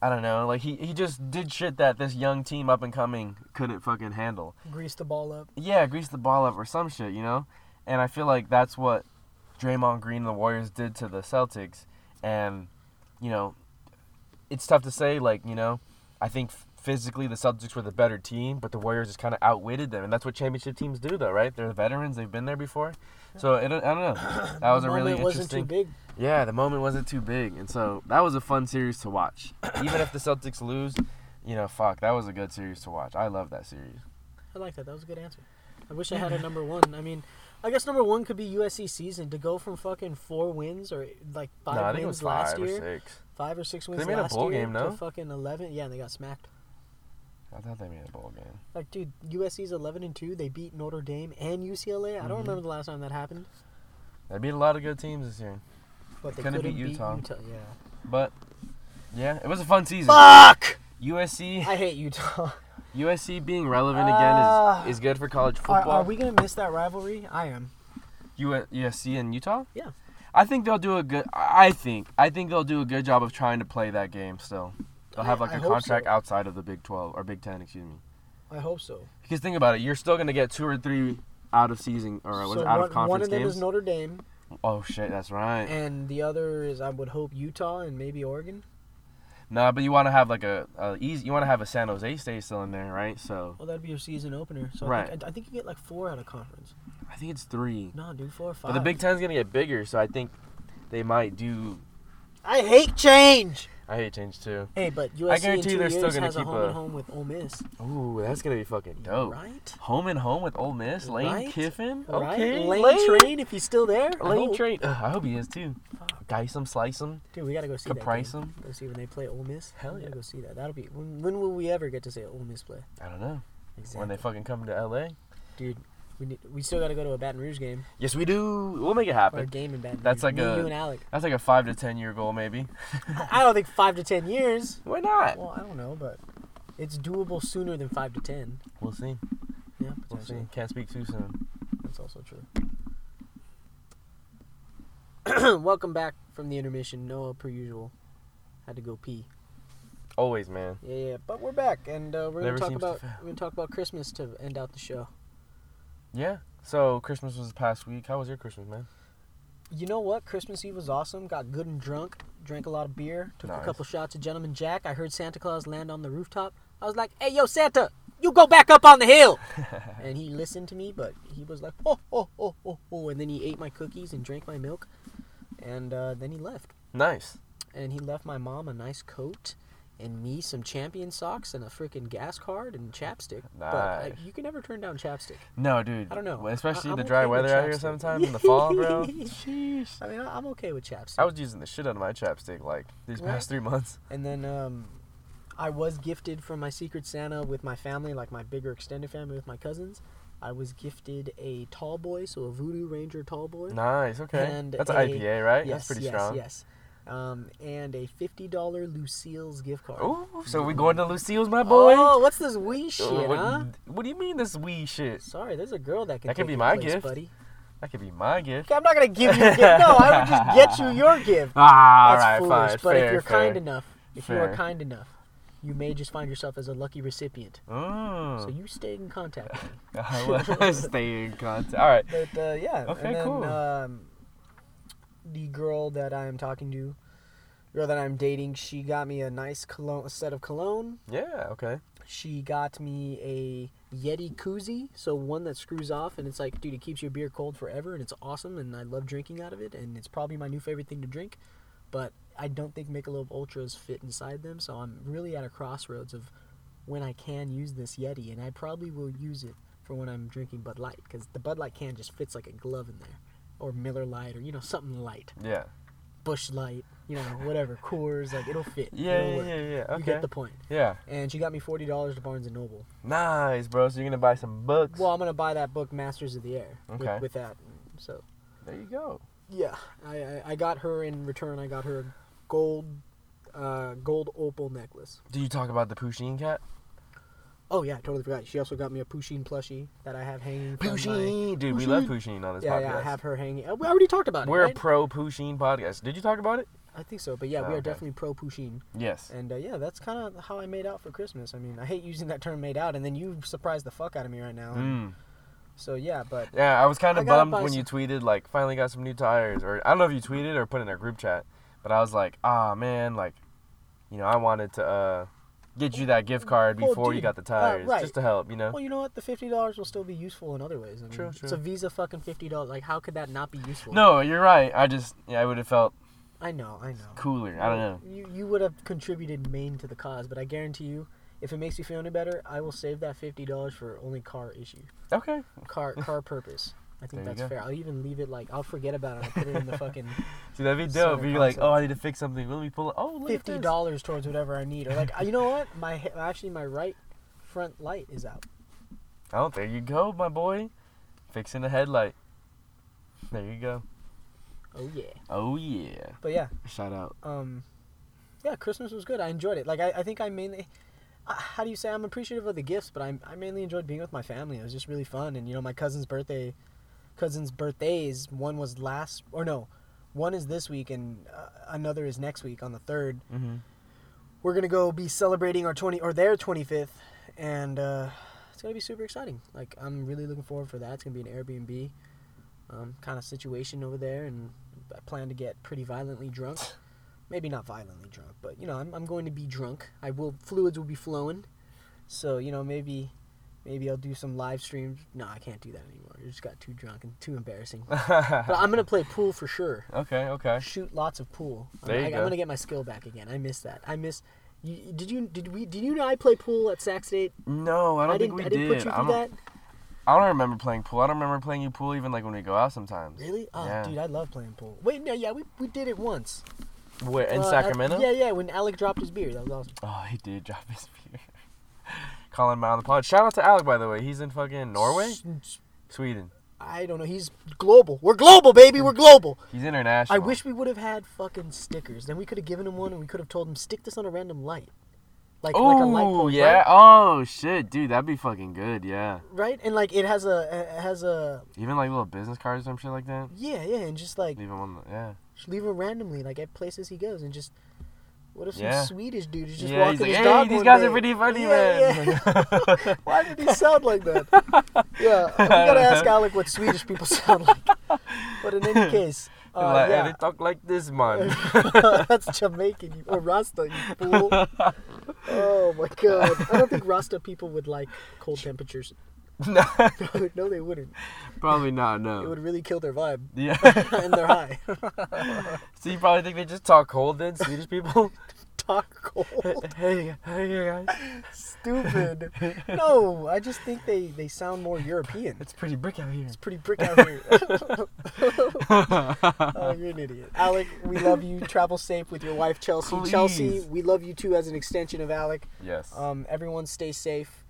Speaker 1: I don't know like he, he just did shit that this young team up and coming couldn't fucking handle.
Speaker 2: Grease the ball up.
Speaker 1: Yeah, grease the ball up or some shit, you know? And I feel like that's what Draymond Green and the Warriors did to the Celtics and you know it's tough to say like, you know, I think physically the Celtics were the better team, but the Warriors just kind of outwitted them and that's what championship teams do though, right? They're veterans, they've been there before. So it, I don't know. That was
Speaker 2: the
Speaker 1: a really
Speaker 2: moment wasn't
Speaker 1: interesting
Speaker 2: too big.
Speaker 1: yeah, the moment wasn't too big, and so that was a fun series to [COUGHS] watch. Even if the Celtics lose, you know, fuck, that was a good series to watch. I love that series.
Speaker 2: I like that. That was a good answer. I wish I had
Speaker 1: [LAUGHS]
Speaker 2: a number one. I mean, I guess number one could be USC season to go from fucking four wins or like five
Speaker 1: no, I think it
Speaker 2: wins
Speaker 1: was
Speaker 2: last
Speaker 1: five or
Speaker 2: year,
Speaker 1: six.
Speaker 2: five or six
Speaker 1: They
Speaker 2: wins
Speaker 1: made a
Speaker 2: last
Speaker 1: bowl
Speaker 2: year
Speaker 1: game,
Speaker 2: to
Speaker 1: no?
Speaker 2: fucking eleven. Yeah, and they got smacked.
Speaker 1: I thought they made a bowl game.
Speaker 2: Like, dude, USC's eleven and two. They beat Notre Dame and UCLA. I don't
Speaker 1: Mhm.
Speaker 2: remember the last time that happened,
Speaker 1: They beat a lot of good teams this year,
Speaker 2: but they
Speaker 1: Couldn't
Speaker 2: couldn't,
Speaker 1: beat
Speaker 2: beat
Speaker 1: Utah.
Speaker 2: Utah.
Speaker 1: [LAUGHS]
Speaker 2: Yeah.
Speaker 1: but yeah, it was a fun season.
Speaker 2: Fuck!
Speaker 1: USC,
Speaker 2: I hate Utah.
Speaker 1: USC being relevant
Speaker 2: Ah.
Speaker 1: again is is good for college
Speaker 2: Are,
Speaker 1: football.
Speaker 2: are we gonna miss that rivalry? I am.
Speaker 1: U- USC and Utah?
Speaker 2: Yeah.
Speaker 1: I think they'll do a good. I I think I think they'll do a good job of trying to play that game. Still, they'll
Speaker 2: I-
Speaker 1: have like
Speaker 2: I
Speaker 1: a
Speaker 2: hope
Speaker 1: contract
Speaker 2: so.
Speaker 1: outside of the Big Twelve or Big Ten, excuse me.
Speaker 2: I hope so.
Speaker 1: Because think about it, you're still gonna get two or three out of season or was
Speaker 2: so
Speaker 1: it out
Speaker 2: one,
Speaker 1: of conference
Speaker 2: one of them
Speaker 1: games.
Speaker 2: is Notre Dame,
Speaker 1: oh shit, that's right.
Speaker 2: and the other is I would hope Utah and maybe Oregon.
Speaker 1: nah, but you want to have like a, a easy. You want to have a San Jose State still in there, right? So
Speaker 2: Well, that'd be your season opener. So I,
Speaker 1: Right.
Speaker 2: think, I, I think you get like four out of conference.
Speaker 1: I think it's three.
Speaker 2: No, dude, four or five.
Speaker 1: But the Big Ten's gonna get bigger, so I think they might do.
Speaker 2: I hate change.
Speaker 1: I hate change too.
Speaker 2: Hey, but USC I
Speaker 1: guarantee
Speaker 2: in two
Speaker 1: they're still
Speaker 2: years
Speaker 1: gonna
Speaker 2: has a
Speaker 1: keep
Speaker 2: home
Speaker 1: a-
Speaker 2: and home with Ole Miss.
Speaker 1: Ooh, that's gonna be fucking dope.
Speaker 2: Right?
Speaker 1: Home and home with Ole Miss, Lane
Speaker 2: Right?
Speaker 1: Kiffin.
Speaker 2: Right?
Speaker 1: Okay,
Speaker 2: Lane, Train, if he's still there. I
Speaker 1: Lane
Speaker 2: hope.
Speaker 1: Train. Ugh, I hope he is too. Dice him, slice him.
Speaker 2: Dude, we gotta go see that.
Speaker 1: Caprice
Speaker 2: game.
Speaker 1: them.
Speaker 2: Go see when they play Ole Miss.
Speaker 1: Hell
Speaker 2: we gotta
Speaker 1: yeah.
Speaker 2: Go see that. That'll be. When, when will we ever get to see Ole Miss play?
Speaker 1: I don't know
Speaker 2: Exactly.
Speaker 1: when they fucking come to LA.
Speaker 2: Dude, we need, we still gotta go to a Baton Rouge game.
Speaker 1: Yes, we do. We'll make it
Speaker 2: Or a
Speaker 1: happen.
Speaker 2: game in Baton.
Speaker 1: That's like
Speaker 2: Rouge. Me,
Speaker 1: a-
Speaker 2: you and Alec.
Speaker 1: That's like a five to ten year goal, maybe.
Speaker 2: I I don't think five to ten years.
Speaker 1: Why not?
Speaker 2: Well, I don't know, but it's doable sooner than five to ten.
Speaker 1: We'll see.
Speaker 2: Yeah,
Speaker 1: We'll see.
Speaker 2: potentially.
Speaker 1: Can't speak too soon.
Speaker 2: That's also true. [CLEARS THROAT] Welcome back from the intermission. Noah, per usual, had to go pee.
Speaker 1: Always, man.
Speaker 2: Yeah, yeah. But we're back, and uh, we're gonna
Speaker 1: Never
Speaker 2: talk
Speaker 1: seems to
Speaker 2: about
Speaker 1: fail.
Speaker 2: we're gonna talk about Christmas to end out the show.
Speaker 1: Yeah. So Christmas was past week. How was your Christmas, man?
Speaker 2: You know what? Christmas Eve was awesome. Got good and drunk. Drank a lot of beer. Took a
Speaker 1: Nice.
Speaker 2: couple shots of Gentleman Jack. I heard Santa Claus land on the rooftop. I was like, "Hey, yo, Santa, you go back up on the [LAUGHS] hill." and he listened to me, but he was like, "Oh, oh, oh, oh, oh," and then he ate my cookies and drank my milk, and uh, then he left.
Speaker 1: Nice.
Speaker 2: and he left my mom a nice coat and me some champion socks and a freaking gas card and chapstick. But uh,
Speaker 1: Nice.
Speaker 2: you can never turn down chapstick.
Speaker 1: No, dude.
Speaker 2: I don't know.
Speaker 1: Especially
Speaker 2: I- I'm
Speaker 1: the dry
Speaker 2: okay with
Speaker 1: weather out here
Speaker 2: chapstick.
Speaker 1: sometimes in
Speaker 2: [LAUGHS]
Speaker 1: the fall, bro. Sheesh.
Speaker 2: I mean, I- I'm okay with chapstick.
Speaker 1: I was using the shit out of my chapstick like these
Speaker 2: Right.
Speaker 1: past three months.
Speaker 2: and then um, I was gifted from my Secret Santa with my family, like my bigger extended family with my cousins. I was gifted a tall boy, so a Voodoo Ranger tall boy.
Speaker 1: Nice. Okay.
Speaker 2: And
Speaker 1: That's
Speaker 2: a-
Speaker 1: IPA, right?
Speaker 2: Yes,
Speaker 1: That's pretty
Speaker 2: yes,
Speaker 1: strong.
Speaker 2: yes. Um, and a fifty dollar Lucille's gift card.
Speaker 1: Ooh, so we going to Lucille's, my boy?
Speaker 2: Oh, what's this wee shit,
Speaker 1: Uh, what,
Speaker 2: huh?
Speaker 1: what do you mean this wee shit?
Speaker 2: Sorry, there's a girl that can.
Speaker 1: That could
Speaker 2: take
Speaker 1: be
Speaker 2: your
Speaker 1: my
Speaker 2: place,
Speaker 1: gift.
Speaker 2: buddy.
Speaker 1: That could be my gift.
Speaker 2: Okay, I'm not gonna give you a gift. No, I would
Speaker 1: [LAUGHS]
Speaker 2: just get you your gift.
Speaker 1: Ah, all
Speaker 2: That's
Speaker 1: right,
Speaker 2: foolish.
Speaker 1: fine.
Speaker 2: but
Speaker 1: fair,
Speaker 2: if you're
Speaker 1: fair.
Speaker 2: kind enough, if you are
Speaker 1: Fair.
Speaker 2: kind enough, you may just find yourself as a lucky recipient.
Speaker 1: Oh.
Speaker 2: So you stay in contact. with me.
Speaker 1: Mm. [LAUGHS] I will stay in contact. All right.
Speaker 2: But uh, yeah,
Speaker 1: Okay,
Speaker 2: and then
Speaker 1: cool.
Speaker 2: um, the girl that I am talking to, girl that I'm dating, she got me a nice cologne, a set of cologne.
Speaker 1: Yeah. Okay.
Speaker 2: She got me a Yeti koozie, so one that screws off, and it's like, dude, it keeps your beer cold forever, and it's awesome, and I love drinking out of it, and it's probably my new favorite thing to drink. But I don't think Michelob Ultras fit inside them, so I'm really at a crossroads of when I can use this Yeti, and I probably will use it for when I'm drinking Bud Light, because the Bud Light can just fits like a glove in there, or Miller Light, or you know something light,
Speaker 1: Yeah.
Speaker 2: Bush Light, you know whatever, Coors, like it'll fit.
Speaker 1: Yeah.
Speaker 2: it'll
Speaker 1: Yeah.
Speaker 2: work.
Speaker 1: Yeah. yeah.
Speaker 2: You
Speaker 1: Okay.
Speaker 2: get the point.
Speaker 1: yeah.
Speaker 2: And she got me forty dollars to Barnes and Noble.
Speaker 1: Nice, bro. So you're gonna buy some books.
Speaker 2: Well, I'm gonna buy that book, Masters of the Air,
Speaker 1: Okay.
Speaker 2: with, with that. So
Speaker 1: there you go.
Speaker 2: yeah, I, I I got her in return. I got her a gold, uh, gold opal necklace.
Speaker 1: Do you talk about the Pusheen cat?
Speaker 2: Oh yeah, I totally forgot. She also got me a Pusheen plushie that I have hanging. from my-
Speaker 1: dude, we love Pusheen on this
Speaker 2: Yeah,
Speaker 1: podcast.
Speaker 2: yeah, I have her hanging. uh, We already talked about it.
Speaker 1: We're
Speaker 2: right?
Speaker 1: a pro Pusheen podcast. Did you talk about it?
Speaker 2: I think so, but yeah,
Speaker 1: Oh,
Speaker 2: we are
Speaker 1: okay.
Speaker 2: definitely pro Pusheen,
Speaker 1: Yes.
Speaker 2: and uh, yeah, that's kind of how I made out for Christmas. I mean, I hate using that term "made out," and then you surprised the fuck out of me right now.
Speaker 1: Mm.
Speaker 2: So yeah, but
Speaker 1: Yeah, I was kind
Speaker 2: um, I
Speaker 1: of
Speaker 2: gotta
Speaker 1: bummed
Speaker 2: buy
Speaker 1: when you tweeted like finally got some new tires, or I don't know if you tweeted or put in our group chat, but I was like, ah man, like, you know, I wanted to uh, get you that gift card
Speaker 2: Well,
Speaker 1: before you
Speaker 2: dude,
Speaker 1: got the
Speaker 2: uh,
Speaker 1: tires,
Speaker 2: right.
Speaker 1: just to help, you know.
Speaker 2: Well, you know what? The fifty dollars will still be useful in other ways. I mean,
Speaker 1: True,
Speaker 2: It's
Speaker 1: true.
Speaker 2: a Visa fucking fifty dollars. Like, how could that not be useful?
Speaker 1: No, you're right. I just yeah, I would have felt
Speaker 2: I know, I know.
Speaker 1: cooler. I don't know.
Speaker 2: You you would have contributed main to the cause, but I guarantee you, if it makes you feel any better, I will save that fifty dollars for only car issue,
Speaker 1: Okay. [LAUGHS]
Speaker 2: car car purpose. I think
Speaker 1: There you
Speaker 2: that's
Speaker 1: go.
Speaker 2: fair. I'll even leave it like I'll forget about it. I'll put
Speaker 1: [LAUGHS]
Speaker 2: it in the fucking
Speaker 1: See, that'd be
Speaker 2: Center
Speaker 1: dope. You're like,
Speaker 2: console.
Speaker 1: oh, I need to fix something. Let me pull it. Oh, look at
Speaker 2: fifty
Speaker 1: this.
Speaker 2: dollars towards whatever I need, or like uh, you know what? My he- actually my right front light is out.
Speaker 1: Oh, there you go, my boy. Fixing the headlight. There you go.
Speaker 2: Oh yeah.
Speaker 1: Oh yeah.
Speaker 2: But yeah,
Speaker 1: Shout out.
Speaker 2: um yeah christmas was good i enjoyed it like i, I think i mainly I- how do you say i'm appreciative of the gifts but I, I mainly enjoyed being with my family it was just really fun and you know my cousin's birthday cousin's birthdays one was last or no one is this week and uh, another is next week on the third
Speaker 1: Mm-hmm.
Speaker 2: we're gonna go be celebrating our 20 or their 25th and uh, it's gonna be super exciting like i'm really looking forward for that it's gonna be an airbnb um, kind of situation over there and i plan to get pretty violently drunk maybe not violently drunk but you know i'm, I'm going to be drunk i will fluids will be flowing so you know maybe maybe i'll do some live streams no i can't do that anymore i just got too drunk and too embarrassing but i'm gonna play pool for sure
Speaker 1: okay. Okay.
Speaker 2: shoot lots of pool. I'm-
Speaker 1: There you
Speaker 2: I,
Speaker 1: go.
Speaker 2: am gonna get my skill back again. I miss that. I miss. You, did you did we did you and I play pool at Sac State?
Speaker 1: No, I don't think
Speaker 2: didn't.
Speaker 1: we
Speaker 2: I didn't
Speaker 1: did.
Speaker 2: put you
Speaker 1: I
Speaker 2: through
Speaker 1: don't-
Speaker 2: that.
Speaker 1: I don't remember playing pool. I don't remember playing you pool even like when we go out sometimes.
Speaker 2: Really? Oh,
Speaker 1: Yeah.
Speaker 2: dude, I love playing pool. Wait, no, yeah, we, we did it once
Speaker 1: Where in
Speaker 2: Uh, at-
Speaker 1: Sacramento?
Speaker 2: yeah, yeah, when Alec dropped his beer, that was awesome.
Speaker 1: Oh, he did drop his beer. [LAUGHS] Calling him out on the pod. Shout out to Alec, by the way. He's in fucking Norway, Sweden.
Speaker 2: I don't know. He's global. We're global, baby. We're global.
Speaker 1: He's international.
Speaker 2: I wish we would have had fucking stickers. Then we could have given him one, and we could have told him stick this on a random light. like
Speaker 1: oh
Speaker 2: like a light pole,
Speaker 1: yeah.
Speaker 2: right?
Speaker 1: Oh shit, dude, that'd be fucking good. Yeah.
Speaker 2: right? And like it has a it has a
Speaker 1: Even like little business cards or some shit like that.
Speaker 2: yeah, yeah, and just like
Speaker 1: Leave them on. The, yeah.
Speaker 2: just leave him randomly like at places he goes and just what if some
Speaker 1: Yeah.
Speaker 2: Swedish dude is just
Speaker 1: yeah.
Speaker 2: walking
Speaker 1: He's like,
Speaker 2: his
Speaker 1: hey,
Speaker 2: dog
Speaker 1: these
Speaker 2: one
Speaker 1: guys
Speaker 2: day?"
Speaker 1: are pretty funny,
Speaker 2: Yeah,
Speaker 1: man.
Speaker 2: yeah. [LAUGHS]
Speaker 1: [LAUGHS]
Speaker 2: Why did he sound like that? Yeah, we gotta ask Alec what Swedish people [LAUGHS] sound like. But in
Speaker 1: [LAUGHS]
Speaker 2: any case, uh,
Speaker 1: like, "Hey,
Speaker 2: yeah,
Speaker 1: they talk like this, [LAUGHS] man.
Speaker 2: [LAUGHS] that's Jamaican you, or Rasta, you
Speaker 1: [LAUGHS]
Speaker 2: fool. Oh my god, I don't think Rasta people would like cold temperatures. [LAUGHS]
Speaker 1: no,
Speaker 2: no, they wouldn't.
Speaker 1: probably not.
Speaker 2: It
Speaker 1: No.
Speaker 2: would really kill their vibe [LAUGHS]
Speaker 1: [LAUGHS] Yeah.
Speaker 2: and their high. [LAUGHS]
Speaker 1: so you probably think they just talk cold then, Swedish people?
Speaker 2: Talk cold.
Speaker 1: [LAUGHS] hey, hey, guys. [LAUGHS]
Speaker 2: Stupid. No, I just think they, they sound more European.
Speaker 1: It's pretty brick out here.
Speaker 2: It's pretty brick out
Speaker 1: [LAUGHS]
Speaker 2: here. oh, you're an idiot. Alec, we love you. Travel safe with your wife, Chelsea. Chelsea,
Speaker 1: Please.
Speaker 2: we love you too as an extension of Alec.
Speaker 1: Yes.
Speaker 2: Um, everyone stay safe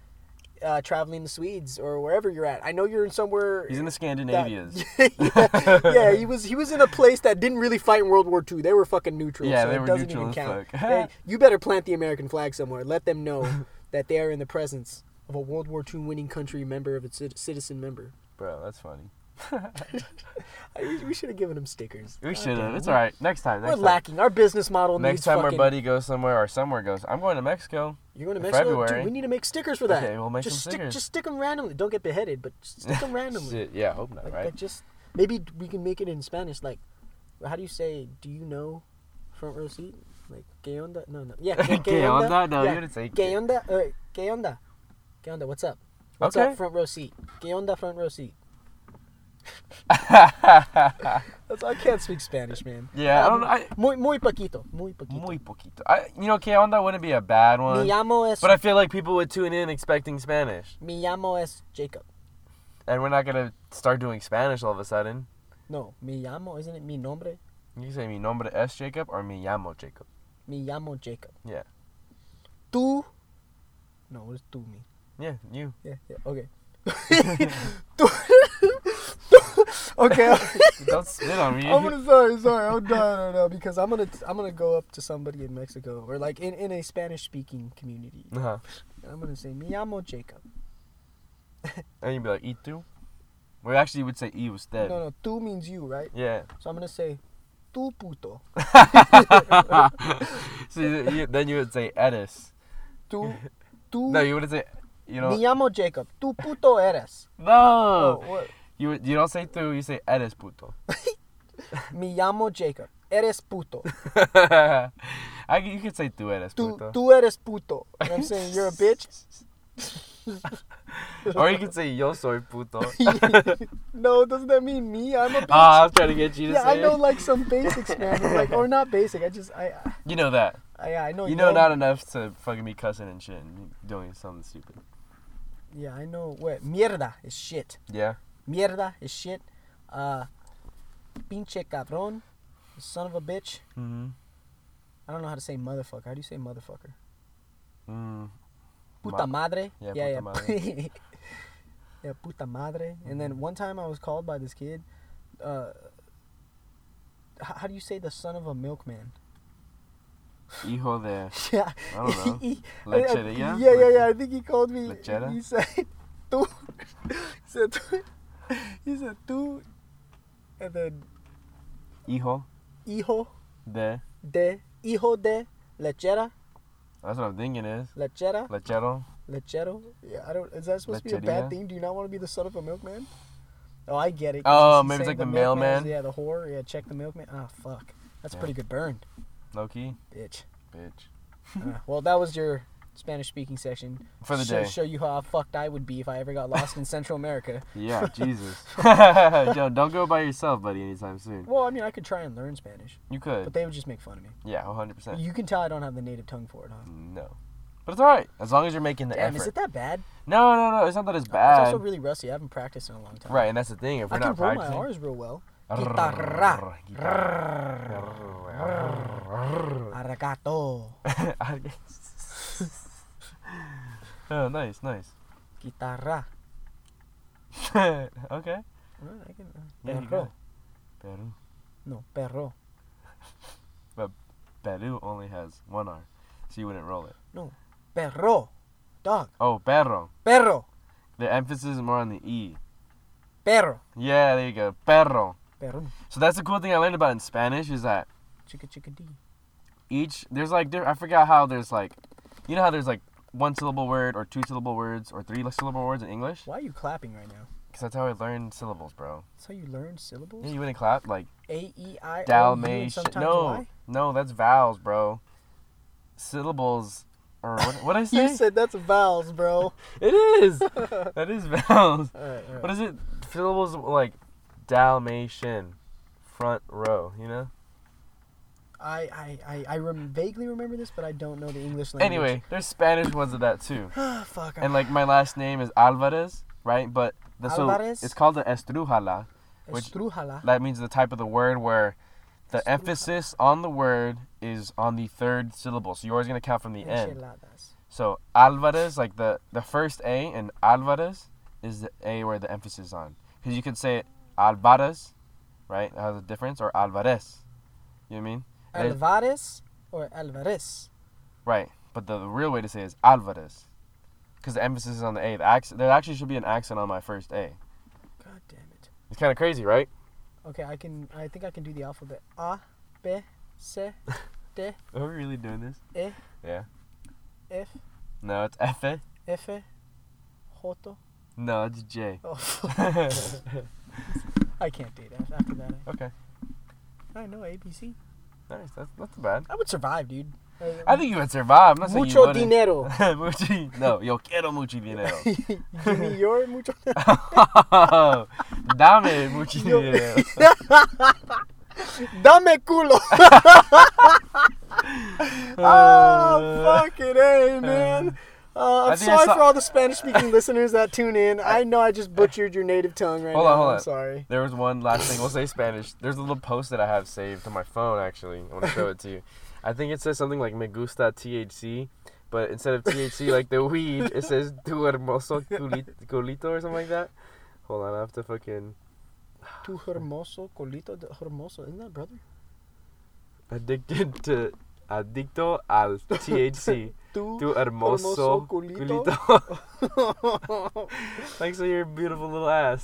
Speaker 2: uh, traveling the Swedes or wherever you're at. I know you're in somewhere.
Speaker 1: He's in the
Speaker 2: that-
Speaker 1: Scandinavias.
Speaker 2: [LAUGHS] yeah, yeah, he was he was in a place that didn't really fight in World War II. They were fucking neutral.
Speaker 1: Yeah,
Speaker 2: so
Speaker 1: they
Speaker 2: it
Speaker 1: were
Speaker 2: doesn't
Speaker 1: neutral
Speaker 2: even
Speaker 1: as
Speaker 2: count.
Speaker 1: fuck. [LAUGHS]
Speaker 2: Hey, you better plant the American flag somewhere. Let them know that they are in the presence of a World War II winning country member of its cit- citizen member.
Speaker 1: Bro, that's funny.
Speaker 2: I- We should have given him stickers.
Speaker 1: We
Speaker 2: God
Speaker 1: should
Speaker 2: damn,
Speaker 1: have. It's
Speaker 2: we-
Speaker 1: all right. Next time.
Speaker 2: We're
Speaker 1: Next time.
Speaker 2: lacking. Our business model
Speaker 1: Next
Speaker 2: needs
Speaker 1: time
Speaker 2: fucking.
Speaker 1: our buddy goes somewhere or somewhere goes, I'm going to Mexico.
Speaker 2: You're going to
Speaker 1: in
Speaker 2: Mexico,
Speaker 1: February.
Speaker 2: dude. We need to make stickers for that.
Speaker 1: Okay, we'll make
Speaker 2: just
Speaker 1: some
Speaker 2: stick,
Speaker 1: stickers.
Speaker 2: Just stick them randomly. Don't get beheaded, but just stick
Speaker 1: [LAUGHS]
Speaker 2: them randomly.
Speaker 1: Shit, yeah, I hope not,
Speaker 2: Like,
Speaker 1: right?
Speaker 2: like just maybe we can make it in Spanish. Like, how do you say? Do you know? Front row seat. Like, ¿qué onda? No, no.
Speaker 1: [LAUGHS]
Speaker 2: Yeah, ¿qué,
Speaker 1: ¿Qué onda? No,
Speaker 2: yeah.
Speaker 1: you didn't say
Speaker 2: ¿Qué
Speaker 1: que-
Speaker 2: onda? Or, ¿Qué onda? ¿Qué onda? What's up? What's
Speaker 1: Okay.
Speaker 2: up? Front row seat. ¿Qué onda? Front
Speaker 1: [LAUGHS]
Speaker 2: row seat. That's, I can't speak Spanish, man.
Speaker 1: yeah, I don't know. I,
Speaker 2: Muy, muy poquito. Muy poquito.
Speaker 1: muy poquito. I, you know, que onda wouldn't be a bad one.
Speaker 2: Mi llamo es.
Speaker 1: But I feel like people would tune in expecting Spanish.
Speaker 2: Mi llamo es Jacob.
Speaker 1: And we're not going to start doing Spanish all of a sudden.
Speaker 2: No, mi llamo, isn't it mi nombre?
Speaker 1: You can say mi nombre es Jacob or mi llamo Jacob.
Speaker 2: Mi llamo Jacob.
Speaker 1: Yeah.
Speaker 2: Tú. No, what does tú mean?
Speaker 1: Yeah, you.
Speaker 2: Yeah, yeah, okay. tú. [LAUGHS] okay.
Speaker 1: Don't spit on me.
Speaker 2: [LAUGHS] I'm gonna sorry, sorry, I'm dying right now because I'm gonna I'm gonna go up to somebody in Mexico or like in, in a Spanish speaking community.
Speaker 1: [LAUGHS] Uh-huh.
Speaker 2: And I'm gonna say mi llamo Jacob.
Speaker 1: And you'd be like, ¿y tú? We actually would say "y usted."
Speaker 2: No, no, tú means you, right?
Speaker 1: Yeah.
Speaker 2: So I'm gonna say tú puto.
Speaker 1: So you, you- then you would say "eres."
Speaker 2: Tú, tú.
Speaker 1: [LAUGHS] No, you wouldn't say. You know. Oh.
Speaker 2: mi Oh. llamo Jacob. Tú
Speaker 1: [LAUGHS]
Speaker 2: puto eres.
Speaker 1: No.
Speaker 2: what?
Speaker 1: You you don't say tú. You say "eres puto." [LAUGHS]
Speaker 2: Mi llamo Jacob. Eres puto.
Speaker 1: I, you could say "tú eres
Speaker 2: Tú,
Speaker 1: puto,"
Speaker 2: tú eres puto. You know what I'm saying you're a bitch.
Speaker 1: [LAUGHS]
Speaker 2: [LAUGHS]
Speaker 1: or you could say "yo soy
Speaker 2: [LAUGHS]
Speaker 1: puto."
Speaker 2: no, doesn't that mean me? I'm a bitch.
Speaker 1: Ah, I'm trying to get you to
Speaker 2: yeah,
Speaker 1: say
Speaker 2: I know
Speaker 1: it.
Speaker 2: like some basics, man.
Speaker 1: [LAUGHS]
Speaker 2: Like or not basic. I just I
Speaker 1: You know that.
Speaker 2: I, I, I know.
Speaker 1: You know not enough to fucking be cussing and shit and doing something stupid.
Speaker 2: Yeah, I know what mierda is shit.
Speaker 1: Yeah.
Speaker 2: Mierda is shit. Uh, pinche cabrón, son of a bitch.
Speaker 1: Mm-hmm.
Speaker 2: I don't know how to say motherfucker. How do you say motherfucker?
Speaker 1: Mm.
Speaker 2: Puta madre.
Speaker 1: yeah,
Speaker 2: yeah,
Speaker 1: puta
Speaker 2: yeah. [LAUGHS] yeah, puta madre. And then
Speaker 1: Mm-hmm.
Speaker 2: one time I was called by this kid. Uh, h- how do you say the son of a milkman? [LAUGHS]
Speaker 1: Hijo de.
Speaker 2: Yeah.
Speaker 1: I don't
Speaker 2: [LAUGHS]
Speaker 1: know.
Speaker 2: He- I- I-
Speaker 1: Lecheria?
Speaker 2: yeah, yeah, yeah. I think he called me.
Speaker 1: Lechera?
Speaker 2: He said, "Tú," [LAUGHS] he said, "Tú," he said, "Tú," and then
Speaker 1: Hijo
Speaker 2: hijo
Speaker 1: de.
Speaker 2: de hijo de lechera,
Speaker 1: That's what I'm thinking is.
Speaker 2: lechera,
Speaker 1: Lechero.
Speaker 2: lechero. Yeah, I don't. Is that supposed to be a
Speaker 1: Lecheria?
Speaker 2: bad thing? Do you not want to be the son of a milkman? Oh, I get it. 'cause
Speaker 1: Oh,
Speaker 2: he's
Speaker 1: maybe it's
Speaker 2: saying
Speaker 1: like the
Speaker 2: milkman's-
Speaker 1: mailman?
Speaker 2: Yeah, the whore. Yeah, check the milkman. Ah, fuck. That's a
Speaker 1: Yeah.
Speaker 2: pretty good burn,
Speaker 1: Low key. [LAUGHS]
Speaker 2: bitch.
Speaker 1: Bitch.
Speaker 2: Ah, well, that was your Spanish speaking section.
Speaker 1: For the
Speaker 2: show,
Speaker 1: day.
Speaker 2: Show you how fucked I would be if I ever got lost in Central
Speaker 1: [LAUGHS]
Speaker 2: America. [LAUGHS]
Speaker 1: Yeah, Jesus. Yo, don't go by yourself, buddy, anytime soon.
Speaker 2: Well, I mean, I could try and learn Spanish,
Speaker 1: You
Speaker 2: but
Speaker 1: could.
Speaker 2: they would just make fun of me.
Speaker 1: Yeah, 100%.
Speaker 2: You can tell I don't have the native tongue for it, huh?
Speaker 1: No. But it's alright, as long as you're making the
Speaker 2: Damn,
Speaker 1: effort.
Speaker 2: is it that bad?
Speaker 1: No, no, no. It's not that it's
Speaker 2: It's
Speaker 1: bad.
Speaker 2: also really rusty. I haven't practiced in a long time.
Speaker 1: right, and that's the thing. If we're
Speaker 2: I can
Speaker 1: not
Speaker 2: roll my
Speaker 1: practicing,
Speaker 2: R's real well. Guitarra.
Speaker 1: Guitarra. Guitarra.
Speaker 2: Arigato.
Speaker 1: oh, nice, nice. [LAUGHS]
Speaker 2: Guitarra.
Speaker 1: okay.
Speaker 2: Alright, I can, uh,
Speaker 1: Yeah, you got
Speaker 2: perro.
Speaker 1: it. Peru.
Speaker 2: No, perro.
Speaker 1: Peru only has one R, so you wouldn't roll it.
Speaker 2: No. Perro. Dog.
Speaker 1: Oh, perro.
Speaker 2: Perro.
Speaker 1: The emphasis is more on the E.
Speaker 2: Perro.
Speaker 1: Yeah, there you go. Perro.
Speaker 2: Perro.
Speaker 1: So that's the cool thing I learned about in Spanish is that
Speaker 2: Chica chica dee.
Speaker 1: each there's like diff- I forgot how there's like you know how there's like one syllable word or two syllable words or three syllable words in English
Speaker 2: Why are you clapping right now?
Speaker 1: because that's how I learned syllables, bro.
Speaker 2: That's how you learn syllables?
Speaker 1: Yeah, you wouldn't clap like
Speaker 2: A E I O U and
Speaker 1: Dalmatian.
Speaker 2: sometimes
Speaker 1: No,
Speaker 2: Y?
Speaker 1: no, that's vowels, bro. Syllables or what? What I say?
Speaker 2: [LAUGHS] You said that's
Speaker 1: [LAUGHS]
Speaker 2: vowels, bro.
Speaker 1: it
Speaker 2: [LAUGHS]
Speaker 1: is. that is vowels.
Speaker 2: Alright, alright.
Speaker 1: What is it? Syllables like Dalmatian, front row. You know.
Speaker 2: I I I, I rem- vaguely remember this, but I don't know the English language.
Speaker 1: Anyway, there's Spanish ones of that too.
Speaker 2: Ah, [SIGHS] fuck. I'm
Speaker 1: And like my last name is Alvarez, right? But the, so
Speaker 2: Alvarez?
Speaker 1: it's called the estrujala. which-
Speaker 2: Estrujala.
Speaker 1: That means the type of the word where the
Speaker 2: Estrujala.
Speaker 1: emphasis on the word is on the third syllable. So you're always gonna count from the end.
Speaker 2: Enchiladas.
Speaker 1: So Alvarez, like the the first A in Alvarez is the A where the emphasis is on. Because you could say it Alvarez, right? That has a difference, or Alvarez. You know what I mean? And it-
Speaker 2: Alvarez or Alvarez.
Speaker 1: Right. But the, the real way to say it is Alvarez. Because the emphasis is on the A. The accent, there actually should be an accent on my first A.
Speaker 2: God damn it.
Speaker 1: It's kind of crazy, right?
Speaker 2: Okay, I can. I think I can do the alphabet. A, B, C,
Speaker 1: Are we really doing this?
Speaker 2: F,
Speaker 1: No, it's F.
Speaker 2: F, Joto.
Speaker 1: No, it's J.
Speaker 2: [LAUGHS]
Speaker 1: [LAUGHS]
Speaker 2: Oh, fuck.
Speaker 1: okay.
Speaker 2: I can't do that. After that, I, I know ABC.
Speaker 1: Nice. That's not too bad.
Speaker 2: I would survive, dude.
Speaker 1: I think you would survive. I'm not saying you
Speaker 2: mucho
Speaker 1: wouldn't.
Speaker 2: dinero.
Speaker 1: [LAUGHS] Muchi- No, yo quiero mucho dinero. [LAUGHS]
Speaker 2: [LAUGHS] Give me your mucho. [LAUGHS]
Speaker 1: Dame mucho
Speaker 2: Yo-
Speaker 1: dinero.
Speaker 2: [LAUGHS] Dame culo. [LAUGHS]
Speaker 1: Uh,
Speaker 2: oh, fucking A, man. Uh,
Speaker 1: I
Speaker 2: I'm
Speaker 1: think I
Speaker 2: sorry
Speaker 1: saw-
Speaker 2: for all the Spanish speaking [LAUGHS] listeners that tune in. I know I just butchered your native tongue right
Speaker 1: Hold
Speaker 2: now.
Speaker 1: on, hold
Speaker 2: I'm
Speaker 1: on.
Speaker 2: sorry.
Speaker 1: There was one last thing. We'll say Spanish. There's a little post that I have saved to my phone, actually. I want to show it to you. I think it says something like me gusta THC, but instead of THC, like the weed, it says tu hermoso culi- culito or something like that. Hold on, I have to fucking.
Speaker 2: Tu hermoso colito de hermoso. Isn't that brother?
Speaker 1: Addicted to. Adicto al THC.
Speaker 2: Tu.
Speaker 1: Tu hermoso
Speaker 2: Hermoso
Speaker 1: culito. [LAUGHS]
Speaker 2: culito.
Speaker 1: Thanks for your beautiful little ass.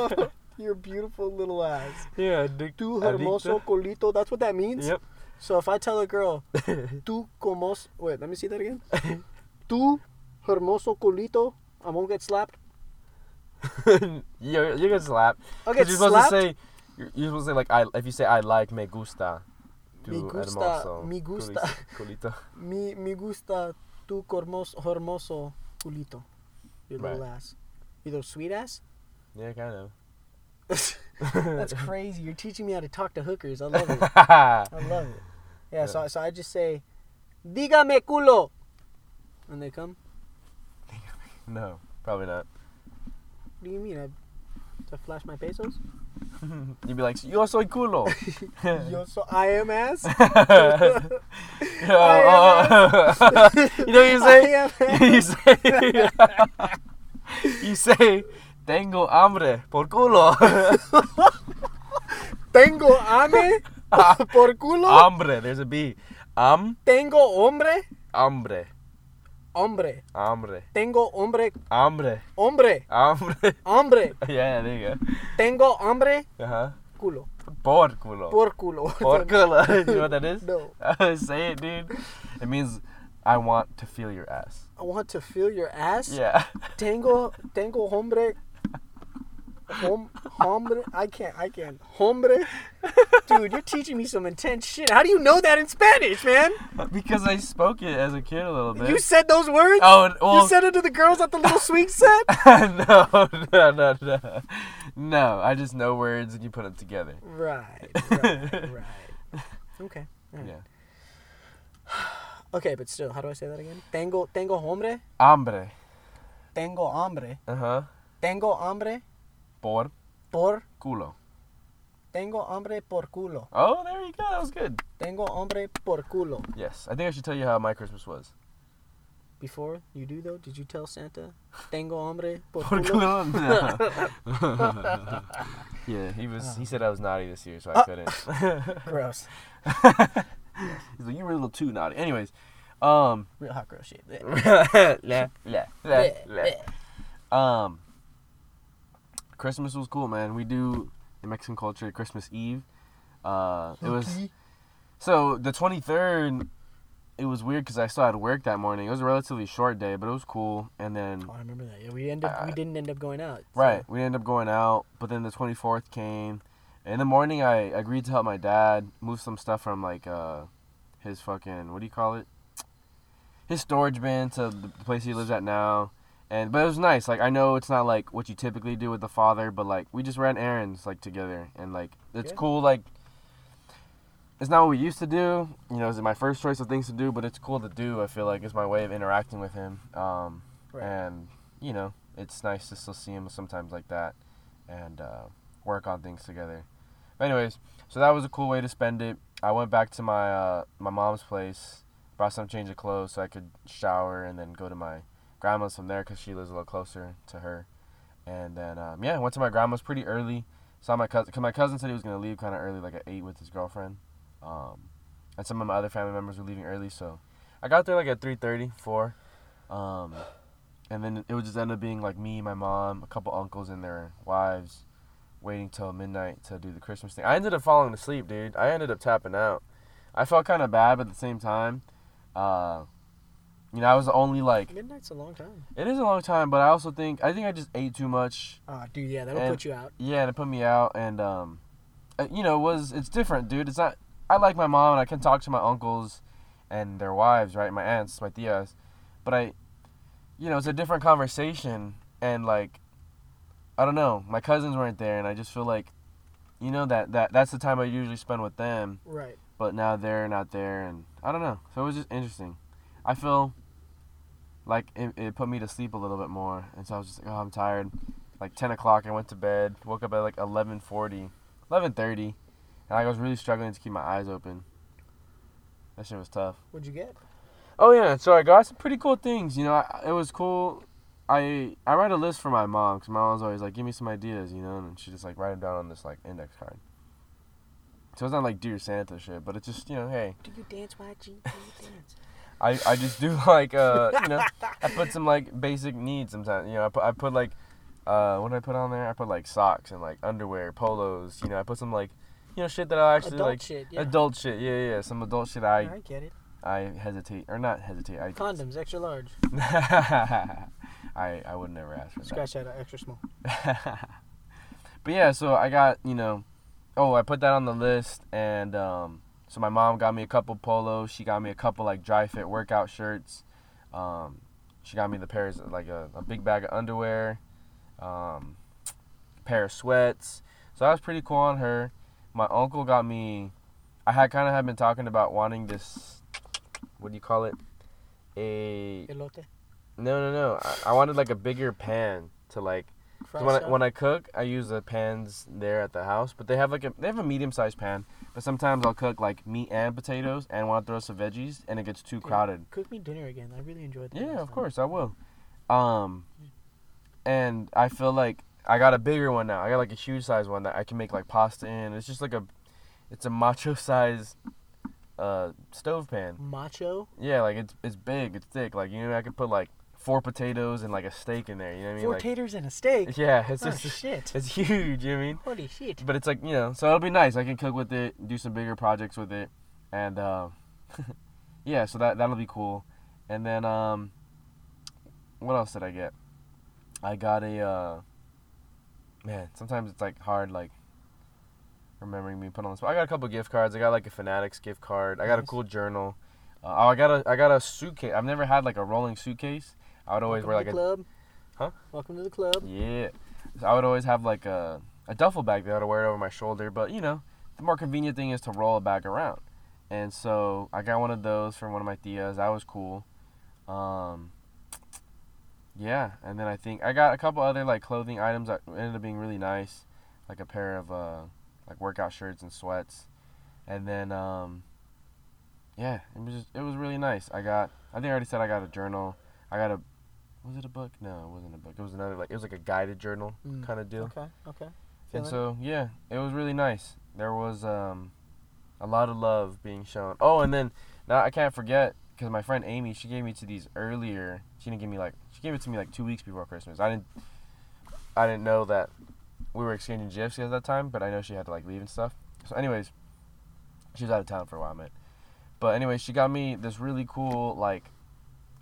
Speaker 2: [LAUGHS] your beautiful little ass.
Speaker 1: Yeah, addic-
Speaker 2: Tu hermoso
Speaker 1: addicto.
Speaker 2: colito. That's what that means?
Speaker 1: Yep. [LAUGHS]
Speaker 2: So if I tell a girl, tu como. Wait, let me see that [LAUGHS] again. tu hermoso colito. I won't get slapped.
Speaker 1: you're, you're gonna slap.
Speaker 2: I'll
Speaker 1: 'Cause
Speaker 2: get
Speaker 1: you're
Speaker 2: slapped.
Speaker 1: supposed to say you're, you're supposed to say like I if you say I like me gusta. tu
Speaker 2: Me gusta-
Speaker 1: hermoso
Speaker 2: me gusta.
Speaker 1: culis-
Speaker 2: [LAUGHS]
Speaker 1: culito.
Speaker 2: Mi, mi gusta tu cormos, hermoso culito. Your little ass. Your little sweet [LAUGHS] ass?
Speaker 1: Yeah, kind
Speaker 2: [LAUGHS]
Speaker 1: of.
Speaker 2: That's crazy. You're teaching me how to talk to hookers. I love it. I love it. Yeah, So, so I just say, Dígame culo. And they come,
Speaker 1: no, probably not. [LAUGHS]
Speaker 2: What do you mean? I, to flash my pesos?
Speaker 1: [LAUGHS] You'd be like yo soy
Speaker 2: [LAUGHS]
Speaker 1: culo. [LAUGHS]
Speaker 2: Yo, so I am ass?
Speaker 1: Yo,
Speaker 2: I
Speaker 1: oh, [LAUGHS] you know what you say?
Speaker 2: [LAUGHS] I am
Speaker 1: [LAUGHS] you say [LAUGHS] you say tengo hambre por culo. [LAUGHS]
Speaker 2: Tengo ame
Speaker 1: Ah.
Speaker 2: por culo.
Speaker 1: hambre, there's a B. Am
Speaker 2: Tengo hombre.
Speaker 1: hambre.
Speaker 2: Hombre.
Speaker 1: Hambre.
Speaker 2: Tengo hombre.
Speaker 1: Hambre.
Speaker 2: Hombre.
Speaker 1: Hambre. [LAUGHS]
Speaker 2: Hombre.
Speaker 1: Yeah, there you
Speaker 2: Tengo hambre.
Speaker 1: go. Uh-huh.
Speaker 2: Culo.
Speaker 1: Por culo.
Speaker 2: Por culo. [LAUGHS]
Speaker 1: Por culo. [LAUGHS] you know what that is?
Speaker 2: No.
Speaker 1: [LAUGHS] Say it, dude. It means I want to feel your ass.
Speaker 2: I want to feel your ass.
Speaker 1: Yeah. [LAUGHS]
Speaker 2: Tengo, tengo hombre. Hom, hombre. I can't, I can't. Hombre. Dude, you're teaching me some intense shit. How do you know that in Spanish, man?
Speaker 1: Because I spoke it as a kid a little bit.
Speaker 2: You said those words?
Speaker 1: oh, and- well,
Speaker 2: you said it to the girls at the little swing set?
Speaker 1: [LAUGHS] no, no, no, no. No, I just know words and you put them together.
Speaker 2: Right, right, right. Okay. all right.
Speaker 1: Yeah.
Speaker 2: Okay, but still, how do I say that again? Tengo, tengo hombre.
Speaker 1: Hambre.
Speaker 2: Tengo hambre.
Speaker 1: Uh huh.
Speaker 2: Tengo hambre
Speaker 1: Por
Speaker 2: por.
Speaker 1: culo.
Speaker 2: Tengo hambre por culo.
Speaker 1: Oh, there you go. That was good.
Speaker 2: Tengo hambre por culo.
Speaker 1: Yes. I think I should tell you how my Christmas was.
Speaker 2: Before you do though, did you tell Santa? Tengo hambre [LAUGHS] por
Speaker 1: Por
Speaker 2: culo.
Speaker 1: culo. No.
Speaker 2: [LAUGHS]
Speaker 1: [LAUGHS] yeah, he was. He said I was naughty this
Speaker 2: Uh,
Speaker 1: year, so I couldn't.
Speaker 2: Gross.
Speaker 1: He's like, you were a little too naughty. Anyways, Um,
Speaker 2: Real hot
Speaker 1: [LAUGHS]
Speaker 2: girl shit. Bleh.
Speaker 1: la, la, la,
Speaker 2: Bleh.
Speaker 1: la.
Speaker 2: Bleh.
Speaker 1: Um, Christmas was cool, man. We do in Mexican culture Christmas Eve. Uh, it was
Speaker 2: Okay.
Speaker 1: so the twenty third. It was weird because I still had work that morning. It was a relatively short day, but it was cool. And then
Speaker 2: Oh, I remember that. Yeah, we end up we
Speaker 1: Uh,
Speaker 2: didn't end up going out. so-
Speaker 1: Right. We ended up going out, but then the 24th came. In the morning, I agreed to help my dad move some stuff from like uh, his fucking what do you call it? His storage bin to the the place he lives at now. And but it was nice. Like I know it's not like what you typically do with the father, but like we just ran errands like together, and like it's
Speaker 2: Yeah.
Speaker 1: cool. Like it's not what we used to do. You know, it's my first choice of things to do, but it's cool to do. I feel like it's my way of interacting with him. Um,
Speaker 2: Right.
Speaker 1: and you know it's nice to still see him sometimes like that and uh, work on things together but anyways so that was a cool way to spend it i went back to my uh, my mom's place brought some change of clothes so i could shower and then go to my grandma's from there because she lives a little closer to her and then um, yeah went to my grandma's pretty early saw my cousin cause my cousin said he was going to leave kind of early like at 8 with his girlfriend um, and some of my other family members were leaving early so i got there like at 3.30 4 um, and then it would just end up being like me, my mom, a couple uncles and their wives, waiting till midnight to do the Christmas thing. I ended up falling asleep, dude. I ended up tapping out. I felt kind of bad, but at the same time, uh, you know, I was the only like.
Speaker 2: Midnight's a long time.
Speaker 1: It is a long time, but I also think I think I just ate too much.
Speaker 2: Ah, dude, yeah, that'll
Speaker 1: And-
Speaker 2: put you out.
Speaker 1: Yeah, and it put me out, and um, uh, you know, it was it's different, dude. It's not. I like my mom, and I can talk to my uncles, and their wives, right? My aunts, my tias, but I, you know, it's a different conversation, and like, I don't know, my cousins weren't there, and I just feel like, you know, that that that's the time I usually spend with them,
Speaker 2: Right.
Speaker 1: but now they're not there, and I don't know. So it was just interesting. I feel like it, it put me to sleep a little bit more, and so I was just like, oh, I'm tired. Like 10 o'clock, I went to bed. Woke up at like 11:40, 11:30, and I was really struggling to keep my eyes open. That shit was tough.
Speaker 2: What'd you get?
Speaker 1: Oh yeah, so I got some pretty cool things. You know, I, it was cool. I I write a list for my mom because my mom's always like, "Give me some ideas," you know, and she just like write them down on this like index card. So it's not like Dear Santa shit, but it's just you know, hey,
Speaker 2: Do you dance, YG? Do you [LAUGHS] dance?
Speaker 1: I, I just do [LAUGHS] like uh you
Speaker 2: [LAUGHS]
Speaker 1: know I put some like basic needs sometimes you know I put I put like uh what did I put on there I put like socks and like underwear polos you know I put some like you know shit that I actually
Speaker 2: Adult
Speaker 1: like
Speaker 2: shit. Yeah.
Speaker 1: adult shit yeah yeah some adult shit I
Speaker 2: I, get it.
Speaker 1: I hesitate or not hesitate I
Speaker 2: Condoms, extra large.
Speaker 1: [LAUGHS] I I would never ask for
Speaker 2: Scratch that, uh, extra small.
Speaker 1: that. but yeah, so I got you know, oh I put that on the list, and um, so my mom got me a couple polos. She got me a couple like dry fit workout shirts. Um, she got me the pairs of, like a, a big bag of underwear, um, pair of sweats. So that was pretty cool on her. My uncle got me. I had kind of had been talking about wanting this. What do you call it? A
Speaker 2: Elote.
Speaker 1: no, no, no. I, I wanted like a bigger pan to like. 'cause
Speaker 2: Fry
Speaker 1: When I,
Speaker 2: stuff.
Speaker 1: when I cook, I use the pans there at the house, but they have like a they have a medium sized pan. But sometimes I'll cook like meat and potatoes, and want to throw some veggies, and it gets too
Speaker 2: Yeah.
Speaker 1: crowded.
Speaker 2: uh, Cook me dinner again. I really enjoyed that.
Speaker 1: Yeah,
Speaker 2: last
Speaker 1: of
Speaker 2: time.
Speaker 1: course I will. Um, and I feel like I got a bigger one now. I got like a huge size one that I can make like pasta in. It's just like a, it's a macho [LAUGHS] size, uh, stove pan.
Speaker 2: Macho.
Speaker 1: Yeah, like it's it's big, it's thick. Like you know, I could put like four potatoes and like a steak in there. You know what I mean?
Speaker 2: Four
Speaker 1: Like-
Speaker 2: taters and a
Speaker 1: [LAUGHS]
Speaker 2: steak.
Speaker 1: yeah, it's
Speaker 2: Oh,
Speaker 1: just
Speaker 2: shit.
Speaker 1: [LAUGHS] it's huge. You know what I mean?
Speaker 2: Holy shit.
Speaker 1: But it's like you know, so it'll be nice. I can cook with it, do some bigger projects with it, and uh, [LAUGHS] yeah, so that that'll be cool. And then um, what else did I get? I got a uh, man. Sometimes it's like hard, like remembering me put on the spot. I got a couple gift cards. I got like a Fanatics gift card. I got a
Speaker 2: Nice.
Speaker 1: cool journal. Uh, oh, I got a I got a suitcase. I've never had like a rolling suitcase. I would always wear
Speaker 2: Welcome to
Speaker 1: like
Speaker 2: the
Speaker 1: a
Speaker 2: club.
Speaker 1: Huh?
Speaker 2: Welcome to the club.
Speaker 1: yeah. So I would always have like a, a duffel bag that I'd wear over my shoulder, but you know, the more convenient thing is to roll it back around. And so I got one of those from one of my tias. That was cool. Um, yeah, and then I think I got a couple other like clothing items that ended up being really nice, like a pair of uh, like workout shirts and sweats, and then um, yeah, it was just, it was really nice. I got I think I already said I got a journal. I got a was it a book? No, it wasn't a book. It was another like it was like a guided journal
Speaker 2: Mm.
Speaker 1: kind of deal.
Speaker 2: Okay. Okay.
Speaker 1: And
Speaker 2: Feeling
Speaker 1: so yeah, it was really nice. There was um, a lot of love being shown. Oh, and then now I can't forget because my friend Amy, she gave me to these earlier. She didn't give me like she gave it to me like two weeks before Christmas. I didn't I didn't know that we were exchanging gifts at that time, but I know she had to like leave and stuff. So, anyways, she was out of town for a while, man. But anyway, she got me this really cool like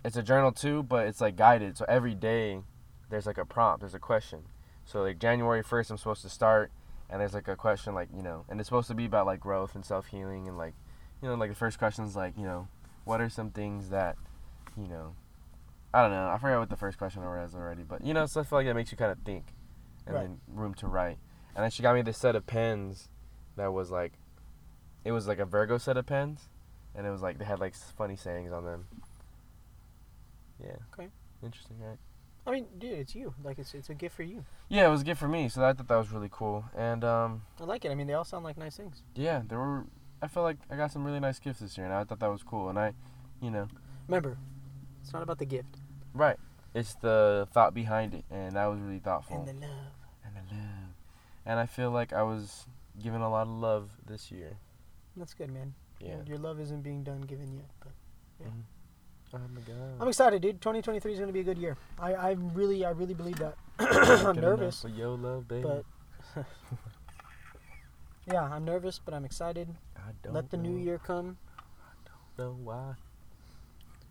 Speaker 1: it's a journal too, but it's like guided. So every day there's like a prompt, there's a question. So like January first, I'm supposed to start, and there's like a question like you know, and it's supposed to be about like growth and self healing and like you know like the first question's like you know what are some things that you know I don't know I forgot what the first question was already, but you know stuff like that makes you kind of think, and
Speaker 2: Right.
Speaker 1: then room to write. And then she got me this set of pens that was like it was like a Virgo set of pens, and it was like they had like s- funny sayings on them. Yeah.
Speaker 2: Okay.
Speaker 1: Interesting, right?
Speaker 2: I mean, dude, it's you. Like it's it's a gift for you.
Speaker 1: Yeah, it was a gift for me, so I thought that was really cool. And um,
Speaker 2: I like it. I mean, they all sound like nice things.
Speaker 1: yeah, there were. I felt like I got some really nice gifts this year, and I thought that was cool. And I, you know,
Speaker 2: Remember, it's not about the gift
Speaker 1: right? It's the thought behind it, and that was really thoughtful.
Speaker 2: and the love.
Speaker 1: And the love. And I feel like I was given a lot of love this year.
Speaker 2: That's good, man.
Speaker 1: Yeah.
Speaker 2: Your love isn't being done given yet, but
Speaker 1: Oh my god.
Speaker 2: I'm excited, dude. 2023 is gonna be a good year. I I really I really believe
Speaker 1: [COUGHS]
Speaker 2: that. [LAUGHS] I'm
Speaker 1: Good enough
Speaker 2: nervous,
Speaker 1: for your love, baby.
Speaker 2: but
Speaker 1: [LAUGHS]
Speaker 2: yeah, I'm nervous, but I'm excited.
Speaker 1: I don't
Speaker 2: Let the
Speaker 1: know,
Speaker 2: new year come.
Speaker 1: Know why?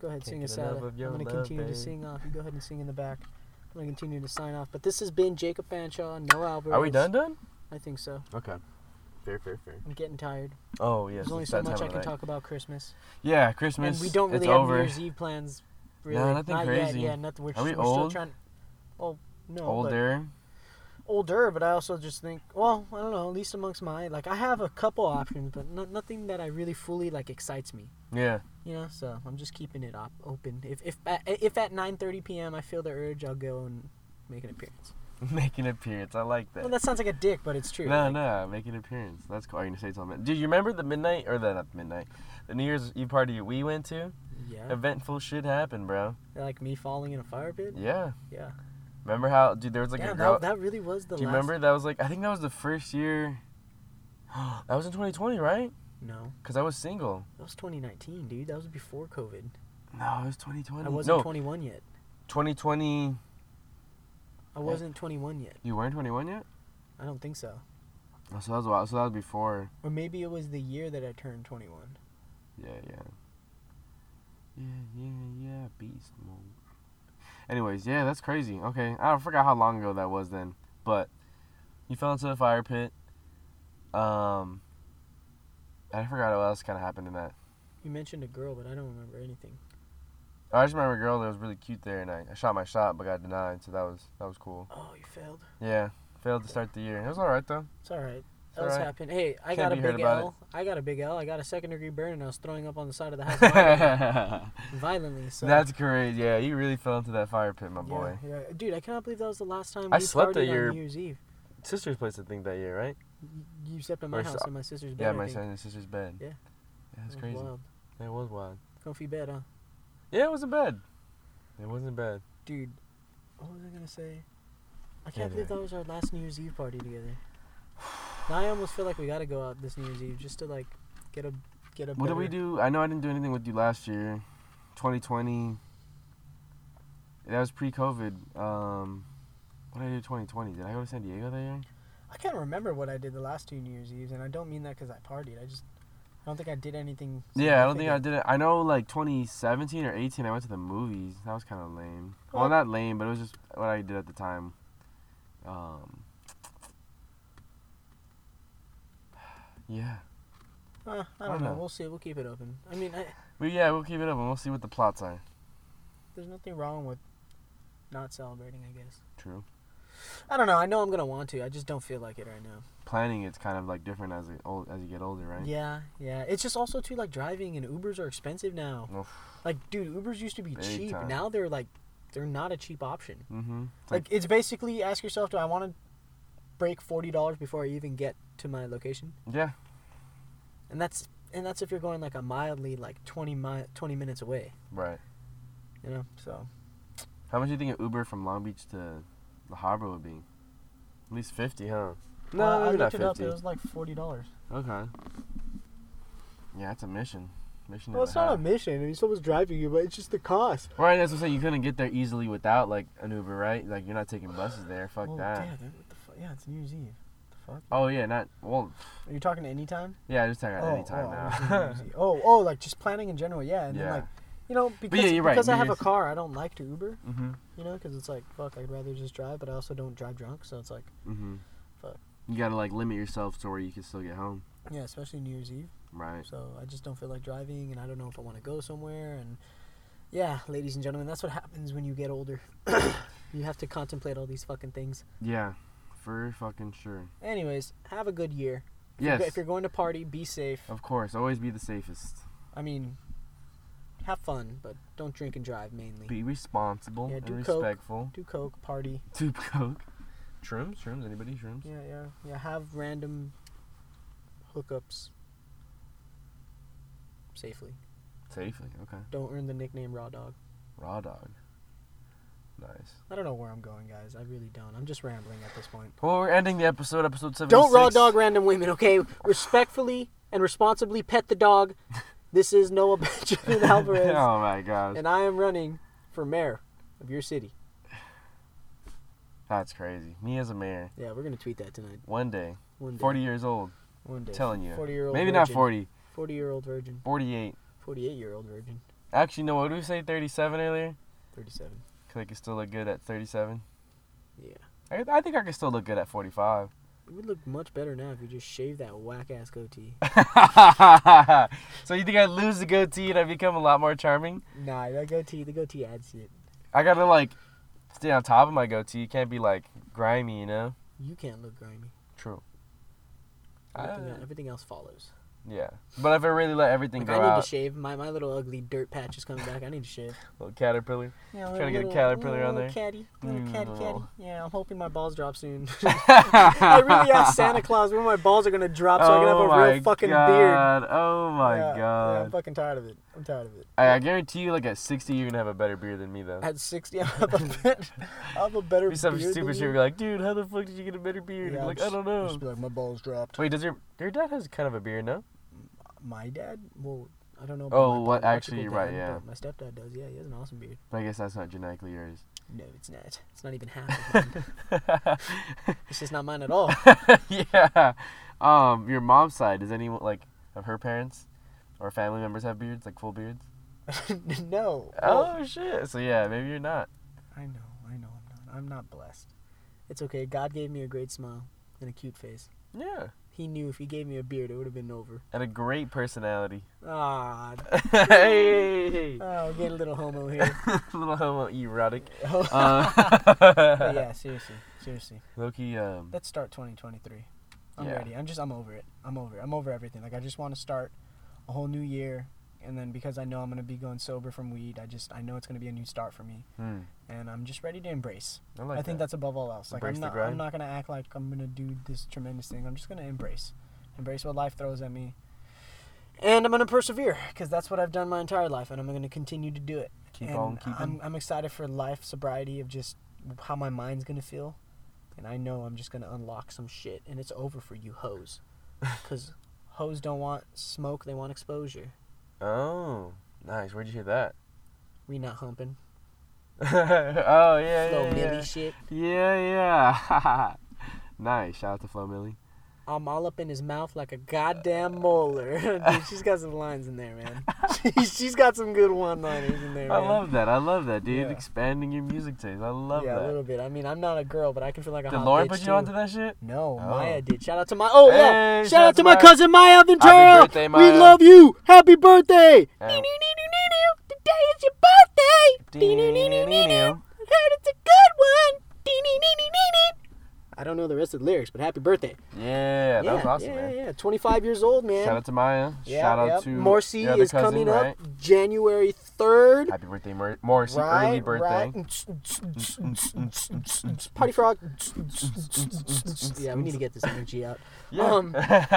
Speaker 2: Go ahead,
Speaker 1: Can't
Speaker 2: sing
Speaker 1: get
Speaker 2: us
Speaker 1: enough
Speaker 2: out.
Speaker 1: of
Speaker 2: I'm
Speaker 1: your
Speaker 2: gonna
Speaker 1: love,
Speaker 2: continue
Speaker 1: babe.
Speaker 2: to sing off. You go ahead and sing in the back. I'm gonna continue to sign off. But this has been Jacob Fanshaw, no Albert.
Speaker 1: Are we done? Done?
Speaker 2: I think so.
Speaker 1: Okay. Fair, fair, fair.
Speaker 2: I'm getting tired.
Speaker 1: Oh yes.
Speaker 2: There's only
Speaker 1: it's
Speaker 2: so
Speaker 1: that
Speaker 2: much
Speaker 1: time
Speaker 2: I
Speaker 1: of
Speaker 2: can
Speaker 1: night.
Speaker 2: talk about Christmas.
Speaker 1: Yeah, Christmas.
Speaker 2: and we don't really
Speaker 1: it's
Speaker 2: have
Speaker 1: over.
Speaker 2: New Year's Eve plans. Really,
Speaker 1: nothing
Speaker 2: Not
Speaker 1: crazy.
Speaker 2: Yet. Yeah, nothing. We're,
Speaker 1: Are we
Speaker 2: we're
Speaker 1: old?
Speaker 2: still trying. Oh no, older.
Speaker 1: Older.
Speaker 2: But older, but I also just think, well, I don't know. At least amongst my like, I have a couple options, but no, nothing that I really fully like excites me.
Speaker 1: Yeah.
Speaker 2: You know, so I'm just keeping it op- open. If if at, if at 9:30 p.m. I feel the urge, I'll go and make an appearance.
Speaker 1: [LAUGHS] Make an appearance. I like that.
Speaker 2: Well, that sounds like a dick, but it's true.
Speaker 1: no,
Speaker 2: Like,
Speaker 1: no, make an appearance. That's cool. Are you gonna say something? Do you remember the midnight or the not the midnight, the New Year's Eve party we went to?
Speaker 2: Yeah.
Speaker 1: Eventful shit happened, bro.
Speaker 2: Like me falling in a fire pit.
Speaker 1: Yeah.
Speaker 2: Yeah.
Speaker 1: Remember how, dude? There was like a
Speaker 2: Damn,
Speaker 1: girl.
Speaker 2: that, that really was the
Speaker 1: do you
Speaker 2: last.
Speaker 1: remember that was like? I think that was the first year. [GASPS] that was in 2020, right?
Speaker 2: No,
Speaker 1: Cause I was single.
Speaker 2: that was 2019, dude. That was before COVID.
Speaker 1: No, it was 2020.
Speaker 2: I wasn't
Speaker 1: no,
Speaker 2: 21 yet.
Speaker 1: 2020.
Speaker 2: I wasn't 21 yet.
Speaker 1: You weren't 21 yet.
Speaker 2: I don't think so.
Speaker 1: Oh, so that was a while. So that was before.
Speaker 2: Or maybe it was the year that I turned 21.
Speaker 1: Yeah, yeah. Yeah, yeah, yeah, beast mode. Anyways, yeah, that's crazy. Okay, I forgot how long ago that was then, but you fell into the fire pit. Um, I forgot what else kind of happened in that.
Speaker 2: You mentioned a girl, but I don't remember anything.
Speaker 1: I just remember a girl that was really cute there, and I, I shot my shot but got denied, so that was that was cool.
Speaker 2: Oh, you failed.
Speaker 1: Yeah, failed to start the year. It was all right [LAUGHS] though.
Speaker 2: It's all right.
Speaker 1: It's
Speaker 2: That
Speaker 1: all
Speaker 2: was
Speaker 1: right.
Speaker 2: happened. Hey, I
Speaker 1: Can't
Speaker 2: got a
Speaker 1: be hurt
Speaker 2: big
Speaker 1: about
Speaker 2: L. I got a big L. I got a second degree burn, and I was throwing up on the side of the house
Speaker 1: [LAUGHS]
Speaker 2: violently-
Speaker 1: that's
Speaker 2: violently. So
Speaker 1: crazy. Yeah, you really fell into that fire pit, my
Speaker 2: Yeah,
Speaker 1: boy.
Speaker 2: Yeah, dude, I cannot believe that was the last time
Speaker 1: I
Speaker 2: we
Speaker 1: slept
Speaker 2: partied
Speaker 1: at your-
Speaker 2: on New Year's Eve.
Speaker 1: Sister's place, I think, that year, right?
Speaker 2: You- You slept at my
Speaker 1: Or
Speaker 2: house
Speaker 1: so-
Speaker 2: in my sister's bed.
Speaker 1: Yeah,
Speaker 2: I
Speaker 1: my
Speaker 2: think.
Speaker 1: son and sister's bed.
Speaker 2: Yeah.
Speaker 1: Yeah, that's
Speaker 2: It was
Speaker 1: crazy.
Speaker 2: wild.
Speaker 1: It was wild.
Speaker 2: Comfy bed, huh?
Speaker 1: Yeah, it wasn't bad. It wasn't bad.
Speaker 2: Dude, what was I gonna say? I
Speaker 1: Yeah,
Speaker 2: can't believe
Speaker 1: dude.
Speaker 2: that was our last New Year's Eve party together. Now I almost feel like we gotta go out this New Year's Eve just to like get a get a.
Speaker 1: What did we
Speaker 2: better-
Speaker 1: do? I know I didn't do anything with you last year, 2020. That was pre-COVID. Um, what did I do 2020? Did I go to San Diego that year?
Speaker 2: I can't remember what I did the last two New Year's Eves, and I don't mean that because I partied. I just I don't think I did anything.
Speaker 1: Yeah, I don't think I did it. I know like 2017 or 18, I went to the movies. That was kind of lame. Well,
Speaker 2: Well-
Speaker 1: not lame, but it was just what I did at the time. Um, [SIGHS] yeah.
Speaker 2: significant. Uh, I don't know. We'll see. We'll keep it open. I mean, I,
Speaker 1: But yeah, we'll keep it up and we'll see what the plots are.
Speaker 2: there's nothing wrong with not celebrating. I guess.
Speaker 1: True.
Speaker 2: I don't know. I know I'm gonna want to. I just don't feel like it right now.
Speaker 1: Planning it's kind of like different as it old as you get older, right?
Speaker 2: Yeah, yeah. It's just also too like driving and Ubers are expensive now.
Speaker 1: Oof.
Speaker 2: Like, dude, Ubers used to be
Speaker 1: Big
Speaker 2: cheap.
Speaker 1: time.
Speaker 2: Now they're like, they're not a cheap option.
Speaker 1: Mm-hmm. It's
Speaker 2: Like,
Speaker 1: like,
Speaker 2: it's basically ask yourself, do I want to break forty dollars before I even get to my location?
Speaker 1: yeah,
Speaker 2: And that's and that's if you're going like a mildly like twenty mi- twenty minutes away.
Speaker 1: right.
Speaker 2: You know, so
Speaker 1: How much do you think an Uber from Long Beach to the harbor would be? At least fifty, huh? No,
Speaker 2: Uh, I
Speaker 1: maybe
Speaker 2: looked
Speaker 1: not
Speaker 2: it up.
Speaker 1: fifty.
Speaker 2: It was like forty dollars.
Speaker 1: Okay. Yeah, that's a mission. Mission
Speaker 2: Well,
Speaker 1: and
Speaker 2: it's
Speaker 1: a
Speaker 2: not a
Speaker 1: half.
Speaker 2: mission. I mean, someone's driving you, but it's just the cost.
Speaker 1: Right, that's what I'm saying. You couldn't get there easily without like an Uber, right? Like you're not taking buses there. Fuck
Speaker 2: Well,
Speaker 1: that.
Speaker 2: Oh, damn, dude, what the fuck? Yeah, it's New Year's Eve. What the
Speaker 1: Oh yeah, not well.
Speaker 2: fuck? Are you talking to any time?
Speaker 1: Yeah, I just talking about
Speaker 2: oh,
Speaker 1: any time
Speaker 2: oh, I
Speaker 1: now. [LAUGHS]
Speaker 2: was thinking New Year's Eve. oh, oh, like just planning in general, yeah. [LAUGHS] And then
Speaker 1: Yeah.
Speaker 2: like, you know, because
Speaker 1: you're right,
Speaker 2: because I
Speaker 1: New
Speaker 2: have a
Speaker 1: Year's-
Speaker 2: car, I don't like to Uber,
Speaker 1: mhm.
Speaker 2: you know, because it's like fuck, I'd rather just drive, but I also don't drive drunk, so it's like
Speaker 1: Mhm.
Speaker 2: Fuck.
Speaker 1: You gotta like limit yourself to where you can still get home.
Speaker 2: yeah, especially New Year's Eve.
Speaker 1: Right.
Speaker 2: So I just don't feel like driving, and I don't know if I want to go somewhere, and yeah, ladies and gentlemen, that's what happens when you get older. [COUGHS] you have to contemplate all these fucking things.
Speaker 1: Yeah. For fucking sure.
Speaker 2: Anyways, have a good year. If you're go-
Speaker 1: Yes. Oh.
Speaker 2: If you're going to party, be safe.
Speaker 1: Of course. Always be the safest.
Speaker 2: I mean, have fun, but don't drink and drive mainly.
Speaker 1: Be responsible
Speaker 2: Yeah, do
Speaker 1: and
Speaker 2: coke.
Speaker 1: respectful. [LAUGHS]
Speaker 2: Do coke, party.
Speaker 1: Tube coke. Shrooms? Shrooms? Anybody? Shrooms?
Speaker 2: Yeah, yeah, yeah. Have random hookups safely.
Speaker 1: Safely. Okay.
Speaker 2: Don't earn the nickname Raw Dog.
Speaker 1: Raw dog. Nice.
Speaker 2: I don't know where I'm going, guys. I really don't. I'm just rambling at this point.
Speaker 1: Well, we're ending the episode. Episode 76.
Speaker 2: Don't
Speaker 1: [LAUGHS]
Speaker 2: raw dog random women, okay? Respectfully and responsibly pet the dog. This is Noah [LAUGHS]
Speaker 1: [LAUGHS]
Speaker 2: Benjamin Alvarez,
Speaker 1: oh my gosh.
Speaker 2: and I am running for mayor of your city.
Speaker 1: That's crazy. Me as a mayor.
Speaker 2: Yeah, we're gonna tweet that tonight.
Speaker 1: One day.
Speaker 2: One day.
Speaker 1: 40 years old.
Speaker 2: One day.
Speaker 1: telling you.
Speaker 2: Forty-year-old.
Speaker 1: Maybe not
Speaker 2: virgin.
Speaker 1: 40.
Speaker 2: Forty-year-old virgin.
Speaker 1: 48.
Speaker 2: Forty-eight-year-old virgin.
Speaker 1: Actually, no, what did we say? 37 earlier?
Speaker 2: Thirty-seven.
Speaker 1: Click is still look good at 37.
Speaker 2: Yeah.
Speaker 1: I, I think I could still look good at 45.
Speaker 2: You would look much better now if you just shaved that whack ass goatee.
Speaker 1: [LAUGHS] so you think I lose the goatee and I become a lot more charming?
Speaker 2: [LAUGHS] nah, that goatee, the goatee adds to it.
Speaker 1: I gotta like stay on top of my goatee. You can't be like grimy, you know?
Speaker 2: You can't look grimy.
Speaker 1: True.
Speaker 2: Everything,
Speaker 1: I-
Speaker 2: everything else follows.
Speaker 1: Uh, yeah. But if I really let everything
Speaker 2: Like,
Speaker 1: go
Speaker 2: I need
Speaker 1: out,
Speaker 2: to shave. My my little ugly dirt patch is coming back. I need
Speaker 1: [LAUGHS]
Speaker 2: to shave.
Speaker 1: little caterpillar.
Speaker 2: Yeah,
Speaker 1: Try to get a caterpillar on there. Mm,
Speaker 2: Caddy, little caddy, caddy.
Speaker 1: No.
Speaker 2: Yeah, I'm hoping my balls
Speaker 1: [LAUGHS]
Speaker 2: drop soon. [LAUGHS] I really asked Santa Claus when my balls are gonna drop so I can have a real fucking beard.
Speaker 1: Oh god. Oh my
Speaker 2: Yeah, yeah, I'm
Speaker 1: god.
Speaker 2: fucking tired of it. I'm tired of it.
Speaker 1: I, I guarantee you, like at 60, you're gonna have a better beard than me, though.
Speaker 2: [LAUGHS] At 60, I'm a bit, I'm a better
Speaker 1: Be some
Speaker 2: beard
Speaker 1: stupid
Speaker 2: than
Speaker 1: shit.
Speaker 2: you.
Speaker 1: You're like, dude, how the fuck did you get a better beard?
Speaker 2: Yeah,
Speaker 1: I'm
Speaker 2: I'm
Speaker 1: like, I
Speaker 2: just-
Speaker 1: don't
Speaker 2: I'll
Speaker 1: know.
Speaker 2: Just be like, my balls dropped.
Speaker 1: Wait, does your your dad has kind of a beard,
Speaker 2: [LAUGHS]
Speaker 1: no?
Speaker 2: My dad, well, I don't know.
Speaker 1: Oh,
Speaker 2: my
Speaker 1: what-
Speaker 2: biological
Speaker 1: actually, you're right,
Speaker 2: dad,
Speaker 1: yeah.
Speaker 2: but My stepdad does. Yeah, he has an awesome beard.
Speaker 1: But I guess that's not genetically yours.
Speaker 2: [LAUGHS]
Speaker 1: [LAUGHS]
Speaker 2: No, it's not. It's not even half. Of mine. it's just not mine
Speaker 1: [LAUGHS]
Speaker 2: at all. [LAUGHS]
Speaker 1: yeah. Um, your mom's side, does anyone like of her parents or family members have beards, like full beards?
Speaker 2: no.
Speaker 1: Oh shit. So yeah, maybe you're not.
Speaker 2: I know. I know. I'm not. I'm not blessed. It's okay. God gave me a great smile and a cute face.
Speaker 1: Yeah.
Speaker 2: He knew if he gave me a beard, it would have been over.
Speaker 1: And a great personality.
Speaker 2: Ah,
Speaker 1: [LAUGHS] hey.
Speaker 2: oh, get a little homo here. [LAUGHS]
Speaker 1: little homoerotic.
Speaker 2: Oh, but
Speaker 1: Uh,
Speaker 2: yeah, seriously, seriously.
Speaker 1: Loki, um,
Speaker 2: Let's start 2023. I'm
Speaker 1: Yeah.
Speaker 2: ready. I'm just I'm over it. I'm over. It. I'm over everything. Like I just want to start a whole new year, and then because I know I'm gonna be going sober from weed, I just I know it's gonna be a new start for me,
Speaker 1: hmm,
Speaker 2: and I'm just ready to embrace.
Speaker 1: I like
Speaker 2: I think
Speaker 1: that.
Speaker 2: that's above all else. Like
Speaker 1: Embrace
Speaker 2: I'm
Speaker 1: the
Speaker 2: not I'm
Speaker 1: grind.
Speaker 2: not gonna act like I'm gonna do this tremendous thing. I'm just gonna embrace, embrace what life throws at me, and I'm gonna persevere because that's what I've done my entire life, and I'm gonna continue to do it.
Speaker 1: Keep
Speaker 2: And
Speaker 1: on keeping.
Speaker 2: I'm, I'm excited for life sobriety of just how my mind's gonna feel, and I know I'm just gonna unlock some shit, and it's over for
Speaker 1: [LAUGHS]
Speaker 2: you hoes, because hoes don't want smoke, they want exposure.
Speaker 1: Oh, nice. Where'd you hear that?
Speaker 2: We not humping,
Speaker 1: [LAUGHS] oh yeah,
Speaker 2: Little
Speaker 1: yeah,
Speaker 2: Millie
Speaker 1: yeah.
Speaker 2: shit.
Speaker 1: Yeah, yeah. [LAUGHS] nice. Shout out to Flo Millie.
Speaker 2: I'm all up in his mouth like a goddamn molar. [LAUGHS] Dude, she's got some lines in
Speaker 1: [LAUGHS]
Speaker 2: there, man. [LAUGHS] She's, she's got some good one-liners in there,
Speaker 1: I
Speaker 2: man.
Speaker 1: love that. I love that, dude.
Speaker 2: Yeah.
Speaker 1: Expanding your music taste. I love
Speaker 2: yeah, a
Speaker 1: that.
Speaker 2: little bit. I mean, I'm not a girl, but I can feel like a
Speaker 1: Did
Speaker 2: hot
Speaker 1: Lauren
Speaker 2: bitch,
Speaker 1: put you
Speaker 2: too.
Speaker 1: onto that shit?
Speaker 2: No,
Speaker 1: Oh.
Speaker 2: Maya did. Shout out to my oh yeah,
Speaker 1: Hey,
Speaker 2: shout, out to my
Speaker 1: Maya.
Speaker 2: cousin Maya Ventura.
Speaker 1: birthday, Maya.
Speaker 2: We love you. Happy birthday.
Speaker 1: Yeah.
Speaker 2: Dee-doo-doo-doo-doo-doo. Today is your birthday. Dee-doo-doo-doo-doo-doo. Heard it's a good one. Dee-doo-doo-doo-doo-doo. I don't know the rest of the lyrics, but happy birthday.
Speaker 1: Yeah, that was awesome,
Speaker 2: yeah,
Speaker 1: man.
Speaker 2: Yeah, 25 years old, man.
Speaker 1: Shout out to Maya.
Speaker 2: Yeah,
Speaker 1: Shout out
Speaker 2: yep.
Speaker 1: to
Speaker 2: Morsi
Speaker 1: your other
Speaker 2: is
Speaker 1: cousin,
Speaker 2: coming
Speaker 1: right?
Speaker 2: up January 3rd.
Speaker 1: Happy birthday, Mor- Morrissey. Early birthday.
Speaker 2: Mm, right. mm, Party frog. mm, yeah, we need to get this energy out.
Speaker 1: Yeah. [LAUGHS]
Speaker 2: Um,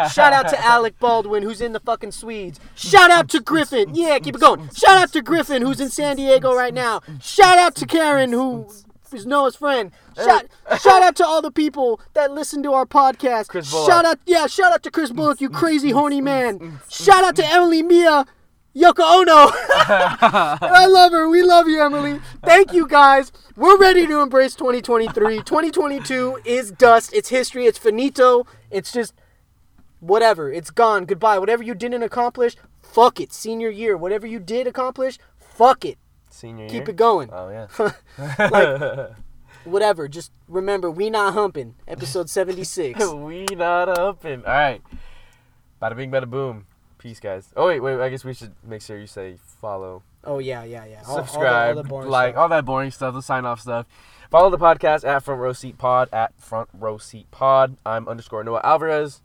Speaker 2: shout out to Alec Baldwin, who's in the fucking Swedes. Shout out to Griffin. Yeah, keep it going. Shout out to Griffin, who's in San Diego right now. Shout out to Karen, who is Noah's friend. Shout, shout out to all the people that listen to our podcast.
Speaker 1: Chris Bullock. [LAUGHS]
Speaker 2: shout out, yeah, shout out to Chris Bullock, you crazy horny man. Shout out to Emily Mia. Yoko Ono. [LAUGHS] And I love her. We love you, Emily. Thank you guys. We're ready to embrace 2023. 2022 is dust. It's history. It's finito. It's just whatever. It's gone. Goodbye. Whatever you didn't accomplish, fuck it. Senior year. Whatever you did accomplish, fuck it.
Speaker 1: Senior year.
Speaker 2: Keep it going. [LAUGHS]
Speaker 1: Oh yeah.
Speaker 2: Like- Whatever. Just remember, we not humping.
Speaker 1: [LAUGHS]
Speaker 2: Episode 76.
Speaker 1: [LAUGHS] we not open. All right. Bada bing, bada boom. Peace, guys. Oh wait, wait. I guess we should make sure you say follow,
Speaker 2: Oh yeah, yeah, yeah. All- all the- all the
Speaker 1: subscribe,
Speaker 2: boring
Speaker 1: like
Speaker 2: stuff.
Speaker 1: all that boring stuff, the sign off stuff. Follow the podcast at front row seat pod at front row seat pod. I'm underscore Noah Alvarez.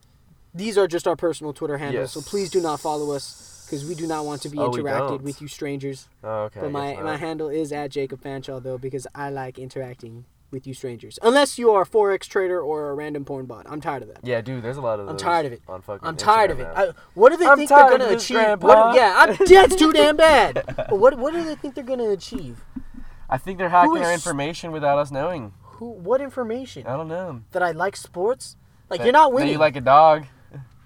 Speaker 2: These are just our personal Twitter handles,
Speaker 1: Yes.
Speaker 2: so please do not follow us because we do not want to be
Speaker 1: Oh, we
Speaker 2: interacted
Speaker 1: don't.
Speaker 2: with you strangers.
Speaker 1: Oh, okay. I
Speaker 2: but my,
Speaker 1: guess not.
Speaker 2: my handle is at Jacob Fanshaw though because I like interacting with you strangers. Unless you are a forex trader or a random porn bot, I'm tired of that.
Speaker 1: yeah, dude. There's a lot of.
Speaker 2: I'm
Speaker 1: those
Speaker 2: tired of it.
Speaker 1: On fucking
Speaker 2: I'm tired
Speaker 1: Instagram
Speaker 2: of it.
Speaker 1: now.
Speaker 2: I, what do they
Speaker 1: I'm
Speaker 2: think
Speaker 1: tired
Speaker 2: they're
Speaker 1: of
Speaker 2: gonna
Speaker 1: this,
Speaker 2: achieve?
Speaker 1: Grandpa.
Speaker 2: What, yeah,
Speaker 1: [LAUGHS]
Speaker 2: I'm, that's too damn bad. What what do they think they're gonna achieve?
Speaker 1: I think they're hacking our
Speaker 2: is-
Speaker 1: information without us knowing.
Speaker 2: Who? What information?
Speaker 1: I don't know.
Speaker 2: That I like sports? Like
Speaker 1: That-
Speaker 2: you're not
Speaker 1: that
Speaker 2: winning.
Speaker 1: you like a dog.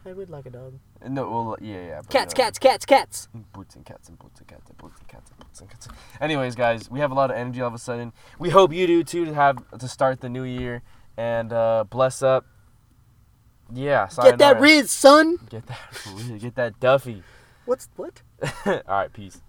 Speaker 2: I would like a dog.
Speaker 1: No, well, yeah, yeah. but
Speaker 2: Cats,
Speaker 1: no.
Speaker 2: cats, cats, cats.
Speaker 1: Boots and cats and boots and cats and boots and cats and boots and cats. Anyways, guys, we have a lot of energy all of a sudden. We hope you do too to have to start the new year and uh, bless up. Yeah,
Speaker 2: Get that
Speaker 1: sayonara.
Speaker 2: Riz, son.
Speaker 1: [LAUGHS] Get that, Riz, get that Duffy.
Speaker 2: What's what?
Speaker 1: all right, peace.